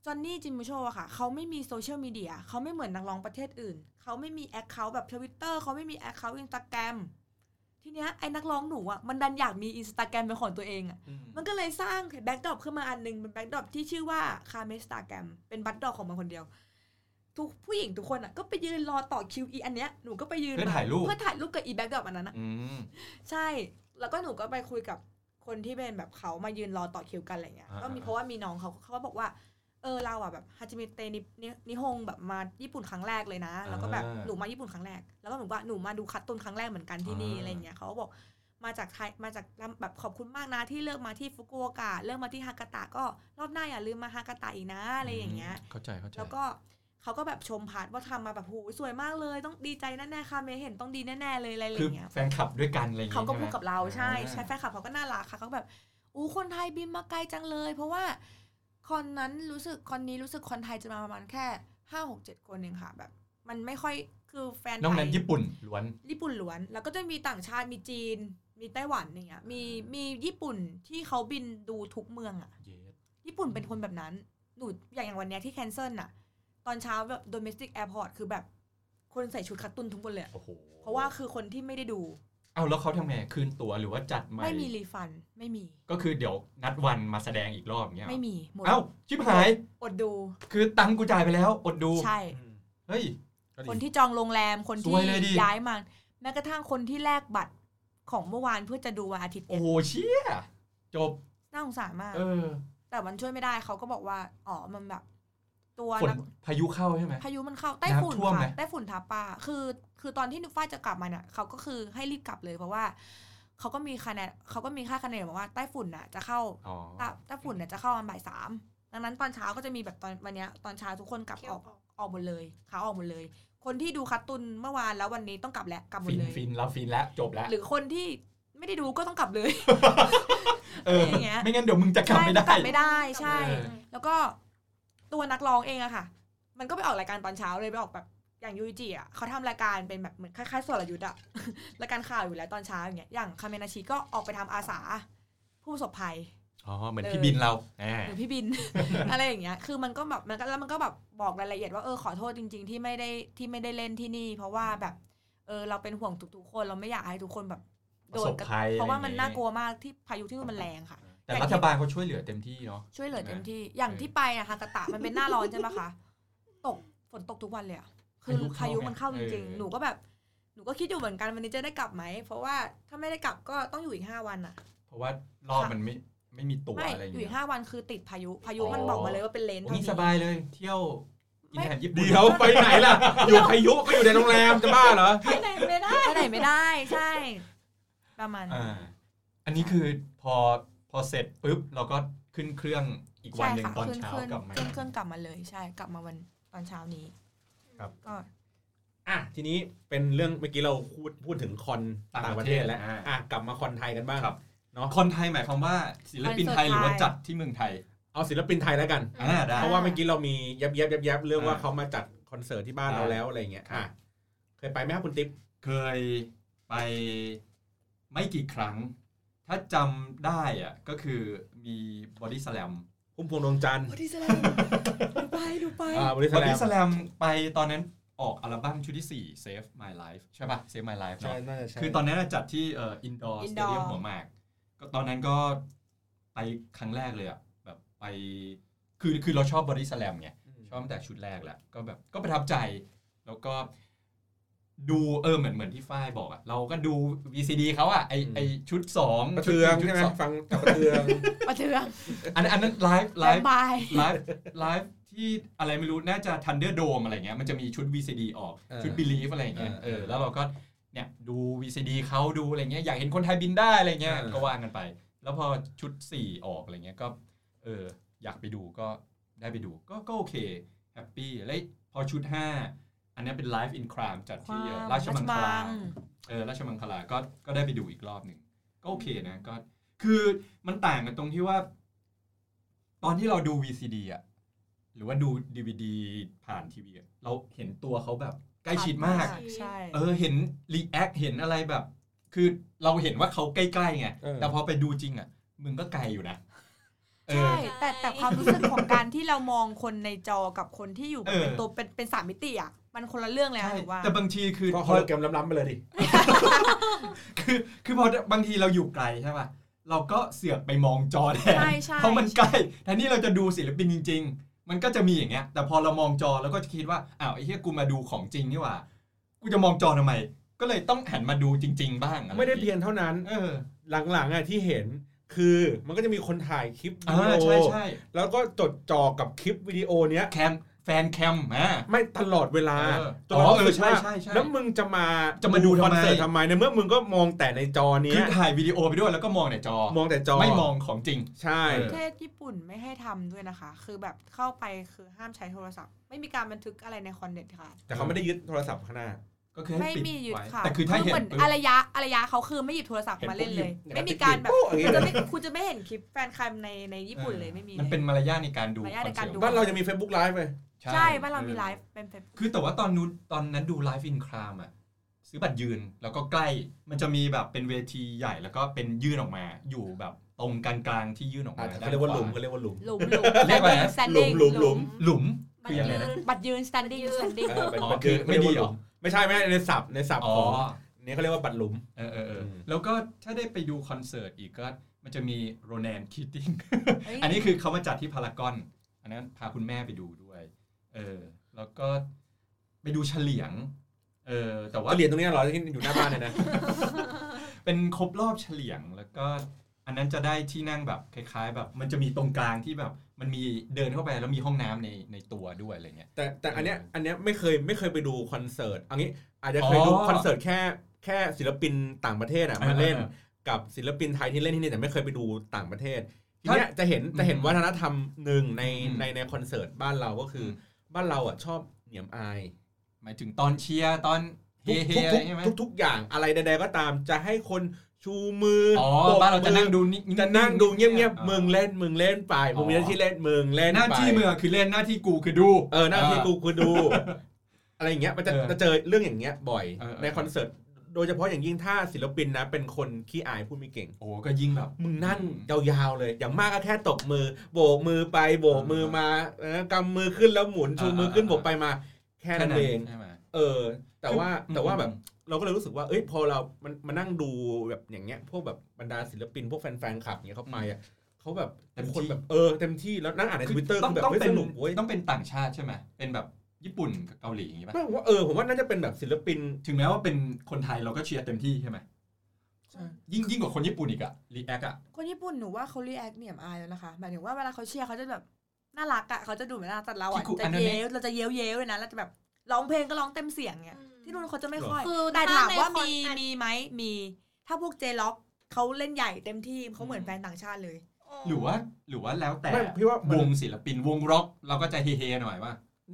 Speaker 3: จอห์นนี่จิมมูโชอะค่ะ เขาไม่มีโซเชียลมีเดียเขาไม่เหมือนนักร้องประเทศอื่น เขาไม่มีแอคเคาท์แบบทวิตเตอร์เขาไม่มีแอคเคาท์อินสตาแกรมทีเนี้ยไอ้นักร้องหนูอะมันดันอยากมีอินสตาแกรมเป็นของตัวเองอะ
Speaker 1: อืม
Speaker 3: มันก็เลยสร้างแบ็กดรอปขึ้นมาอันหนึ่งเป็นแบ็กดรอปที่ชื่อว่าคาเมสตาแกรมเป็นบัตดรอปของมันคนเดียว ทุกผู้หญิงทุกคนอ่ะก็ไปยืนรอต่อคิวอีอันเนี้ยหนูก็ไปยืน
Speaker 1: เพื่อ
Speaker 3: มา
Speaker 1: ถ่ายรูป
Speaker 3: เพื่อถ่ายรูปกับอีแบ็กดรอปอันนั้นอ่ะ
Speaker 1: อืม
Speaker 3: ใช่ แล้วก็หนูก็ไปคุยกับคนที่เป็นแบบเขามายืนรอต่อคิวกันอะไรเงี้ยก็มีเพราะว่ามีน้องเขาเขาก็บอกว่า เออเราอ่ะแบบฮาจิมิเตะนินินิฮงแบบมาญี่ปุ่นครั้งแรกเลยนะ แล้วก็แบบหนูมาญี่ปุ่นครั้งแรก แล้วก็เหมือนว่าหนูมาดูคัดตุนครั้งแรกเหมือนกันที่นี่อะไรเงี้ยเขาก็บอก มาจากไทยมาจากลำแบบขอบคุณมากนะที่เลือกมาที่ฟุกุโอกะเลือกมาที่ฮากาตะก็รอบหน้าอย่าลืมมาฮากาตะอีกนะอะไรอย่างเงี้ย
Speaker 1: เข้าใจเข้าใจ
Speaker 3: แล้วก็เขาก็แบบชมพาร์ทว่าทำมาแบบหูสวยมากเลย ต้องดีใจแน่ๆค่ะเมย์เห็นต้องดีแน่ๆเลยอะไรอ
Speaker 1: คือย่าง
Speaker 3: เงี้ย
Speaker 1: แฟนคลับด้วยกันอะไรอย่าง
Speaker 3: เขา
Speaker 1: เงี้ย
Speaker 3: ก็พูดกับเราใช่
Speaker 1: อ่า
Speaker 3: ใช่แฟนคลับเขาก็น่ารักค่ะเขาก็แบบอู้คนไทยบินมาไกลจังเลย เพราะว่าคอนนั้นรู้สึกคอนนี้รู้สึกคนไทยจะมาประมาณแค่ห้าหกเจ็ดคนเองค่ะแบบ มันไม่ค่อยคือแฟนไทย
Speaker 1: นอกนั้นญี่ปุ่นล้วน
Speaker 3: ญี่ปุ่นล้วน แล้วก็จะมีต่างชาติ มีจีน มีไต้หวันอย่างเงี้ย มี มีญี่ปุ่นที่เขาบินดูทุกเมืองอะ ญี่ปุ่นเป็นคนแบบนั้น หนูอย่างอย่างวันเนี้ยที่แคนเซิลน่ะ ตอนเช้าแบบ domestic airport คือแบบ คนใส่ชุดคัตตุนทุกคนเลยอะ
Speaker 1: โอ้โห
Speaker 3: เพราะว่าคือคนที่ไม่ได้ดู
Speaker 1: เอาแล้วเขาทำไงคืนตั๋วหรือว่าจัดใหม่
Speaker 3: ไม่มีรีฟัน ไม่มี
Speaker 1: ก็คือเดี๋ยวนัดวันมาแสดงอีกรอบเงี้ย
Speaker 3: ไม่มีหมด
Speaker 1: เอ้าชิบหาย
Speaker 3: อดดู
Speaker 1: คือตังค์กูจ่ายไปแล้วอดดู
Speaker 3: ใช่
Speaker 1: เฮ้ย
Speaker 2: ก็ดี
Speaker 3: คนที่จองโรงแรม คนที่
Speaker 1: ซวยเลยดิ
Speaker 3: ย้ายมา แม้กระทั่งคนที่แลกบัตรของเมื่อวานเพื่อจะดูวันอาทิตย์
Speaker 1: โอ้
Speaker 3: เนี่ย
Speaker 1: โหเชี่ยจบ
Speaker 3: น่าสงสารมาก
Speaker 1: เออ
Speaker 3: แต่มันช่วยไม่ได้เขาก็บอกว่า อ๋อ มันแบบ ตัว
Speaker 1: ฝน
Speaker 3: นัก
Speaker 1: พายุเข้าใช่ไหม
Speaker 3: พายุมันเข้า ไต้ฝุ่น
Speaker 1: น้ำท่วมไหม
Speaker 3: ค่ะ ไต้ฝุ่นทาปาคือ คือตอนที่นุฟ้ายจะกลับมาเนี่ยเขาก็คือให้รีบกลับเลยเพราะว่า เขาก็มีคะแนนเขาก็มีค่าคะแนนบอกว่าไต้ฝุ่นน่ะจะเข้า
Speaker 1: อ๋อ
Speaker 3: ไต้ไต้ฝุ่นน่ะจะเข้าประมาณบ่ายสามดังนั้นตอนเช้าก็จะมีแบบตอนวันเนี้ยตอนเช้าทุกคนกลับ
Speaker 4: ๆเคี่ย
Speaker 3: ออ
Speaker 4: ว
Speaker 3: ก
Speaker 4: ออก
Speaker 3: ออกหมดเลยขาออกหมดเลย คนที่ดูคัตตุนเมื่อวานแล้ววันนี้ต้องกลับแล้วกลับหม
Speaker 1: ฟิ
Speaker 3: ด
Speaker 1: น
Speaker 3: เลย
Speaker 1: ฟินเราฟินแล้วจบแล้ว
Speaker 3: หรือคนที่ไม่ได้ดูก็ต้องกลับเลย [LAUGHS]
Speaker 1: เอออย่าง
Speaker 3: เงี้ย
Speaker 1: ไม่งั้นเดี๋ยวมึงจะกลับไม่ได้
Speaker 3: ใช่กลับไม่ได้ใช่
Speaker 1: เออ
Speaker 3: แล้วก็ตัวนักร้องเองอะค่ะ มันก็ไปออกรายการตอนเช้าเลยไปออกแบบอย่างยูจิอะเขาทำรายการเป็นแบบเหมือนคล้ายๆสรยุทธ์อะ [LAUGHS] รายการข่าวอยู่แล้วตอนเช้าอย่างเงี้ยอย่างคาเมนาชิก็ออกไปทำอาสา ผู้ประสบภัย
Speaker 1: อ๋อเหมือน
Speaker 3: เออ
Speaker 1: พี่บินเราอ่า
Speaker 3: หรือพี่บิน [LAUGHS] อะไรอย่างเงี้ยคือมันก็แบบมันก็แล้วมันก็แบบบอกรายละเอียดว่าเออขอโทษจริง ๆ ที่ไม่ได้ที่ไม่ได้เล่นที่นี่ เพราะว่าแบบเออเราเป็นห่วงทุกๆคนเราไม่อยากให้ทุกคนแบบ
Speaker 1: ป
Speaker 3: โด
Speaker 1: ระส
Speaker 3: น
Speaker 1: บ
Speaker 3: กระ
Speaker 1: ภัย
Speaker 3: เพราะว่ามันน่า
Speaker 1: อก
Speaker 3: ลัวมากที่พายุที่นู่นมันแรงค่ะ
Speaker 1: ะไรอย่างเงี้ยแต่รัฐบาลเขาช่วยเหลือเต็มที่เนาะ
Speaker 3: ช่วยเหลือ
Speaker 1: ใช่ไหม
Speaker 3: เต็มที่ อย่าง
Speaker 1: เออ
Speaker 3: ที่ไปอะฮากาตะมันเป็นหน้าร้อนใช่ไหมคะ ตกฝนตกทุกวันเลยอะคือพา
Speaker 1: พายุ
Speaker 3: ยุ
Speaker 1: เข้า
Speaker 3: มันเข้า
Speaker 1: ไง
Speaker 3: จริง
Speaker 1: เออ
Speaker 3: ๆ หนูก็แบบ หนูก็คิดอยู่เหมือนกันวันนี้จะได้กลับไหม เพราะว่าถ้าไม่ได้กลับก็ต้องอยู่อีกห้าวันอะ
Speaker 1: เพราะว่ารอบมันไม่ไม่มีตั๋ว
Speaker 3: ไม่
Speaker 1: อะไรอย่าง
Speaker 3: อยู่อี
Speaker 1: เงี้
Speaker 3: ก
Speaker 1: ย
Speaker 3: ห้าวันคือติดพายุ พายุ
Speaker 1: อ๋อ
Speaker 3: มันบอกมาเลยว่าเป็นเลน
Speaker 1: โอ้
Speaker 3: ส์
Speaker 1: นี่ส
Speaker 3: เท่านี้
Speaker 1: บายเลย เที่ยวกินอาหารญี่ปุ่น
Speaker 2: เดี๋ยวไปไหนล่ะ อยู่พายุก็อยู่ในโรงแรมจะบ้าเหรอ
Speaker 4: ไปไหนไม่ได้
Speaker 3: ไปไหนไม่ได้ใช่ ประมาณ
Speaker 1: อ่า
Speaker 3: นั้น
Speaker 1: อันนี้คือพอพอเสร็จปุ๊บเราก็ขึ้นเครื่องอีกวัน
Speaker 3: ใช่
Speaker 1: หนึ่ง
Speaker 3: ค่ะ
Speaker 1: ตอน
Speaker 3: ขึ้น
Speaker 1: เช้า
Speaker 3: ขึ้น
Speaker 1: กลับมา
Speaker 3: ขึ้นเครื่องกลับมาเลยใช่ กลับมาวันตอนเช้านี้
Speaker 1: ครับ
Speaker 3: ก็
Speaker 2: อ่ะทีนี้เป็นเรื่องเมื่อกี้เราพูดพูดถึงคอน
Speaker 1: ต่าง
Speaker 2: ต่าง
Speaker 1: ป
Speaker 2: ประ ระ
Speaker 1: เท
Speaker 2: เท
Speaker 1: ศ
Speaker 2: ศแล้ว
Speaker 1: อ่ะ
Speaker 2: อ่ะกลับมาคอนไทยกันบ้าง
Speaker 1: ครับ
Speaker 2: เนาะ
Speaker 1: คนไทยหมายความว่าศิลปินไทยหรือว่า
Speaker 3: คอนเสิร์ตไทย
Speaker 1: จัดที่เมืองไทย
Speaker 2: เอาศิลปินไทยแล้วกัน
Speaker 1: อ่าได้
Speaker 2: เพราะว่าเมื่อกี้เรามียับยับยับยับเรื่องว่า
Speaker 1: อ่า
Speaker 2: เขามาจัดคอนเสิร์ตที่บ้านเรา
Speaker 1: อ่า
Speaker 2: แล้วอะไรอย่างเงี้ย
Speaker 1: ครับ
Speaker 2: อ่ะเคยไปไหมครับคุณติ๊บ
Speaker 1: เคยไปไม่กี่ครั้ง ถ้าจำได้อะก็คือมีบอดี้สแลม
Speaker 2: พุ่มพวงดวงจันทร์
Speaker 3: บอดี้สแลมดูไปดูไป
Speaker 2: อ่าบริ
Speaker 1: บ
Speaker 2: ษั
Speaker 1: อ
Speaker 2: ทแล
Speaker 1: ดี้
Speaker 2: ม
Speaker 1: สแลมไปตอนนั้นออกอัลบั้มชุดที่ 4 Save My Life ใช่ปะ Save My Life
Speaker 2: ใช่
Speaker 1: เนาะ
Speaker 2: น่าจะใช่
Speaker 1: คือตอนนั้นจัดที่เอ่ออินดอร์สเต
Speaker 3: Indoor
Speaker 1: เดียมหัวหมาก ก็ตอนนั้นก็ไปครั้งแรกเลยอะแบบไปคือคือเราชอบบอดี้สแลมไง ชอบตั้งแต่ชุดแรกแหละก็แบบก็ประทับใจ แล้วก็ดูเออเหมือนเหมือนที่ฝ้ายบอกอะเราก็ดู VCD เขาอะไอไอชุดสอง
Speaker 2: ประเทือง
Speaker 1: ชุด
Speaker 2: ใช่ไหม
Speaker 1: สอง
Speaker 2: ฟังจากประเทือง
Speaker 3: มาเถือง
Speaker 1: อันอันนั้นไลฟ์ไล
Speaker 3: บาย
Speaker 1: ฟ์
Speaker 3: บาย
Speaker 1: [LAUGHS] ไลฟ์ไลฟ์ที่อะไรไม่รู้ น่าจะ Thunder Dome อะไรเงี้ยมันจะมีชุด VCD ออก
Speaker 2: เออ
Speaker 1: ชุด Believe อะไรเงี้ย
Speaker 2: เออ
Speaker 1: เออแล้วเราก็เนี่ยดู VCD เขาดูอะไรเงี้ยอยากเห็นคนไทยบินได้อะไรเงี้ย
Speaker 2: เออ
Speaker 1: ก็ว่ากันไป แล้วพอชุด 4 ออกอะไรเงี้ยก็เอออยากไปดูก็ได้ไปดู ก็ก็โอเคแฮปปี้แล้วพอชุด 5 อันนี้เป็น Life in Crime จัดที่
Speaker 3: ว้ว
Speaker 1: ราชมังคลา
Speaker 3: ง
Speaker 1: เออราชมังคลาก็ก็ได้ไปดูอีกรอบหนึ่งก็โอเคนะก็คือมันต่างกันตรงที่ว่า ตอนที่เราดู VCD อ่ะหรือว่าดู DVD ผ่านทีวีอะเราเห็นตัวเขาแบบใกล้ชิดมาก
Speaker 4: ชัด
Speaker 3: ใช่
Speaker 1: เออเห็นรีแอคเห็นอะไรแบบ คือเราเห็นว่าเขาใกล้ๆไง
Speaker 2: เออ
Speaker 1: แต่พอไปดูจริงอ่ะมึงก็ไกลอยู่นะเออ
Speaker 3: ใช่ แต่แต่ความรู้สึกของการที่เรามองคนในจอกับคนที่อยู่
Speaker 1: เออ
Speaker 3: เป็นตัวเป็นเป็นสามมิติอ่ะมันคนละเรื่องเลย
Speaker 1: ใช่
Speaker 3: อะหรือว่า
Speaker 1: แต่บางทีคือ
Speaker 2: ก็
Speaker 1: พ
Speaker 2: ค
Speaker 1: อ
Speaker 2: อลแกรมล้ำๆไปเลยดิ
Speaker 1: คือคือพอบางทีเราอยู่ไกลใช่ป่ะเราก็เสือกไปมองจอแทน
Speaker 3: ใช่ใช่
Speaker 1: เพราะมันใกล้แทนที่เราจะดูศิลปินจริง ๆ มันก็จะมีอย่างเงี้ย แต่พอเรามองจอแล้วก็จะคิดว่าอ้าวไอ้เหี้ยกูมาดูของจริงนี่หว่า กูจะมองจอทำไม ก็เลยต้องหันมาดูจริง ๆ บ้างอะร
Speaker 2: ไม่ได้เพียงเท่านั้น
Speaker 1: เออ
Speaker 2: หลังๆอ่ะที่เห็นคือมันก็จะมีคนถ่ายคลิป
Speaker 1: เอ
Speaker 2: วิ
Speaker 1: อ
Speaker 2: ดีโอ
Speaker 1: ใช่ใช่
Speaker 2: แล้วก็จดจ่อกับคลิปวิดีโอเนี้ย
Speaker 1: แคมแฟนแคมอ่ะ
Speaker 2: ไม่ตลอดเวลา
Speaker 1: เออ
Speaker 2: จนเรา
Speaker 1: อ๋อเออ
Speaker 2: รู้สึกว่า
Speaker 1: ใช่ใช่ใช่
Speaker 2: แล้วมึงจะมา
Speaker 1: จะมาดู
Speaker 2: ค
Speaker 1: ทำไม
Speaker 2: อนเสิร์ตทำไมในเมื่อมึงก็มองแต่ในจอเนี้
Speaker 1: คือย ถ่ายวิดีโอไปด้วยแล้วก็มองแต่จอ
Speaker 2: มองแต่จอ
Speaker 1: ไม่มองของจริง
Speaker 2: ใช่
Speaker 1: เอ
Speaker 3: ป
Speaker 1: อ
Speaker 3: ระเทศญี่ปุ่นไม่ให้ทำด้วยนะคะ คือแบบเข้าไปคือห้ามใช้โทรศัพท์ ไม่มีการบันทึกอะไรในคอนเทนต์ค่ะ
Speaker 2: แต่เขาไม่ได้ยึดโทรศัพท์ข้างหน้า
Speaker 1: ก็คือให้
Speaker 3: ไม่
Speaker 1: ปิด
Speaker 3: มีหยุด
Speaker 1: ไว้
Speaker 3: ค่ะ
Speaker 1: แต่คือถ้าเห็น
Speaker 3: มือน
Speaker 1: ปุ๊บ
Speaker 3: อารยะอารยะเขาคือไม่หยิบโทรศัพท์
Speaker 1: เห็น
Speaker 3: มาเล่นเลย
Speaker 1: ปุ๊บหยิบ
Speaker 3: ไม่มีการแบบ
Speaker 2: ปุ๊บอย่างเงี้
Speaker 3: คุ
Speaker 2: ย
Speaker 3: ณจะไม่คุณจะไม่เห็นคลิปแฟนคลับในในญี่ปุ่นเลยไม่มี
Speaker 1: มัน
Speaker 3: เล
Speaker 1: เป็
Speaker 3: ย
Speaker 1: นมารยาทในการดู
Speaker 3: มารยาทในการดู
Speaker 1: คอ
Speaker 2: บ้าน
Speaker 1: เสิต
Speaker 2: เราจะมี Facebook Live เลย
Speaker 3: ใช่บ้านเรามีไลฟ์เป็น Facebook
Speaker 1: คือแต่ว่าตอนนู้นตอนนั้นดูไลฟ์อินครามอะซื้อบัตรยืนแล้วก็ใกล้มันจะมีแบบเป็นเวทีใหญ่แล้วก็เป็นยื่นออกมา อยู่แบบตรงกลางๆที่ยื่นออกมา
Speaker 2: เขาเรียกว่าหลุม
Speaker 1: ด้
Speaker 2: เขา
Speaker 1: นข
Speaker 2: เรียกว่าหลุม
Speaker 3: หลุมหลุม
Speaker 1: เรียกว่าอะไรนะ
Speaker 3: standing
Speaker 2: หลุมหลุม
Speaker 1: หลุม
Speaker 4: มั
Speaker 1: คือยังไงนะ
Speaker 4: ยืน
Speaker 3: บัตรยืน standing
Speaker 4: บัตรยื
Speaker 1: [LAUGHS]
Speaker 3: standing
Speaker 4: น
Speaker 2: เออเป็น
Speaker 1: อ๋อ
Speaker 2: มันคือ
Speaker 1: คือไม่
Speaker 2: ไม่
Speaker 1: ดี
Speaker 2: ดี
Speaker 1: เห
Speaker 2: ห
Speaker 1: ร
Speaker 2: ร
Speaker 1: อ
Speaker 2: อไม่ใช่ไม่ใช่ในศัพท์ในศัพท์
Speaker 1: อ๋อ
Speaker 2: ของนี่เขาเรียกว่าบัตรหลุม
Speaker 1: เออเออเออ
Speaker 2: อืม
Speaker 1: แล้วก็ถ้าได้ไปดูคอนเสิร์ตอีกก็มันจะมีโรแนนคิตติ้ง
Speaker 3: เฮ้ย
Speaker 1: อันนี้คือเขามาจัดที่พารากอน อันนั้นพาคุณแม่ไปดูด้วย เออ แล้วก็ไปดูเฉลียง เออ แต่ว่า
Speaker 2: ว่าเหรียญตรงเนี้ยเหรอที่อยู่หน้าบ้านเนี่ยนะ
Speaker 1: เป็นครบรอบเฉลียงแล้วก็อันนั้นจะได้ที่นั่งแบบคล้าย ๆ แบบ มันจะมีตรงกลางที่แบบ มันมีเดินเข้าไปแล้วมีห้องน้ำในในตัวด้วยอะไรเงี้ย
Speaker 2: แต่แต่อันเนี้ยอันเนี้ยไม่เคยไม่เคยไปดูคอนเสิร์ตอันนี้อาจจะเคย
Speaker 1: อ๋อ
Speaker 2: ดูคอนเสิร์ตแค่แค่ศิลปินต่างประเทศอ่ะมาเล่น กับศิลปินไทยที่เล่นที่นี่แต่ไม่เคยไปดูต่างประเทศทีเนี้ยจะเห็นจะเห็นวัฒนธรรมหนึ่งใน
Speaker 1: อืม
Speaker 2: ในในคอนเสิร์ตบ้านเราก็คืออบ้านเราอ่ะชอบเหนียมอาย
Speaker 1: หมายถึงตอนเชียร์ตอนเฮ
Speaker 2: ทุก
Speaker 1: เฮ
Speaker 2: ทุก
Speaker 1: อะไรใช่ไหม
Speaker 2: ทุกทุกอย่างอะไรใดๆก็ตามจะให้คนชูมือ
Speaker 1: อ๋อ
Speaker 2: ป
Speaker 1: บ้านเราจะนั่งดูนิ่งๆ
Speaker 2: จะนั่งดูเงียบ
Speaker 1: อ๋อ
Speaker 2: ๆมึงเล่นมึงเล่นไปมึงมีห
Speaker 1: อ๋
Speaker 2: น้า
Speaker 1: อ
Speaker 2: ที่เล่นมึงเล่น
Speaker 1: หน้า
Speaker 2: ไป
Speaker 1: ที่เมืองคือเล่นหน้าที่กูคือดู
Speaker 2: เออหน้าที่กูคือ [LAUGHS] ดู อะไรอย่างเงี้ยมันจะ
Speaker 1: เออ
Speaker 2: จะเจอเรื่องอย่างเงี้ยบ่อย
Speaker 1: เออเออ
Speaker 2: ในคอนเสิร์ตโดยเฉพาะอย่างยิ่งถ้าศิลปินนะ เป็นคนขี้อายพูดไม่เก่ง
Speaker 1: โอ้ก็ยิ่งแบบ
Speaker 2: มึงนั่งยาวๆเลย อย่างมากก็แค่ตบมือ โบกมือไปโบกมือมาเออกำมือขึ้นแล้วหมุนชูมือขึ้น
Speaker 1: อ่า
Speaker 2: โบกไปมา แค่นั้นเอง
Speaker 1: ใช่ไหม
Speaker 2: เออ แต่ว่าแต่ว่าแบบเราก็เลยรู้สึกว่า เอ้ยพอเรามันมานั่งดูแบบอย่างเงี้ย พวกแบบบรรดาศิลปินพวกแฟนๆคลับอย่างเงี้ยเข้าไปอ่ะเขาแบบทุกคนแบบเออเต็มที่แล้วนั่งอ่านในทวิตเตอร์
Speaker 1: ต้อง
Speaker 2: แบบ
Speaker 1: ต้อง
Speaker 2: เฮ้ย
Speaker 1: เป็
Speaker 2: ส
Speaker 1: น
Speaker 2: นุกเว้ย
Speaker 1: ต้องเป็นต่างชาติใช่ไหมเป็นแบบญี่ปุ่นกับเกาหลีอย่างงี้ป่ะ
Speaker 2: ไม่ผมว่าเออผมว่าน่าจะเป็นแบบศิลปิน
Speaker 1: ถึงแม้ว่าเป็นคนไทยเราก็เชียร์เต็มที่ใช่ไหมยิ่งยิ่งกว่าคนญี่ปุ่นอีกอะรีแอคอะ
Speaker 3: คนญี่ปุ่นหนูว่าเขา react เหนียมอายแล้วนะคะหมายถึงว่าเวลาเขาเชียร์เขาจะแบบน่ารักอ่ะเขาจะดูเหมือนน่ารักแต่เรา
Speaker 1: ที่
Speaker 3: อ่ะ
Speaker 1: กูอั
Speaker 3: จะ
Speaker 1: นนั้น
Speaker 3: เย้
Speaker 1: นี่
Speaker 3: วเราจะเย้วเย้วเลยนะเราจะแบบร้องเพลงก็ร้องเต็มเสียงเนี่ย
Speaker 4: อืม
Speaker 3: ที่นู่นเขาจะไม่ค่อย
Speaker 4: คือ
Speaker 3: แต่ถามว่า
Speaker 4: ถ้
Speaker 3: มี
Speaker 4: ในคน
Speaker 3: มีไหมมี ถ้าพวกเจล็อกเขาเล่นใหญ่เต็มที่เขาเหมือนแฟนต่างชาติเลย
Speaker 1: หรือว่าหรือว่าแล้วแต่
Speaker 2: ไม่พี่ว่ามัน
Speaker 1: วงศิลปินวงร็อกเราก็จะเฮๆหน่อยว่า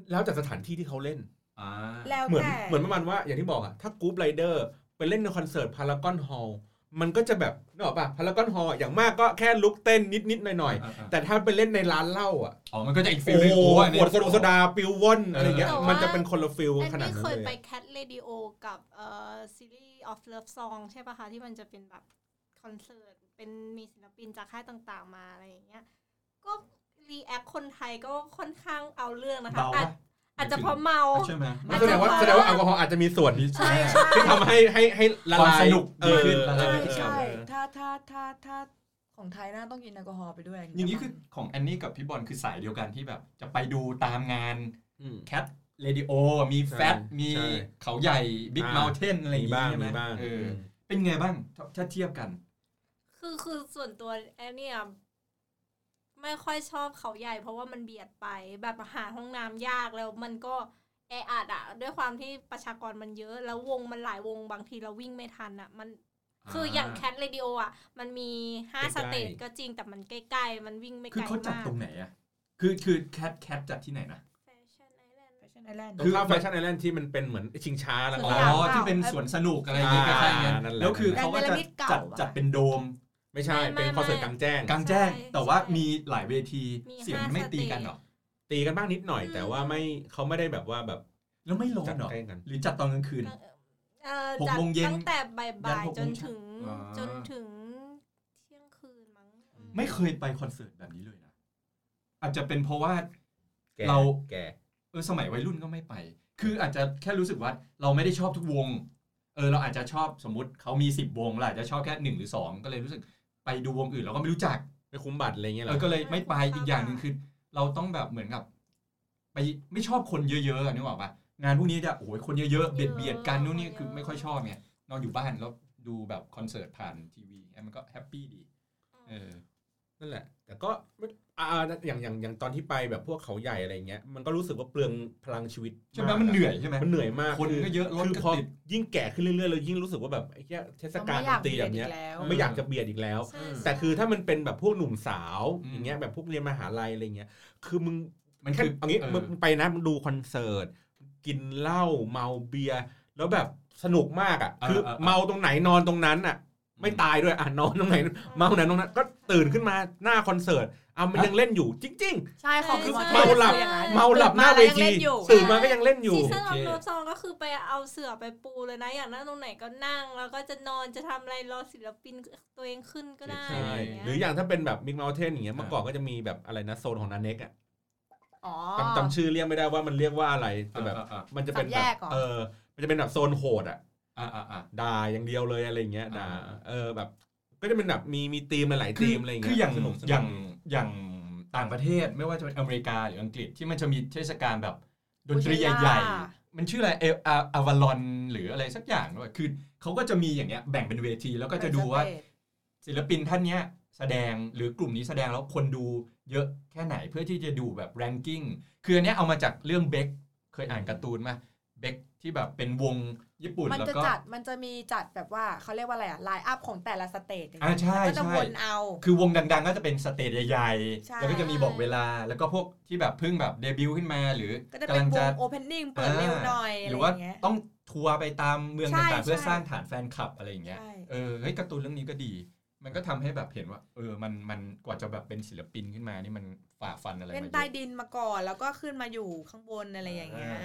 Speaker 2: แล้วจากสถานที่ที่เขาเล่น
Speaker 1: อ่า
Speaker 3: แล้ว
Speaker 2: เหมือน
Speaker 3: แต่
Speaker 2: เหมือนประมาณว่าอย่างที่บอกอะถ้ากรุ๊ปไรเดอร์ไปเล่นในคอนเสิร์ตพารากอนฮอลมันก็จะแบบนึกออกปะพารากอนฮอลอย่างมากก็แค่ลุกเต้นนิดนิดๆหน่อยหน่อย
Speaker 1: อ่า
Speaker 2: ๆแต่ถ้าไปเล่นในร้านเหล้าอะ
Speaker 1: อ๋อมันก็จะอีกฟิล
Speaker 2: โอ้
Speaker 1: นึง
Speaker 2: โห
Speaker 1: โอ้อัน
Speaker 2: ข
Speaker 1: นี้
Speaker 2: วดโซดาโซดาปิวว่อนอะไรเงี้ย
Speaker 1: แต่ว่ามั
Speaker 2: มันจะเป็นคนละฟิล
Speaker 4: แอน
Speaker 2: ขนาด
Speaker 4: นี่
Speaker 2: นั้น
Speaker 4: เคยไป
Speaker 2: เลย
Speaker 4: แคทเรดิโอกับเอ่อซีรีส์ of love song ใช่ป่ะคะ ที่มันจะเป็นแบบคอนเสิร์ต เป็นมีศิลปินจากค่ายต่างๆมาอะไรอย่างเงี้ยก็รีแอคคนไทยก็ค่อนข้างเอาเรื่องนะคะ
Speaker 1: เบา
Speaker 4: อาจ
Speaker 1: ปะ
Speaker 4: อาจจะเพราะเมา
Speaker 1: ใช่ไหม
Speaker 4: อาจ
Speaker 2: แสด
Speaker 4: จะ
Speaker 2: งว่าแสดงว่าแอลกอฮอล์อาจจะมีส่วน
Speaker 1: ใช่ใช่
Speaker 2: ที่ทำให้ให้ให้ละ
Speaker 1: ความ
Speaker 2: ลาย
Speaker 1: สนุก
Speaker 2: เออ
Speaker 1: ดีขึ้นละลาย
Speaker 3: ใช่
Speaker 2: เออ
Speaker 3: ใช่ถ้าถ้าถ้าถ้าของไทยน่าต้องกินแอลกอฮอล์ไปด้วย
Speaker 1: อย่างนี้คือของแอนนี่กับพี่บอลคือสายเดียวกันที่แบบ จะไปดูตามงาน
Speaker 2: อืม
Speaker 1: แคทเรดิโอมีแฟต
Speaker 2: ใช่
Speaker 1: มี
Speaker 2: ใช่
Speaker 1: เขาใหญ่บิ๊ก
Speaker 2: อ่า
Speaker 1: เม t เทนอะไรอ
Speaker 2: มี
Speaker 1: ย่างงี้
Speaker 2: บ้าง
Speaker 1: ใช่ไหม
Speaker 2: มีบ้าง
Speaker 1: เออ
Speaker 2: ม
Speaker 1: เป็นไงบ้างถ้าถ้าเทียบกัน
Speaker 4: คือคือส่วนตัวแอนเนี่ยไม่ค่อยชอบเขาใหญ่ เพราะว่ามันเบียดไปแบบหาห้องน้ำยากแล้วมันก็แออัดอะด้วยความที่ประชากรมันเยอะ แล้ววงมันหลายวงบางทีเราวิ่งไม่ทันอะมัน คืออย่างแคทเรดิโออ่ะ มันมีห้า
Speaker 2: ใก
Speaker 4: ส
Speaker 2: ล้ๆ
Speaker 4: เตจก็จริงแต่มันใกล้ๆ มันวิ่งไม่ไก
Speaker 1: คือ
Speaker 4: ล
Speaker 1: เขาจัด
Speaker 4: มาก
Speaker 1: ตรงไหนอะคือคือแคทแคทจัดที่ไหนนะ
Speaker 4: แฟชั่นไอแลนด์
Speaker 3: แฟชั่นไอแลนด์
Speaker 2: คือข้ามแฟชั่นไอแลนด์ที่มันเป็นเหมือนชิงช้าแล้ว
Speaker 1: อ๋
Speaker 2: ก็
Speaker 1: อ ที่เป็นสวนสนุกอะไรอย่างเงี้ย
Speaker 2: อ่า
Speaker 1: ใช่ไงย
Speaker 2: นั่นแหละ
Speaker 1: แล้วคือเขาก็จะ
Speaker 3: แดนเวลามิดเก่า
Speaker 1: จัด
Speaker 3: อะ
Speaker 1: จัดเป็นโดม
Speaker 2: ไม่ใช่
Speaker 4: ไม่
Speaker 2: เป็น
Speaker 4: ไม่
Speaker 2: คอนเสิร์ต
Speaker 4: ไม่
Speaker 2: กลางแจ้ง
Speaker 1: กลางแจ้ง
Speaker 4: ใช่
Speaker 1: แต่ว่า
Speaker 4: ใช่
Speaker 1: มีหลายเวที
Speaker 4: มี
Speaker 1: เสียง
Speaker 4: ห้า
Speaker 1: ไม่
Speaker 4: สเตจ
Speaker 1: ตีกันเหรอ
Speaker 2: ตีกันบ้างนิดหน่อย แต่ว่าไม่เขาไม่ได้แบบว่าแบบ
Speaker 1: แล้วไม่ร้อน
Speaker 2: จัด
Speaker 1: เหรอ
Speaker 2: ใกล้กัน
Speaker 1: หรือจัดตอนกลางคืน
Speaker 4: เอ่อ
Speaker 1: หก
Speaker 4: จัด
Speaker 1: โมงเย็น
Speaker 4: ตั้งแต่บ่า
Speaker 1: ยัน
Speaker 4: ย
Speaker 1: หก
Speaker 4: ๆจ
Speaker 1: โม
Speaker 4: น
Speaker 1: งเช้า
Speaker 4: ถึง
Speaker 1: อ่า
Speaker 4: จนถึงเที่ยงคืนมั้งอืม
Speaker 1: ไม่เคยไปคอนเสิร์ตแบบนี้เลยนะ อาจจะเป็นเพราะว่า
Speaker 2: แก่
Speaker 1: เรา
Speaker 2: แก่
Speaker 1: เออสมัยวัยรุ่นก็ไม่ไป คืออาจจะแค่รู้สึกว่าเราไม่ได้ชอบทุกวง เออเราอาจจะชอบสมมติเขามี 10 วงเราอาจจะชอบแค่หนึ่งหรือสองก็เลยรู้สึกไปดูวงอื่นเราก็ไม่รู้จัก
Speaker 2: ไม่คุ้มบัตรอะไรเงี้ยเหร
Speaker 1: เอ
Speaker 2: อ
Speaker 1: อก็เลยไม่ไปอีกอย่างหนึ่งคือ เราต้องแบบเหมือนกับ ไปไม่ชอบคนเยอะๆอะนึกออกปะงานพวกนี้จะโอ้ยคนเยอะๆเบียดเบียดกันนู่นนี่คือไม่ค่อยชอบไงนอนอยู่บ้านแล้วดูแบบคอนเสิร์ตผ่านทีวีเอ้ยมันก็แฮปปี้ดีเออ
Speaker 2: นั่นแหละ แต่ก็ไม่อ่าอ่าอย่างอย่างอย่างตอนที่ไปแบบพวกเขาใหญ่อะไรเงี้ยมันก็รู้สึกว่าเปลืองพลังชีวิต
Speaker 1: ใช่ไหม
Speaker 2: ากะ
Speaker 1: มันเหนื่อยใช่ไหม
Speaker 2: มันเหนื่อยมาก
Speaker 1: คน
Speaker 2: อ
Speaker 1: ก็เยอะรถ
Speaker 2: คือ
Speaker 1: ก็
Speaker 2: พอ
Speaker 1: ติด
Speaker 2: ยิ่งแก่ขึ้นเรื่อยๆเรายิ่งรู้สึกว่าแบบไอ้เหี้ยเทศกาลดนตรีแบบเนี้ย
Speaker 3: เบีดอีกแล้ว
Speaker 2: ไม่อยากจะเบียดอีกแล้ว
Speaker 4: ใช่
Speaker 1: เออ
Speaker 2: แต่คือถ้ามันเป็นแบบพวกหนุ่มสาว
Speaker 1: อืม
Speaker 2: อย่างเงี้ยแบบพวกเรียนมหาลัยอะไรเงี้ยคือมึง
Speaker 1: มัน
Speaker 2: แค่
Speaker 1: คือ
Speaker 2: เอางี้
Speaker 1: เออ
Speaker 2: มึงไปนะมึงดูคอนเสิร์ตกินเหล้าเมาเบียร์แล้วแบบสนุกมากอ่ะ
Speaker 1: เออ
Speaker 2: คือ
Speaker 1: เออ
Speaker 2: เมาตรงไหนนอนตรงนั้นอ่ะ ไม่ตายด้วยอ่ะนอนตรงไหน เมาตรงไหนตรงนั้นก็ตื่นขึ้นมาหน้าคอนเสิร์ตอ่ะมันยังเล่นอยู่จริง
Speaker 3: ใช่ของ
Speaker 2: คือ
Speaker 3: มอ
Speaker 2: เมาหลับ
Speaker 3: คืออย่างนั้น
Speaker 2: ๆ เมาหลับหน้าเวที
Speaker 3: ตื่นมาแล้วยังเล่นอยู่
Speaker 2: ตื่นมาก็ยังเล่นอยู่
Speaker 4: ซีซั่นอ
Speaker 1: โอ
Speaker 4: อฟ
Speaker 1: เค
Speaker 4: โนซองก็คือไปเอาเสื่อไปปูเลยนะ อย่างนั่งตรงไหนก็นั่ง แล้วก็จะนอนจะทำอะไรรอศิลปินตัวเองขึ้นก็ได้
Speaker 1: ใช่
Speaker 4: อะไรอ
Speaker 2: ห
Speaker 4: ย่างเงี้
Speaker 2: รือย อย่างถ้าเป็นแบบมิกเมาเทนอย่างเงี้ยเมื่อก่อนก็จะมีแบบอะไรนะโซนของนาเน็กอ่ะ
Speaker 3: อ๋อ
Speaker 2: จำจำชื่อเรียกไม่ได้ว่ามันเรียกว่าอะไร
Speaker 1: เอ
Speaker 2: แต่
Speaker 1: อ
Speaker 2: แบบ
Speaker 1: เออเออ
Speaker 2: มันจะเป็น
Speaker 3: สาม
Speaker 2: แบ
Speaker 3: แย
Speaker 2: บ
Speaker 3: กเหรอ
Speaker 2: เออ มันจะเป็นแบบโซนโหดอ่ะ
Speaker 1: อ่ะอ่ะอ่ะ
Speaker 2: ด่าอย่างเดียวเลยอะไรอย่างเงี้ย ด่า
Speaker 1: อ่า
Speaker 2: เออแบบ ก็จะเป็นแบบมีมีธีมหลายๆธีมอะไรอย่าง
Speaker 1: คื
Speaker 2: เงี้
Speaker 1: ออย่าง
Speaker 2: สนุกสนุก
Speaker 1: อย่างอย่างต่างประเทศไม่ว่าจะเป็นอเมริกาหรืออังกฤษที่มันจะมีเทศกาลแบบดนตรีใหญ่
Speaker 3: Coachella
Speaker 1: ๆ มันชื่ออะไรเอออวาลอนหรืออะไรสักอย่างด้วยคือเขาก็จะมีอย่างเงี้ยแบ่งเป็นเวที แล้วก็จะดูว่า ศิลปินท่านเนี้ยแสดงหรือกลุ่มนี้แสดงแล้วคนดูเยอะแค่ไหนเพื่อที่จะดูแบบแรงกิ้งคืออันเนี้ยเอามาจากเรื่องเบคเคยอ่านการ์ตูนมาเบคที่แบบเป็นวงญี่ปุ่น
Speaker 3: มัน
Speaker 1: แล้ว
Speaker 3: จะ
Speaker 1: ก็
Speaker 3: จัดมันจะมีจัดแบบว่าเขาเรียกว่าอะไรอะไลน์อัพของแต่ละสเตจอย่าง
Speaker 1: อ่า
Speaker 3: เงี้ย
Speaker 1: ใช่
Speaker 3: ก็จะ
Speaker 1: ใช่
Speaker 3: วนเอา
Speaker 1: คือวงดัง ๆ ก็จะเป็นสเตจใหญ่
Speaker 3: ใช่
Speaker 1: ๆแล้วก็จะมีบอกเวลาแล้วก็พวกที่แบบเพิ่งแบบเดบิวต์ขึ้นมาหรือ
Speaker 3: ก็จะ
Speaker 1: กำ
Speaker 3: เป็น
Speaker 1: ลัง
Speaker 3: ว
Speaker 1: จะ
Speaker 3: งโอเพนนิ่งเปิดเร็วหน่อยอะ
Speaker 1: ห
Speaker 3: ไร
Speaker 1: รือ
Speaker 3: อ
Speaker 1: ว่า
Speaker 3: ย่างเงี้ย
Speaker 1: ต้องทัวร์ไปตามเมือง
Speaker 3: ใช่
Speaker 1: ต่างๆเพื่อ
Speaker 3: ใช่
Speaker 1: สร้างฐานแฟนคลับอะไรอย่างเงี้ย
Speaker 3: ใช่
Speaker 1: เออเฮ้ยการ์ตูนเรื่องนี้ก็ดี มันก็ทำให้แบบเห็นว่า เออมันมันกว่าจะแบบเป็นศิลปินขึ้นมานี่มันฝ่าฟันอะไรมา
Speaker 3: เป็น
Speaker 1: ยอะ
Speaker 3: ใต้ดินมาก่อนแล้วก็ขึ้นมาอยู่ข้างบนอะไรอย่างเงี้ย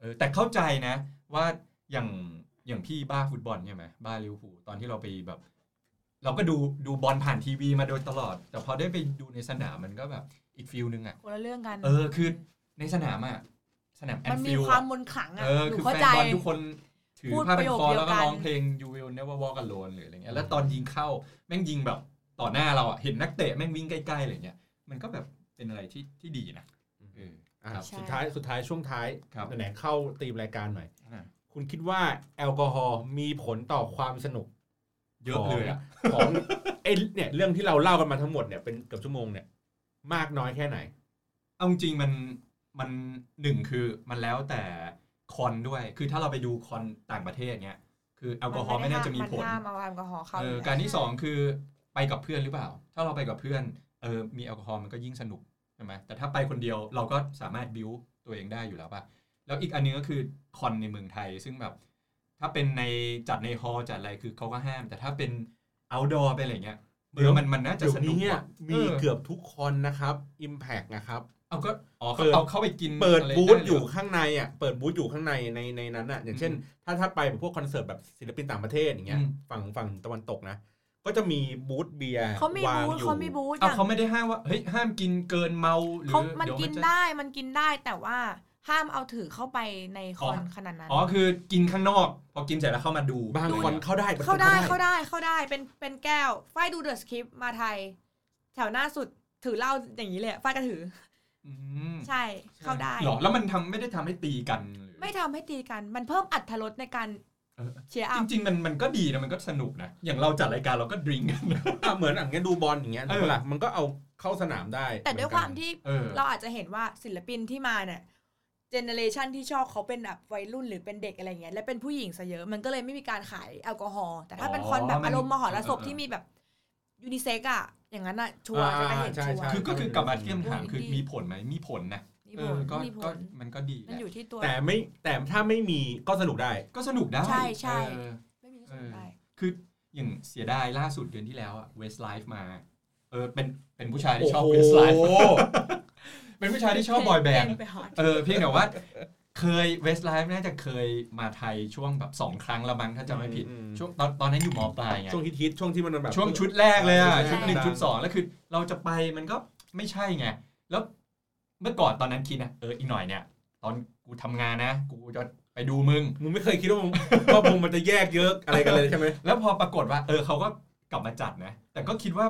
Speaker 1: เออแต่เข้าใจนะว่าอย่างอย่างพี่บ้าฟุตบอลใช่ไหมบ้าลิเวอร์พูลตอนที่เราไปแบบ เราก็ดูดูบอลผ่านทีวีมาโดยตลอด แต่พอได้ไปดูในสนามมันก็แบบอีกฟิลนึงอ่ะ
Speaker 3: คนละเรื่องกัน
Speaker 1: เออคือ ในสนามอ่ะสนามแอ
Speaker 3: มัน นมี
Speaker 1: ฟิลด์
Speaker 3: ความมนต์ขลังอ่ะ
Speaker 1: เออ
Speaker 3: หนู
Speaker 1: คือ
Speaker 3: เข้า
Speaker 1: แฟน
Speaker 3: ใจ
Speaker 1: บอลทุกคนถือ
Speaker 3: พูด
Speaker 1: ผ้า
Speaker 3: ป
Speaker 1: พัน
Speaker 3: ระโยค
Speaker 1: คอ
Speaker 3: เดียว
Speaker 1: แล้วก็
Speaker 3: กัน
Speaker 1: ร้องเพลง you will never walk alone หรืออะไรเงี้ยแล้วตอนยิงเข้าแม่งยิงแบบต่อหน้าเราอ่ะเห็นนักเตะแม่งวิ่งใกล้ๆอะไรเงี้ยมันก็แบบเป็นอะไรที่ที่ดีนะเออ
Speaker 2: อ่ะ
Speaker 1: ครับ
Speaker 2: สุดท้ายสุดท้ายช่วงท้าย
Speaker 1: ครับ
Speaker 2: ไหนๆเข้าธีมรายการหน่อย
Speaker 1: อ่ะ
Speaker 2: คุณคิดว่าแอลกอฮอล์มีผลต่อความสนุก
Speaker 1: เยอะเลยอ่ะ
Speaker 2: ของของไอ้เนี่ยเรื่องที่เราเล่ากันมาทั้งหมดเนี่ยเป็นเกือบชั่วโมงเนี่ย มากน้อยแค่ไหน
Speaker 1: เอาจริงๆมันมันหนึ่งคือมันแล้วแต่คอนด้วย คือถ้าเราไปดูคอนต่างประเทศเนี้ยคือแอลกอฮอล์ไม่น่าจะมีผล
Speaker 3: นห้ามเอาแอลกอฮอล์เข้า
Speaker 1: เอ
Speaker 3: อ
Speaker 1: อ
Speaker 3: ยู่แล้ว
Speaker 1: การที่สองคือไปกับเพื่อนหรือเปล่า ถ้าเราไปกับเพื่อนเออมีแอลกอฮอล์มันก็ยิ่งสนุกใช่ไหมแต่ถ้าไปคนเดียวเราก็สามารถบิวตัวเองได้อยู่แล้วป่ะแล้วอีกอันหนึงก็คือคอนในเมืองไทย ซึ่งแบบ ถ้าเป็นในจัดในฮอลล์จัดอะไรคือเขาก็ห้าม แต่ถ้าเป็น outdoor ไปอะไรเงี้ยเออมันมันน่าจะ
Speaker 2: เดี๋ยว
Speaker 1: สนุ
Speaker 2: นี้
Speaker 1: ก
Speaker 2: เนี่
Speaker 1: ก
Speaker 2: ย
Speaker 1: ว่า
Speaker 2: มี
Speaker 1: เออ
Speaker 2: เกือบทุกคนนะครับ Impact นะครับ
Speaker 1: เอาก็อ๋อ
Speaker 2: เปิด
Speaker 1: เอาเข้าไปกิน
Speaker 2: เปิด
Speaker 1: ะไร
Speaker 2: บูธ
Speaker 1: ไเล
Speaker 2: อยู่ข้างในอ่ะ เปิดบูธอยู่ข้างในในในนั้นอ่ะ อย่างเช่น
Speaker 1: อื
Speaker 2: ถ้าถ้าไปแบบพวกคอนเสิร์ตแบบศิลปินต่างประเทศอย่างเงี้ย
Speaker 1: อืม
Speaker 2: ฝั่งฝั่งตะวันตกนะ ก็จะมีบูธเบียร์
Speaker 3: เขามี
Speaker 2: วาง
Speaker 3: บูธ
Speaker 2: อยู่
Speaker 3: เขามีบูธอ
Speaker 1: เอา
Speaker 3: ย่าง
Speaker 1: เขาไม่ได้ห้ามว่าเฮ้ยห้ามกินเกินเมาหรือ
Speaker 3: เขามัน
Speaker 1: เดี๋ยว
Speaker 3: กิน
Speaker 1: จะ
Speaker 3: ได้มันกินได้แต่ว่าห้ามเอาถือเข้าไปในคอน
Speaker 1: อ๋อ
Speaker 3: ขนาดนั้น
Speaker 1: อ๋อคือกินข้างนอก พอกินเสร็จแล้วเข้ามาดู
Speaker 2: บาง
Speaker 1: ดู
Speaker 2: คนเข้าได้บงคน
Speaker 3: เข้าได้เข้าได้เข้าได้เป็นเป็นแก้วฝ้ายดูเดอะสคริปมาไทย แถวหน้าสุดถือเหล้าอย่างนี้เลยฝ้ายก็ถือ
Speaker 1: อืม
Speaker 3: ใช่เข้าได้
Speaker 1: หรอแล้วมันทำไม่ได้ทำให้ตีกันหรือ
Speaker 3: ไม่ทำให้ตีกันมันเพิ่มอัตรถรสในการ
Speaker 1: เออ
Speaker 3: เชียร์อั
Speaker 1: จ
Speaker 3: พ
Speaker 1: ริงๆมันมันก็ดีนะมันก็สนุกนะอย่างเราจัดรายการเราก็ดริงกัน
Speaker 2: อ่ะเหมือนอย่างเงี้ยดูบอลอย่างเงี้ย
Speaker 1: เออ
Speaker 2: ถูกปะล่ะมันก็เอาเข้าสนามได้
Speaker 3: แต่ด้วยความที่
Speaker 1: เออ
Speaker 3: เราอาจจะเห็นว่าศิลปินที่มาเนี่ย เจเนเรชันที่ชอบเขาเป็นแบบวัยรุ่นหรือเป็นเด็กอะไรเงี้ยและเป็นผู้หญิงซะเยอะมันก็เลยไม่มีการขายแอลกอฮอล์แต่ถ้าเป็นคอนแบบ
Speaker 1: อ๋อมัน
Speaker 3: อารมณ์มหรส
Speaker 1: เออ
Speaker 3: พ
Speaker 1: เออ
Speaker 3: ที่มีแบบยูนิเซ็กอะอย่างนั้นอะชัวร์จะไป
Speaker 2: อ่า
Speaker 3: เห็นชัว
Speaker 2: ใช่
Speaker 3: ร์
Speaker 2: ใช่
Speaker 1: คือก็คือกลับมาที่คำถาม
Speaker 3: อืม
Speaker 1: คือมีผลไหมมีผลนะ
Speaker 3: มี
Speaker 1: เอ
Speaker 3: ผ
Speaker 1: อ
Speaker 3: ล
Speaker 1: ก็
Speaker 3: มีผ
Speaker 1: ก็
Speaker 3: ล
Speaker 1: มันก็ดีแห
Speaker 3: มัน
Speaker 1: ละ
Speaker 3: อยู่ที่ตัว
Speaker 2: แต่ไม่แต่ถ้าไม่มีก็สนุกได้
Speaker 1: ก็สนุกได้
Speaker 3: ใช่ใช่
Speaker 1: เออ
Speaker 3: ไม่มีที่สนใจ
Speaker 1: คืออย่างเสียดายล่าสุดเดือนที่แล้วอะเวสไลฟ์มา เออเป็นเป็นผู้ชายที่ชอบเวสไลฟ์
Speaker 2: โอ้โห
Speaker 1: เป็นผู้ชายที่ชอบบอยแบนด์
Speaker 3: ไปฮอต
Speaker 1: เออเพียงแต่ว่า เคยเวสไลฟ์น่าจะเคยมาไทยช่วงแบบสองครั้งละมั้งถ้าจำไม่ผิด
Speaker 2: อืม
Speaker 1: ช่วงตอนตอนนั้นอยู่มปลายไง
Speaker 2: ช่วงฮิตๆช่วงที่มันแบบ
Speaker 1: ช่วงชุดแรกเลยอะ
Speaker 2: ใช่
Speaker 1: ชุดหนึ่งชุดสองแล้วคือ เราจะไปมันก็ไม่ใช่ไง แล้วเมื่อก่อนตอนนั้นคิดนะเอออีกหน่อยเนี่ย ตอนกูทำงานนะ กูจะไปดูมึง
Speaker 2: มึงไม่เคยคิดว่ามึง ว่ามึงมันจะแยกเยอะอะไรกันเลยใช่ไหม
Speaker 1: แล้วพอปรากฏว่า เออเขาก็กลับมาจัดนะ แต่ก็คิดว่า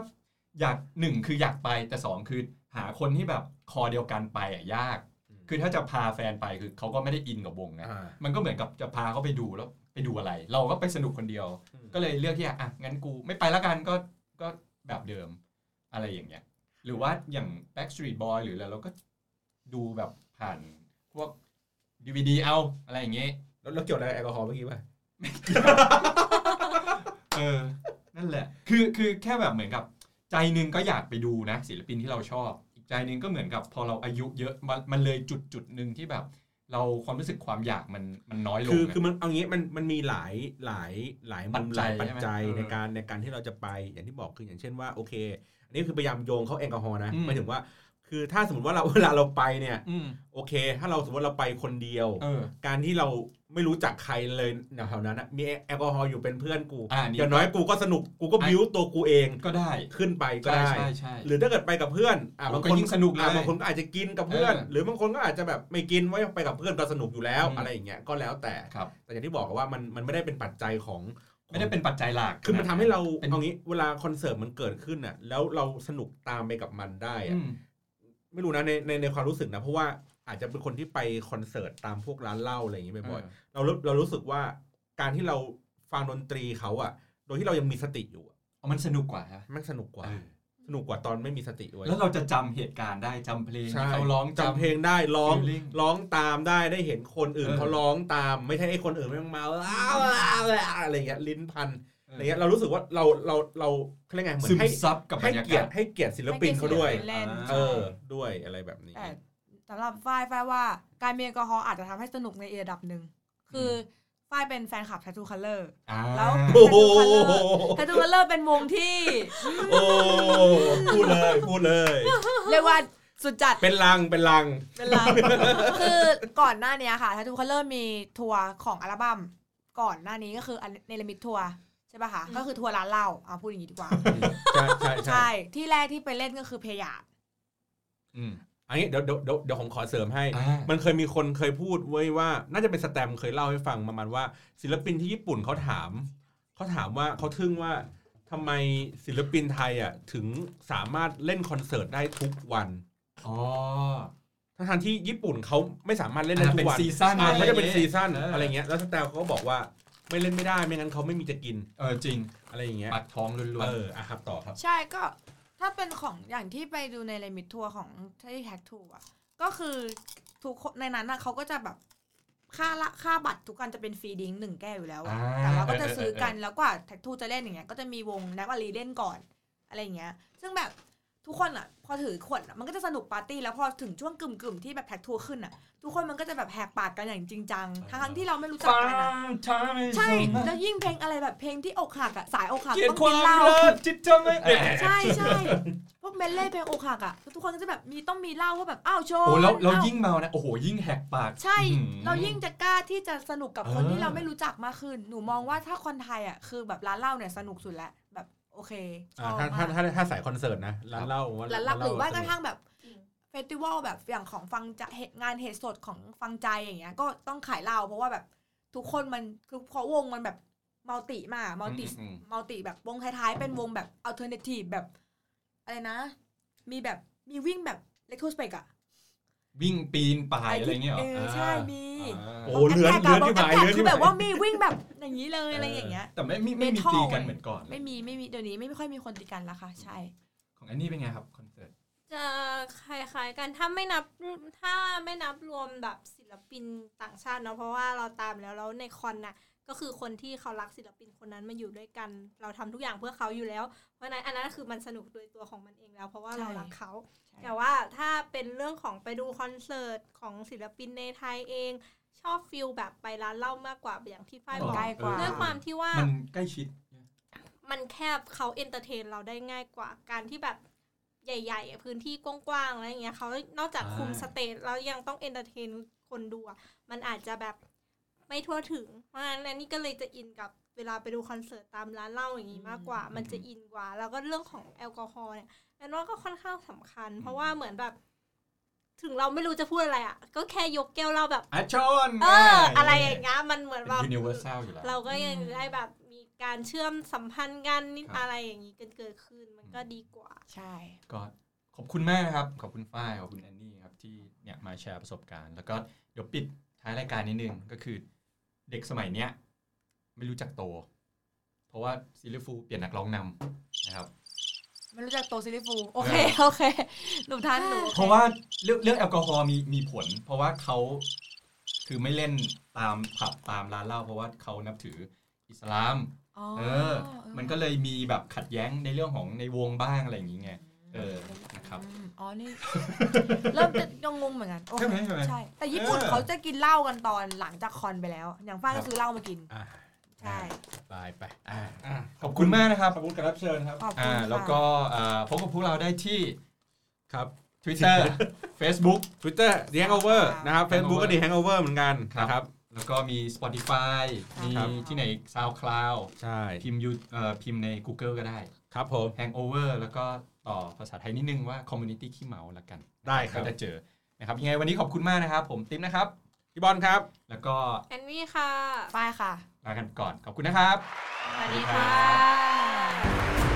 Speaker 1: อยากหนึ่งคืออยากไปแต่สองคือหาคนที่แบบคอเดียวกันไปอ่ะยาก
Speaker 2: อืม
Speaker 1: คือถ้าจะพาแฟนไปคือเขาก็ไม่ได้อินกับวงไง
Speaker 2: อ่า
Speaker 1: มันก็เหมือนกับจะพาเขาไปดูแล้วไปดูอะไร เราก็ไปสนุกคนเดียว
Speaker 2: อืม
Speaker 1: ก็เลยเลือกที่อ่ะอ่ะงั้นกูไม่ไปแล้วกันก็ก็แบบเดิมอะไรอย่างเงี้ย หรือว่าอย่าง Backstreet Boy หรืออะไรเราก็ดูแบบผ่านพวก DVD เอาอะไรอย่างเงี้ย
Speaker 2: แล้วแล้วเกี่ยวอะไรกับแอลกอฮอล์เมื่อกี้ป่ะ
Speaker 1: เออ นั่นแหละ คือ คือแค่แบบเหมือนกับ ใจหนึ่งก็อยากไปดูนะ ศิลปินที่เราชอบ อีกใจหนึ่งก็เหมือนกับพอเราอายุเยอะ มันมันเลยจุดจุดหนึ่งที่แบบ เราความรู้สึกความอยากมันมันน้อยลง
Speaker 2: คือ
Speaker 1: อะ
Speaker 2: คือมันเอางี้มันมันมีหลายหลายหลายมุม
Speaker 1: ปัจจั
Speaker 2: หลาย ยปัจจัย
Speaker 1: ใช่ไหม
Speaker 2: ในการในการที่เราจะไปอย่างที่บอกคืออย่างเช่นว่าโอเค อันนี้คือพยายามโยงเขาแอลกอฮอล์นะ
Speaker 1: อืม
Speaker 2: หมายถึงว่า คือถ้าสมมติว่าเรา [LAUGHS] เวลาเราไปเนี่ย
Speaker 1: อืม
Speaker 2: โอเค ถ้าเราสมมติเราไปคนเดียว
Speaker 1: เออ
Speaker 2: การที่เราไม่รู้จักใครเลยแถวๆนั้นนะมีแอลกอฮอล์อยู่เป็นเพื่อนกู
Speaker 1: อ่านี่
Speaker 2: อย่างน้อยกูก็สนุกกูก็บิ้วตัวกูเอง
Speaker 1: ก็ได้
Speaker 2: ขึ้นไปก็
Speaker 1: ใช่
Speaker 2: ได้
Speaker 1: ใช่ใช่
Speaker 2: หรือถ้าเกิดไปกับเพื่อนอ่ะ
Speaker 1: อ่ะมั
Speaker 2: บาน ง
Speaker 1: ก็
Speaker 2: คน
Speaker 1: ยิ่งสนุกเล
Speaker 2: อ่ะ
Speaker 1: ย
Speaker 2: บางคนก็อาจจะกินกับเพื่อน
Speaker 1: เออ
Speaker 2: หรือบางคนก็อาจจะแบบไม่กินไว้ไปกับเพื่อนก็สนุกอยู่แล้ว
Speaker 1: อืม
Speaker 2: อะไรอย่างเงี้ยก็แล้วแต่
Speaker 1: ครับ
Speaker 2: แต่อย่างที่บอกว่ามันมันไม่ได้เป็นปัจจัยของ
Speaker 1: ไม่ได้เป็นปัจจัยหลัก
Speaker 2: คือมันทำให้เรา
Speaker 1: เป็น
Speaker 2: เอางี้เวลาคอนเสิร์ตมันเกิดขึ้นน่ะแล้วเราสนุกตามไปกับมันได้อะ
Speaker 1: อืม
Speaker 2: ไม่รู้นะในในในความรู้สึกนะ เพราะว่าอาจจะเป็นคนที่ไปคอนเสิร์ตตามพวกร้านเหล้าอะไรอย่างเงี้ยบ่อยๆเรารู้เรารู้สึกว่าการที่เราฟังดนตรีเขาอ่ะ โดยที่เรายังมีสติอยู่อะ
Speaker 1: เอามันสนุกกว่าฮะ
Speaker 2: มันสนุกกว่า
Speaker 1: เออ
Speaker 2: สนุกกว่าตอนไม่มีสติด้วย
Speaker 1: แล้วเราจะจำเหตุการณ์ได้จำเพลง
Speaker 2: ใช่
Speaker 1: ที่เขาร้องจำ
Speaker 2: จำเพลงได้ร้อง
Speaker 1: ฟีลลิ่
Speaker 2: ร้องตามได้ได้เห็นคนอื่น
Speaker 1: เออ
Speaker 2: เขาร้องตามไม่ใช่ไอ้คนอื่นไม่งมาอ้าวอ้าวอ้าวอะไรอย่างเงี้ยลิ้นพัน
Speaker 1: เอ
Speaker 2: อะ
Speaker 1: อ
Speaker 2: ไรเงี้ยเรารู้สึกว่าเราเราเราเขาเรียกไงเหมือ
Speaker 1: ซึ
Speaker 2: น
Speaker 1: ม
Speaker 2: ให้
Speaker 1: ซับกับบร
Speaker 2: ให้
Speaker 1: รยา
Speaker 2: เกีย
Speaker 1: การ ศ
Speaker 2: ติให้เกียรติศิลปินเขาด้วย
Speaker 3: เล่น
Speaker 1: อ่า
Speaker 2: เออด้วยอะไรแบบนี้
Speaker 3: แต่สำหรับฝ้ายฝ้ายว่าการมีแอลกอฮอล์อาจจะทำให้สนุกในระดับหนึ่ง คือฝ้ายเป็นแฟนคลับ Tattoo Color
Speaker 1: อ่า
Speaker 3: แล้ว
Speaker 2: โอ้โห
Speaker 3: Tattoo Color เป็นวงที่
Speaker 2: โอ้พูดเลยพูดเลย
Speaker 3: เรียกว่าสุดจัด
Speaker 2: เป็นลังเป็นลัง
Speaker 3: เป็นไร คือก่อนหน้าเนี้ยค่ะท t ทูเขาเริ่มมีทัวร์ของอัลบั้มก่อนหน้านี้ก็คือเนลมิตทัวร์ใช่ป่ะคะ
Speaker 4: อืม
Speaker 3: ก็คือทัวร์ร้านเหล้าเอาพูดอย่างนี้ดีกว่า
Speaker 2: ใช่ใช่ใช่
Speaker 3: ใช่ ที่แรกที่ไปเล่นก็คือเพยา
Speaker 1: อืม
Speaker 2: อันนี้เดี๋ยวเดี๋ยวเดี๋ยวเดี๋ยวผมขอเสริมให้
Speaker 1: อ่า
Speaker 2: มันเคยมีคนเคยพูดไว้ว่า น่าจะเป็นสแตมเคยเล่าให้ฟังประมาณว่า ศิลปินที่ญี่ปุ่นเขาถามเขาถามว่าเขาทึ่งว่าทำไมศิลปินไทยอ่ะถึงสามารถเล่นคอนเสิร์ตได้ทุกวัน
Speaker 1: อ๋อ
Speaker 2: ทั้งๆที่ญี่ปุ่นเขาไม่สามารถเล่นได้
Speaker 1: อ่า
Speaker 2: ทุกวัน
Speaker 1: เป็นซีซั่น
Speaker 2: อ่า
Speaker 1: อะไร
Speaker 2: เขาจะเป็น
Speaker 1: อย่างเงี้ย
Speaker 2: ซีซั่น
Speaker 1: เอออ
Speaker 2: อะไรเงี้ย แล้วสแตลเขาก็บอกว่าไม่เล่นไม่ได้ไม่งั้นเขาไม่มีจะกิน
Speaker 1: เออจริง
Speaker 2: อะไรอย่างเงี้ย
Speaker 1: ปากท้องล้วน
Speaker 2: เอออ่ะครับต่อครับ
Speaker 3: ใช่ก็ถ้าเป็นของอย่างที่ไปดูในเลมิตทัวร์ของที่แท็กทูอ่ะ ก็คือทุกคนในนั้นน่ะเขาก็จะแบบค่าละค่าบัตรทุกกันจะเป็นฟรีดิ้งหนึ่งแก้วอยู่แล้ว
Speaker 1: ๆ
Speaker 3: อะ
Speaker 1: อ่า
Speaker 3: แต่เราก็จะ
Speaker 1: เเ
Speaker 3: ซื้อกันแล้วกว่าแท็กทูจะเล่นอย่างเงี้ยก็จะมีวงแนวอารีเล่นก่อนอะไรอย่างเงี้ย ซึ่งแบบทุกคนอ่ะ พอถือขวดอะมันก็จะสนุกปาร์ตี้แล้วพอถึงช่วงกึ่มๆที่แบบแท็กทูขึ้นอ่ะ ทุกคนมันก็จะแบบแหกปากกันอย่างจริงจังทั้งๆที่เราไม่รู้จักกันอะใช่แล้วยิ่งเพลงอะไรแบบเพลงที่อกหักอ่ะสายอกหัก
Speaker 1: เกลียด
Speaker 3: ต้อง
Speaker 1: ควา
Speaker 3: กิ
Speaker 1: ม
Speaker 3: นเหล้า
Speaker 1: รักจิตจังเลย
Speaker 3: ใช่ใช่ [LAUGHS] พวกเมลเล่เพลงอกหักอ่ะทุกคนก็จะแบบมีต้องมีเหล้าว่าแบบอ้าวโช
Speaker 1: โอ้
Speaker 3: ว์
Speaker 1: โหเราเรา
Speaker 3: อ้ว
Speaker 1: ยิ่งเมานะ โอ้โห ยิ่งแหกปาก
Speaker 3: ใช่
Speaker 1: อื้อหือ
Speaker 3: เรายิ่งจะกล้าที่จะสนุกกับคน
Speaker 1: เออ
Speaker 3: ที่เราไม่รู้จักมากขึ้น หนูมองว่าถ้าคนไทยอ่ะคือแบบร้านเหล้าเนี่ยสนุกสุดแล้วแบบโอเคช
Speaker 2: อ่า
Speaker 3: อบ
Speaker 2: ถ้าม
Speaker 3: าก
Speaker 2: ถ้าถ้าถ้าสายคอนเสิร์ตนะร้านเหล้าผมว่า
Speaker 3: ร้านเหล้าหรือว่ากระทั่งแบบ
Speaker 4: อืม
Speaker 3: เฟสติวัลแบบอย่างของฟังจะเหตุงานเหตุสดของฟังใจอย่างเงี้ย ก็ต้องขายเหล้าเพราะว่าแบบทุกคนมันคือเพราะวงมันแบบมัลติมากมัลติ
Speaker 1: อืม
Speaker 3: มัลติแบบวงท้ายๆเป็นวงแบบอัลเทอร์เนทีฟแบบอะไรนะ มีแบบมีวิ่งแบบเลคทูสเปกอะ
Speaker 1: วิ่งปีนป่ายอะไรเงี้ยเหร
Speaker 3: เอ
Speaker 1: อ
Speaker 3: อใช่
Speaker 1: อ่า
Speaker 3: มี
Speaker 1: า
Speaker 2: โอ้โหเลื้อนเลื้อนที่หมายเลื้อน
Speaker 3: คื
Speaker 2: ที่
Speaker 3: อ
Speaker 2: ห
Speaker 3: แบ
Speaker 2: มาย
Speaker 3: บว่ามีวิ่งแบบอย่างนี้เลยอะไรอย่างเงี้ย
Speaker 1: แต่ไม่ไม่ไม่มี
Speaker 3: Metal
Speaker 1: ตีกันเหมือนก่อน
Speaker 3: ไม่มีไม่มีเดี๋ยวนี้ไม่ค่อยมีคนตีกันละค่ะ ใช่
Speaker 1: ของแอนนี่เป็นไงครับคอนเสิร์ต
Speaker 4: จะคล้ายๆกันถ้าไม่นับถ้าไม่นับรวมแบบศิลปินต่างชาติเนาะเพราะว่าเราตามแล้วแล้วในคอนน่ะก็คือคนที่เขารักศิลปินคนนั้นมาอยู่ด้วยกัน เราทำทุกอย่างเพื่อเขาอยู่แล้ว เพราะฉะนั้นอันนั้นคือมันสนุกโดยตัวของมันเองแล้ว เพราะว่า
Speaker 3: ใช่
Speaker 4: เรารักเขา
Speaker 3: ใช่
Speaker 4: แต่ว่าถ้าเป็นเรื่องของไปดูคอนเสิร์ตของศิลปินในไทยเอง ชอบฟิลแบบไปร้านเหล้ามากกว่าอย่างที่ฝ้ายบอก
Speaker 3: ใกล้กว่า
Speaker 4: ด้วยความที่ว่า
Speaker 1: มันใกล้ชิด
Speaker 4: มันแคบเขาเอนเตอร์เทนเราได้ง่ายกว่าการที่แบบใหญ่ๆอะพื้นที่กว้างๆอะไรอย่างเงี้ยเขานอกจากคุม
Speaker 2: อ่า
Speaker 4: สเตจแล้วยังต้องเอนเตอร์เทนคนดูอะมันอาจจะแบบไม่ทั่วถึง เพราะฉะนั้นอันนี่ก็เลยจะอินกับเวลาไปดูคอนเสิร์ตตามร้านเหล้าอย่างงี้มากกว่า มันจะอินกว่า แล้วก็เรื่องของแอลกอฮอล์เนี่ยแอนว่าก็ค่อนข้างสำคัญ เพราะว่าเหมือนแบบ ถึงเราไม่รู้จะพูดอะไรอะก็แค่ยกแก้วเหล้าแบบ
Speaker 1: อ่ะชอน
Speaker 4: เออ อะไรอย่างเงี้ยมันเหมือนแบบ
Speaker 1: ยูนิเวอร์แซลอยู่แล้ว
Speaker 4: เราก็ยัง
Speaker 3: อืม
Speaker 4: ได้แบบมีการเชื่อมสัมพันธ์กันนิด
Speaker 1: ครับ
Speaker 4: อะไรอย่างนี้เกิดเกิดขึ้นมันก็ดีกว่า
Speaker 3: ใช่
Speaker 1: ก็ขอบคุณมากนะครับ ขอบคุณฝ้ายขอบคุณแอนนี่ครับที่เนี่ยมาแชร์ประสบการณ์ แล้วก็เดี๋ยวปิดท้ายรายการนิดนึงก็คือ เด็กสมัยเนี้ยไม่รู้จักโต เพราะว่าซีรีส์ฟูลเปลี่ยนนักร้องนำนะครับ
Speaker 3: ไม่รู้จักโตซิลิฟูโอเค [LAUGHS] โอเคหนูทันหนูโอค
Speaker 1: เพราะว่าเรื่องเรื่องแอลกอฮอล์มีมีผล เพราะว่าเขาคือไม่เล่นตามผับตามร้านเหล้าเพราะว่าเขานับถืออิสลาม
Speaker 3: อ๋อ
Speaker 1: เออ มันก็เลยมีแบบขัดแย้งในเรื่องของในวงบ้างอะไรอย่างเงี้ย เออนะครับ
Speaker 3: อืมอ๋อนี่ เริ่มจะยังงงเหมือนกันโอเค
Speaker 1: ใช่ไหมใช่ไหม
Speaker 3: ใช่แต่ญี่ปุ่น
Speaker 1: เออ
Speaker 3: เขาจะกินเหล้ากันตอนหลังจากคอนไปแล้ว อย่างฝ้ายก็ซื้อเหล้ามากิน
Speaker 2: อ่ะ
Speaker 3: ใช่
Speaker 2: บายไป
Speaker 1: อ่าขอบคุณมากนะครับ
Speaker 2: ขอบคุณกับรับเชิญครับ
Speaker 3: ขอบคุ
Speaker 1: อ่า
Speaker 3: ณ
Speaker 1: แล้ว
Speaker 3: ค่ะ
Speaker 1: ก็อ่าพบกับพวกเราได้ที่
Speaker 2: ครับ
Speaker 1: Twitter [LAUGHS] Facebook
Speaker 2: Twitter The Hangover นะครับ Facebook ก็
Speaker 1: Hangover
Speaker 2: The Hangover เหมือนกัน
Speaker 1: ครับ
Speaker 2: นะครับ
Speaker 1: แล้วก็มี Spotify มี
Speaker 3: ครับ
Speaker 1: ที่ไหนอีก SoundCloud
Speaker 2: ใช่
Speaker 1: พิมพ์ยูเอ่อพิมพ์ใน Google ก็ได้
Speaker 2: ครับผม
Speaker 1: Hangover แล้วก็ต่อภาษาไทยนิดนึงว่า Community ขี้เมาละกัน
Speaker 2: ได้ครั
Speaker 1: ก็
Speaker 2: บ
Speaker 1: จะเจอนะครับยังไงวันนี้ขอบคุณมากนะครับ ผมติ๊มนะครับ
Speaker 2: พี่บอลครับ
Speaker 1: แล้วก็
Speaker 4: แอนนี่ค่ะ
Speaker 3: ฝ้ายค่ะ
Speaker 1: ลากันก่อนขอบคุณนะครับ
Speaker 4: สวัสดีค่ะ
Speaker 3: สวัสดีค่ะ